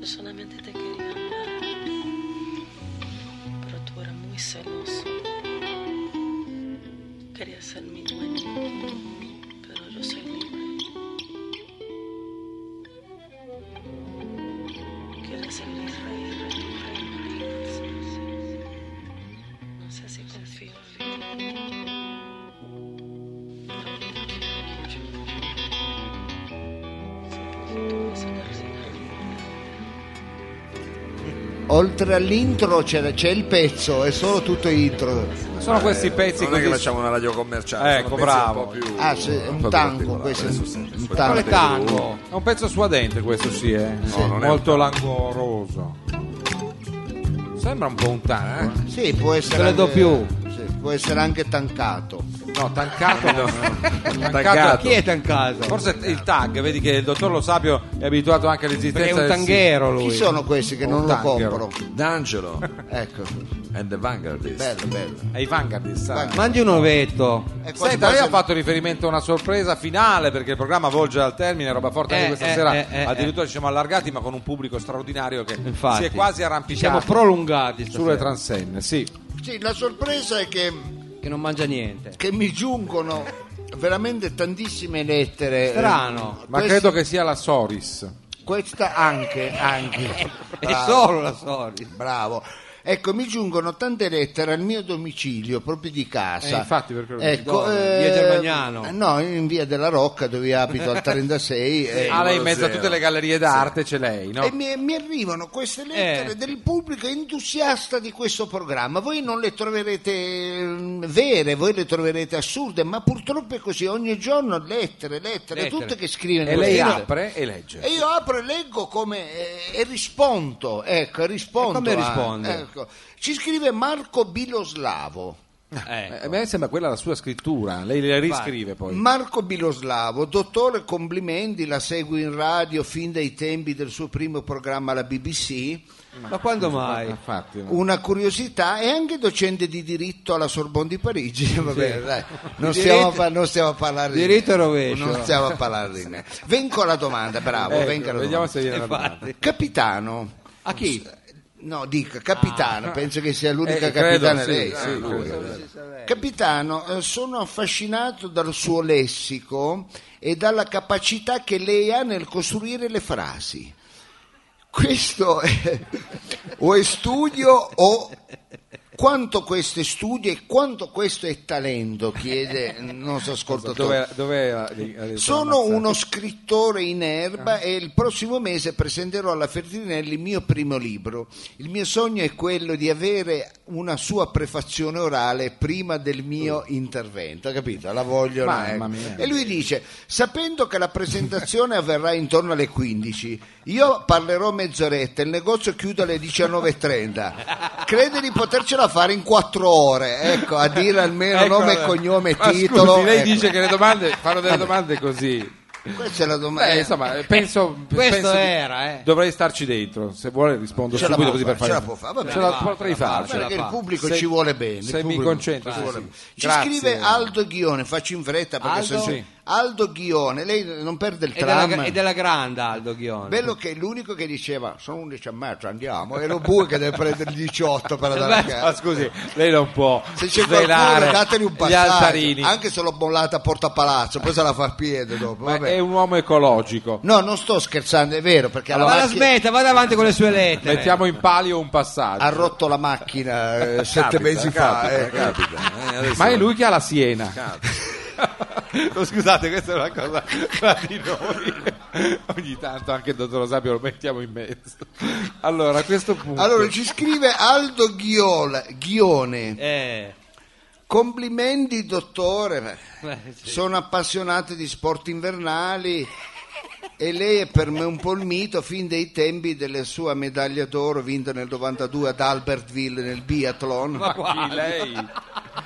L: Yo solamente te quería amar. Pero tú eras muy celoso. Querías ser mi dueño. Pero yo soy libre. Quiero ser mi rey, rey, rey, rey. No sé si confío en ti. Pero te quiero mucho. Si tú vas a estar sin
A: Oltre all'intro c'era- c'è il pezzo, è solo tutto intro.
D: Sono questi pezzi
B: non è
D: così-
B: che facciamo una radio commerciale
D: Ecco,
B: sono pezzi
D: bravo.
B: un po' più
A: Ah, sì, è
B: un
A: un
B: po' più
A: tango,
B: particolari.
A: questo è
B: Adesso
A: un-
B: senti,
A: un
B: poi
A: tango.
B: parte
D: Quale tango?
B: uno.
D: È un pezzo suadente questo sì, eh.
B: Sì. non è
D: Molto
B: un
D: langoroso. Sembra un po' un tango. eh.
A: Sì, può essere,
C: Te le do
A: anche,
C: più.
A: sì, può essere anche tancato.
D: No, tancato. no.
B: Tancato.
C: Chi è tancato?
D: Forse il tag, vedi che il dottor Lo Sapio è abituato anche
C: Perché è
D: all'esistenza
C: un
D: del-
C: tanghero lui.
A: Chi sono questi che
D: Un
A: non lo
D: tanghero.
A: compro?
B: D'Angelo
A: Ecco,
B: and the Vanguardist
A: bello, bello.
D: Sì, Ai Vanguardist. ah.
C: Mangi un ovetto.
A: E quasi
D: Senta, lei
A: quasi-
D: ha fatto riferimento a una sorpresa finale perché il programma volge al termine, roba forte anche
C: Eh,
D: questa
C: eh,
D: sera.
C: eh, eh,
D: Addirittura ci siamo allargati, ma con un pubblico straordinario che
C: Infatti.
D: si è quasi
C: Ci siamo
D: arrampicato
C: prolungati
D: sulle
C: stasera,
D: transenne. Sì.
A: Sì, la sorpresa è che,
C: che non mangia niente.
A: che mi giungono veramente tantissime lettere.
C: Strano.
D: Ma
A: Questo-
D: credo che sia la Soris.
A: Questa anche,
D: Eh,
A: anche.
K: Ah.
C: È solo la storia.
A: Bravo. Ecco, mi giungono tante lettere al mio domicilio, proprio di casa.
D: Eh, infatti, per quello che
A: ecco,
C: dico, via Germagnano.
A: No, in via della Rocca, dove abito al 36. eh,
D: Ah, lei in
B: numero
D: mezzo a
B: zero.
D: tutte le gallerie d'arte c'è lei, no?
A: E mi, mi arrivano queste lettere
C: Eh.
A: del pubblico entusiasta di questo programma. Voi non le troverete eh, vere, voi le troverete assurde, ma purtroppo è così. Ogni giorno lettere, lettere,
C: Lettere.
A: tutte che scrivono.
D: E lei
A: Io-
D: apre e legge.
A: E io apro e leggo come, eh, e rispondo. Ecco, rispondo.
C: E come
A: a-
C: risponde?
A: ecco. Ci scrive Marco Biloslavo.
C: Ecco.
D: Eh, a me sembra quella la sua scrittura, lei le riscrive poi.
A: Marco Biloslavo, dottore, complimenti, la seguo in radio fin dai tempi del suo primo programma alla BBC.
C: Ma quando mai?
D: Infatti, no.
A: Una curiosità, è anche docente di diritto alla Sorbonne di Parigi. Va bene, dai, non,
C: Diritto-
A: stiamo a par- non stiamo a parlare di
C: diritto e
A: me.
C: rovescio.
A: Non stiamo a parlare di me. Vengo alla domanda, bravo.
D: Ecco,
A: vengo alla
D: vediamo
A: domanda.
D: se viene la domanda.
C: Infatti.
A: Capitano.
C: A chi?
A: No, dica, capitano, penso che sia l'unica
D: Ah. Eh, credo,
A: capitana
D: sì,
A: lei.
D: sì,
A: Ah,
D: lui,
A: lui. Capitano, eh, sono affascinato dal suo lessico e dalla capacità che lei ha nel costruire le frasi. Questo è, o è studio o quanto questo è studio e quanto questo è talento, chiede il nostro ascoltatore.
D: Dove, dove la- li- la- li-
A: Sono
D: ammazza?
A: uno scrittore in
D: Ah.
A: erba e il prossimo mese presenterò alla Fertinelli il mio primo libro. Il mio sogno è quello di avere una sua prefazione orale prima del mio intervento, capito? La voglio.
D: Mamma
A: eh.
D: mia.
A: E lui dice: Sapendo che la presentazione avverrà intorno alle 15, io parlerò mezz'oretta, il negozio chiude alle 19.30. Crede di potercela fare in quattro ore, ecco, a dire almeno
D: Ecco,
A: nome e
D: eh.
A: cognome e
D: Ma
A: titolo.
D: scusi, lei
A: ecco.
D: dice che le domande fanno delle domande così.
A: Questa è la domanda.
D: Beh, insomma, penso,
C: Questo
D: penso di-
C: era, eh.
D: Dovrei starci dentro. Se vuole rispondo
A: Ce la
D: subito
A: può
D: così per
A: fare,
D: fare.
A: ce la può fare, va bene.
D: Ce la
A: Va,
D: potrei
A: ce la fa,
D: fare.
A: ce la
D: ce la
A: fa.
D: fa.
A: pubblico
D: Se-
A: ci vuole bene, il
D: Se mi
A: pubblico
D: concentro.
A: ci
D: sì,
A: vuole
D: sì.
A: bene. Ci
D: Grazie.
A: scrive Aldo Ghione, faccio in fretta perché
C: Aldo?
A: sono-
C: Sì.
A: Aldo Ghione, lei non perde il
C: È della,
A: tram.
C: è della grande Aldo Ghione.
A: Bello che è l'unico che diceva sono 11 e mezzo, andiamo, e lo bue che deve prendere il 18 per andare a
D: Beh,
A: casa.
D: ma scusi, lei non può
A: Se c'è
D: svelare
A: qualcuno, dateli un
D: gli altarini.
A: passaggio, anche se l'ho bollata a Porta Palazzo, poi se la fa a piede dopo.
D: Ma
A: vabbè.
D: è un uomo ecologico.
A: No, non sto scherzando, è vero, perché alla
C: Ma la
A: macchina-
C: smetta, vada avanti con le sue lettere.
D: Mettiamo in palio un passaggio.
A: ha rotto la macchina eh, sette
D: Capita,
A: mesi fa.
D: capita,
A: eh.
B: capita. Eh, adesso-
D: Ma è lui che ha la Siena.
B: Capita.
D: No, Scusate, questa è una cosa tra di noi. Ogni tanto anche il dottor Osapio lo mettiamo in mezzo. Allora, a questo punto.
A: Allora ci scrive Aldo Ghiola- Ghione.
C: Eh,
A: Complimenti dottore,
C: eh, sì.
A: sono appassionato di sport invernali e lei è per me un po' il mito fin dai tempi della sua medaglia d'oro vinta nel 92 ad Albertville nel
D: Ma
A: biathlon,
D: chi lei?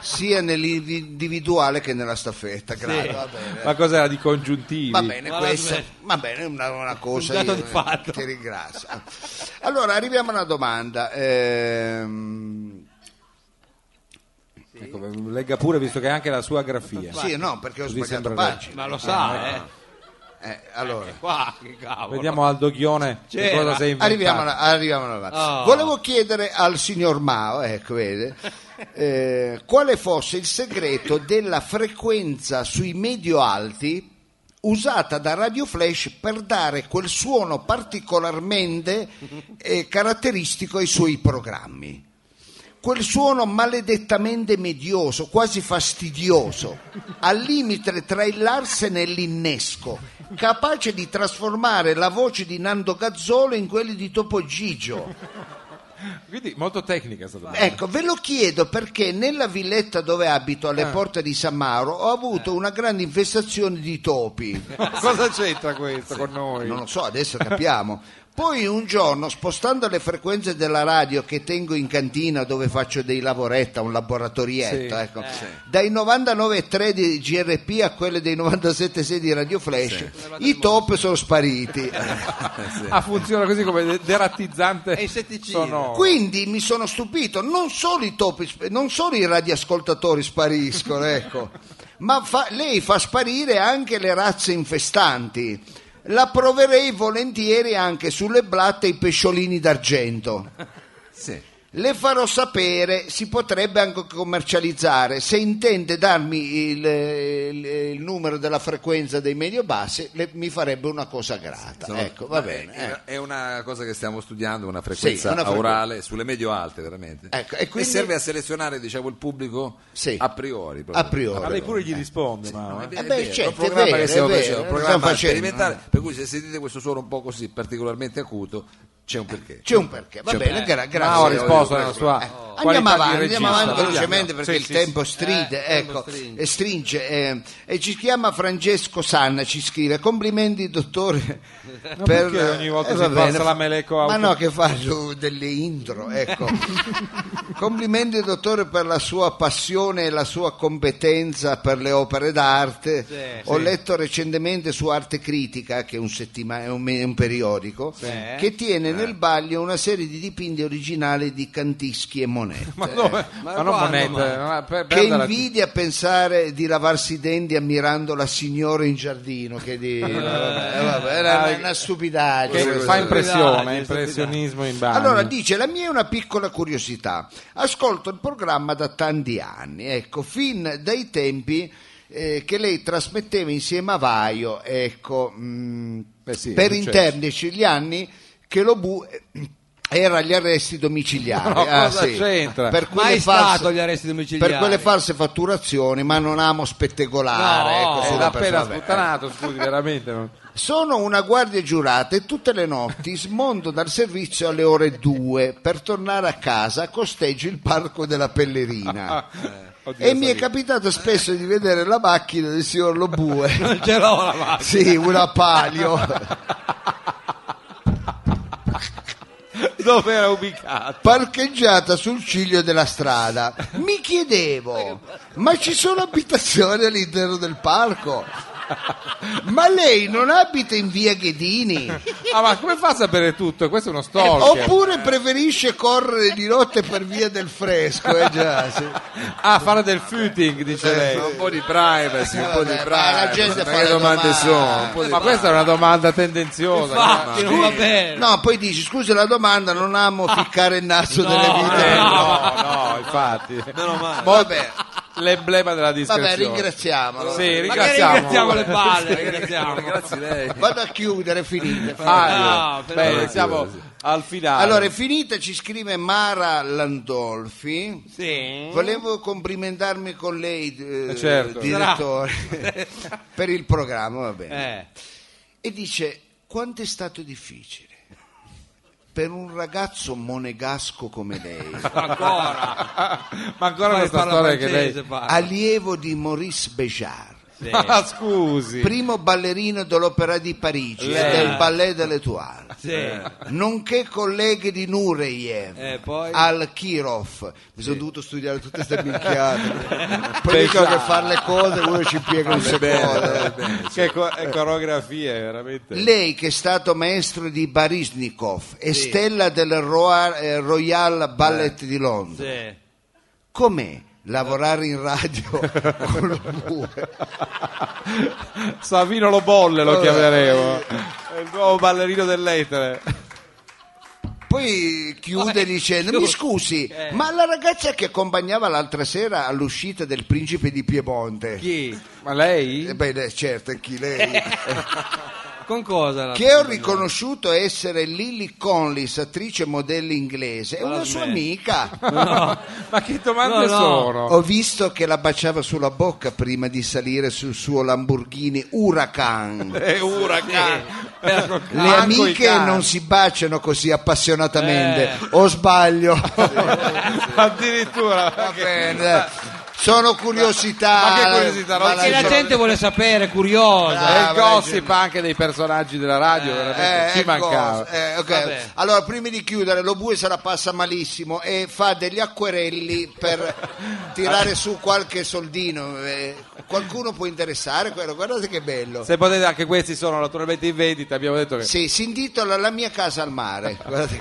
A: sia nell'individuale che nella staffetta. Grazie. Va bene.
D: Ma cos'era di congiuntivi?
A: Va bene,
C: Va
A: questo
C: bene.
A: va bene, una, una cosa.
C: Un dato
A: Io,
C: di fatto.
A: Ti ringrazio. Allora, arriviamo a una domanda. Ehm,
D: Ecco, legga pure, visto che è anche la sua grafia.
A: sì, no, perché ho
D: Così
A: sbagliato
D: sembra-
A: pagina.
C: ma lo sa, eh.
A: Eh, allora,
C: Qua, che cavolo.
D: Vediamo Aldo Ghione che
C: C'era.
D: cosa sei inventato.
A: arriviamo alla, arriviamo alla
C: Oh.
A: Volevo chiedere al signor Mao, ecco, vede, eh, quale fosse il segreto della frequenza sui medio-alti usata da Radio Flash per dare quel suono particolarmente eh, caratteristico ai suoi programmi. quel suono maledettamente medioso, quasi fastidioso, al limite tra il Larsen e l'innesco, capace di trasformare la voce di Nando Gazzolo in quella di Topo Gigio.
D: Quindi molto tecnica è stata.
A: Ecco, ve lo chiedo perché nella villetta dove abito, alle porte di San Mauro, ho avuto una grande infestazione di topi.
D: cosa c'entra questo con noi?
A: Non lo so, adesso capiamo. Poi un giorno, spostando le frequenze della radio che tengo in cantina dove faccio dei lavoretta, un laboratorietto,
D: Sì,
A: ecco, dai 99,3 di GRP a quelle dei 97,6 di Radio Flash, i top sono spariti.
D: Ah, funziona così come de- derattizzante
C: È insetticida.
D: sonoro.
A: Quindi mi sono stupito, non solo i topi, sp- non solo i radioascoltatori spariscono, ecco, ma fa- lei fa sparire anche le razze infestanti. La proverei volentieri anche sulle blatte e i pesciolini d'argento. Le farò sapere, si potrebbe anche commercializzare. Se intende darmi il, il- il numero della frequenza dei medio-bassi, le- mi farebbe una cosa grata. ecco, va bene. eh.
B: È una cosa che stiamo studiando, una frequenza
A: una frequen-
B: orale sulle medio-alte, veramente.
A: Ecco, e quindi-
B: serve a selezionare diciamo, il pubblico
A: Sì.
B: a priori. proprio.
A: A priori.
D: Ma lei pure gli risponde,
B: No,
D: ma
B: è
D: eh.
B: vero,
A: Eh beh,
B: è vero,
A: certo,
B: è un programma
A: è vero,
B: che stiamo
A: è vero,
B: facendo, un
A: lo
B: programma
A: stiamo facendo.
B: sperimentale, per cui se sentite questo suono un po' così particolarmente acuto, c'è un perché.
A: C'è un perché, va
B: C'è un
A: bene, gra- grazie.
D: Mao ha risposto alla
A: Eh,
D: sua
A: Andiamo
D: qualità di
A: avanti, andiamo
D: regista.
A: avanti velocemente perché
D: Sì,
A: il
D: sì,
A: tempo stride,
C: Eh, il tempo
A: ecco,
C: stringe.
A: e stringe. eh, e ci chiama Francesco Sanna, ci scrive, complimenti dottore
D: Ma
A: per...
D: perché ogni volta
A: eh,
D: si
A: va bene.
D: passa la Meleco
A: Ma
D: auto-
A: no, che faccio delle intro, ecco. complimenti dottore per la sua passione e la sua competenza per le opere d'arte.
C: Sì,
A: Ho letto recentemente su Arte Critica, che è un, settima- è un me- un periodico,
C: Sì.
A: che tiene nel baglio una serie di dipinti originali di Kantinsky e Monet.
D: Ma, dove- ma non
C: quando
D: monete,
C: mai?
D: ma per-
A: Che
D: perdala-
A: invidia pensare di lavarsi i denti ammirando la signora in giardino, che di... eh, vabbè, era una, una stupidaggine.
D: che
A: questa.
D: fa impressione,
C: Stupidaggine,
D: impressionismo in bagno.
A: Allora dice la mia è una piccola curiosità. Ascolto il programma da tanti anni, ecco, fin dai tempi eh, che lei trasmetteva insieme a Vaio, ecco, mh,
D: Beh, Eh sì, è
A: per
D: successo.
A: intenderci gli anni che lo bu eh, era agli arresti domiciliari.
D: No,
A: Ah,
D: cosa
A: sì.
D: c'entra?
A: Per quelle
C: Mai
A: false-
C: stato agli arresti domiciliari.
A: per quelle false fatturazioni, ma non amo spettegolare.
C: No,
A: ecco,
D: Eh,
A: solo
D: l'ha
A: per-
D: appena
A: vabbè,
D: sputtanato, scusi, veramente. non-
A: sono una guardia giurata e tutte le notti smonto dal servizio alle ore 2 per tornare a casa costeggio il parco della Pellerina.
D: Oddio,
A: Eh. E mi è
D: sorrido.
A: capitato spesso di vedere la macchina del signor Lobue.
C: Non ce l'ho la macchina.
A: Sì, una palio.
D: Dove era ubicato?
A: Parcheggiata sul ciglio della strada. Mi chiedevo, ma ci sono abitazioni all'interno del parco? Ma lei non abita in via Ghedini?
D: Ah, ma come fa a sapere tutto? Questo è uno stalker.
A: Oppure preferisce correre di notte per via del fresco? Eh già, sì.
D: Ah, fare del footing, dice lei.
B: Un po' di privacy, un po' di
A: Vabbè, ma la
B: privacy.
A: gente
B: ma
A: fa
B: che
A: le
B: domande
A: domande.
B: sono? Un po' di
D: Ma questa è una domanda tendenziosa.
A: Infatti,
D: chiaramente.
A: Eh. No, poi dici, scusa la domanda, non amo
B: Ah.
A: ficcare il naso delle
B: eh,
A: vite.
D: Eh, No, no, infatti. Meno male.
A: Vabbè,
D: L'emblema della discrezione.
A: vabbè, ringraziamolo.
D: Sì, ringraziamo.
B: Grazie lei.
A: Vado a chiudere, finite.
D: Ah,
B: No,
D: bene,
B: però-
D: siamo al finale.
A: Allora, è finita, ci scrive Mara Landolfi.
D: Sì.
K: Mm?
A: Volevo complimentarmi con lei, eh,
D: Eh, certo.
A: direttore, per il programma, va bene.
K: Eh.
A: E dice, quanto è stato difficile per un ragazzo monegasco come lei,
D: Ma ancora
K: Poi
D: questa
K: parla
D: storia che
K: francese,
D: lei...
K: parla.
A: allievo di Maurice Béjart,
D: Ma Ah, scusi.
A: primo ballerino dell'Opera di Parigi
D: Lei.
A: e del Ballet dell'Etoile.
K: Eh. Sì.
A: nonché colleghi di Nureyev
K: Eh, poi?
A: al Kirov mi sono dovuto studiare tutte queste minchiate poi
D: Beh,
A: dicono
D: già.
A: che fare le cose uno ci piega un secondo
D: Che co- eh, coreografie, veramente.
A: lei che è stato maestro di Barisnikov e stella del Roa- eh, Royal Ballet di Londra
K: Sì.
A: com'è lavorare in radio con lo bue?
D: Savino lo bolle lo chiameremo. È il nuovo ballerino dell'etere.
A: Poi chiude dicendo: Mi scusi,
K: Eh.
A: ma la ragazza che accompagnava l'altra sera all'uscita del principe di Piemonte.
K: Chi?
D: Ma lei?
A: Eh, Beh, eh, certo, chi lei?
K: Con cosa? la-
A: che ho riconosciuto essere Lily Conlis, attrice e modello inglese, è
K: Ma la
A: una sua
K: smetti.
A: amica.
K: No.
D: Ma che domande
K: No, no.
D: sono?
A: Ho visto che la baciava sulla bocca prima di salire sul suo Lamborghini
K: Ah,
A: Huracan.
D: È uragano.
A: Le amiche non si baciano così appassionatamente,
K: Eh.
A: o sbaglio?
D: Addirittura.
A: Va bene. Sono curiosità.
D: Ma che curiosità,
A: Ma
D: Rossi?
A: la-
D: Che la gente
K: vuole sapere, è curiosa.
A: Ah,
D: E il
A: vabbè,
D: gossip
A: gente.
D: anche dei personaggi della radio, veramente
A: Eh,
D: ci
A: ecco,
D: mancava.
A: eh, ok.
K: Vabbè.
A: Allora, prima di chiudere, lo bue se la passa malissimo e fa degli acquerelli per tirare su qualche soldino. eh. Qualcuno può interessare quello, guardate che bello.
D: Se potete, anche questi sono naturalmente in vendita. Abbiamo detto che
A: Sì, si intitola La mia casa al mare. Guardate,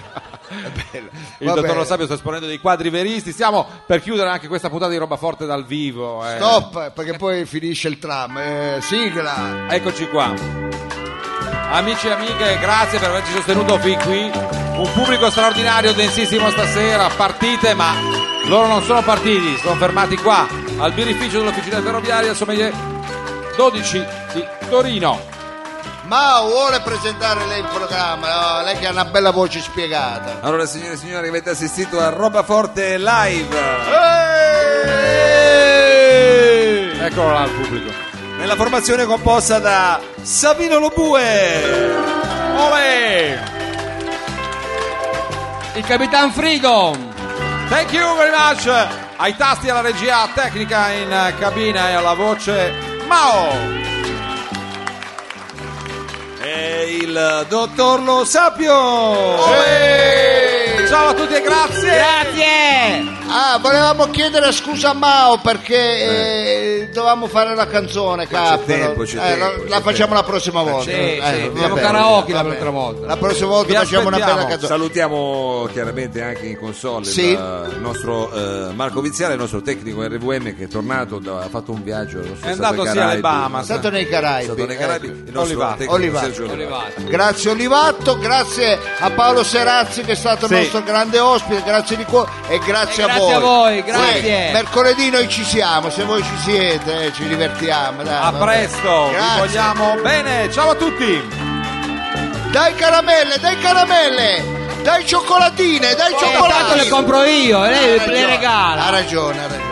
A: è bello.
D: il
A: Va
D: dottor
A: bene.
D: Lo Sapio sta esponendo dei quadri veristi. Stiamo per chiudere anche questa puntata di roba forte dal vivo. eh.
A: Stop, perché poi finisce il tram. Eh, sigla.
D: Eccoci qua. Amici e amiche, grazie per averci sostenuto fin qui. Un pubblico straordinario, densissimo stasera. Partite, ma loro non sono partiti, sono fermati qua al birrificio dell'officina ferroviaria, sommelier 12 di Torino.
A: Ma vuole presentare lei il programma? No, lei che ha una bella voce spiegata.
B: Allora, signore e signori, avete assistito a Roba Forte Live.
A: Eh.
D: Eccolo là il pubblico.
B: Nella formazione composta da Savino Lobue,
D: Ole!
K: Il Capitan Freedom.
D: Thank you very much! Ai tasti alla regia tecnica in eh, cabina e alla voce Mao!
B: e il dottor Lo Sapio.
D: Ciao a tutti e grazie!
A: Ah, volevamo chiedere scusa a Mao perché eh, dovevamo fare la canzone, capo.
B: tempo, c'è
A: Eh, la-
B: tempo, c'è
A: la facciamo la prossima volta.
K: sì,
A: Eh,
K: sì,
A: va
K: facciamo
A: bene,
K: karaoke
A: va
K: la
A: bene.
K: prossima volta.
A: La prossima volta
D: Vi
A: facciamo una bella
D: aspettiamo.
A: canzone.
B: Salutiamo chiaramente anche in console
A: Sì.
B: il eh, nostro eh, Marco Viziale, il nostro tecnico RVM che è tornato, da- ha fatto un viaggio. non so,
D: È
B: stato
D: andato
B: ai
D: sì alle
B: Caraibi.
D: Bahamas.
A: È stato nei
B: È
A: Caraibi.
B: stato nei Caraibi.
A: ecco.
B: Il nostro
D: Olivato.
B: tecnico
A: Olivato.
B: Sergio Olivato.
A: Grazie Olivatto, grazie a Paolo Serazzi che è stato
D: Sì.
A: il nostro grande ospite, grazie di cuore e
K: E grazie
A: grazie, a
K: a voi,
A: voi.
K: grazie.
A: Sì, mercoledì noi ci siamo, se voi ci siete eh, ci divertiamo. Dai, va
D: A
A: bene.
D: presto, vi
A: Grazie.
D: vogliamo bene, ciao a tutti!
A: Dai caramelle, dai caramelle, dai cioccolatine, dai
K: Tanto le
A: cioccolatine.
K: compro io, e lei
A: Ha
K: le
A: ragione,
K: regala.
A: Ha ragione, ha ragione.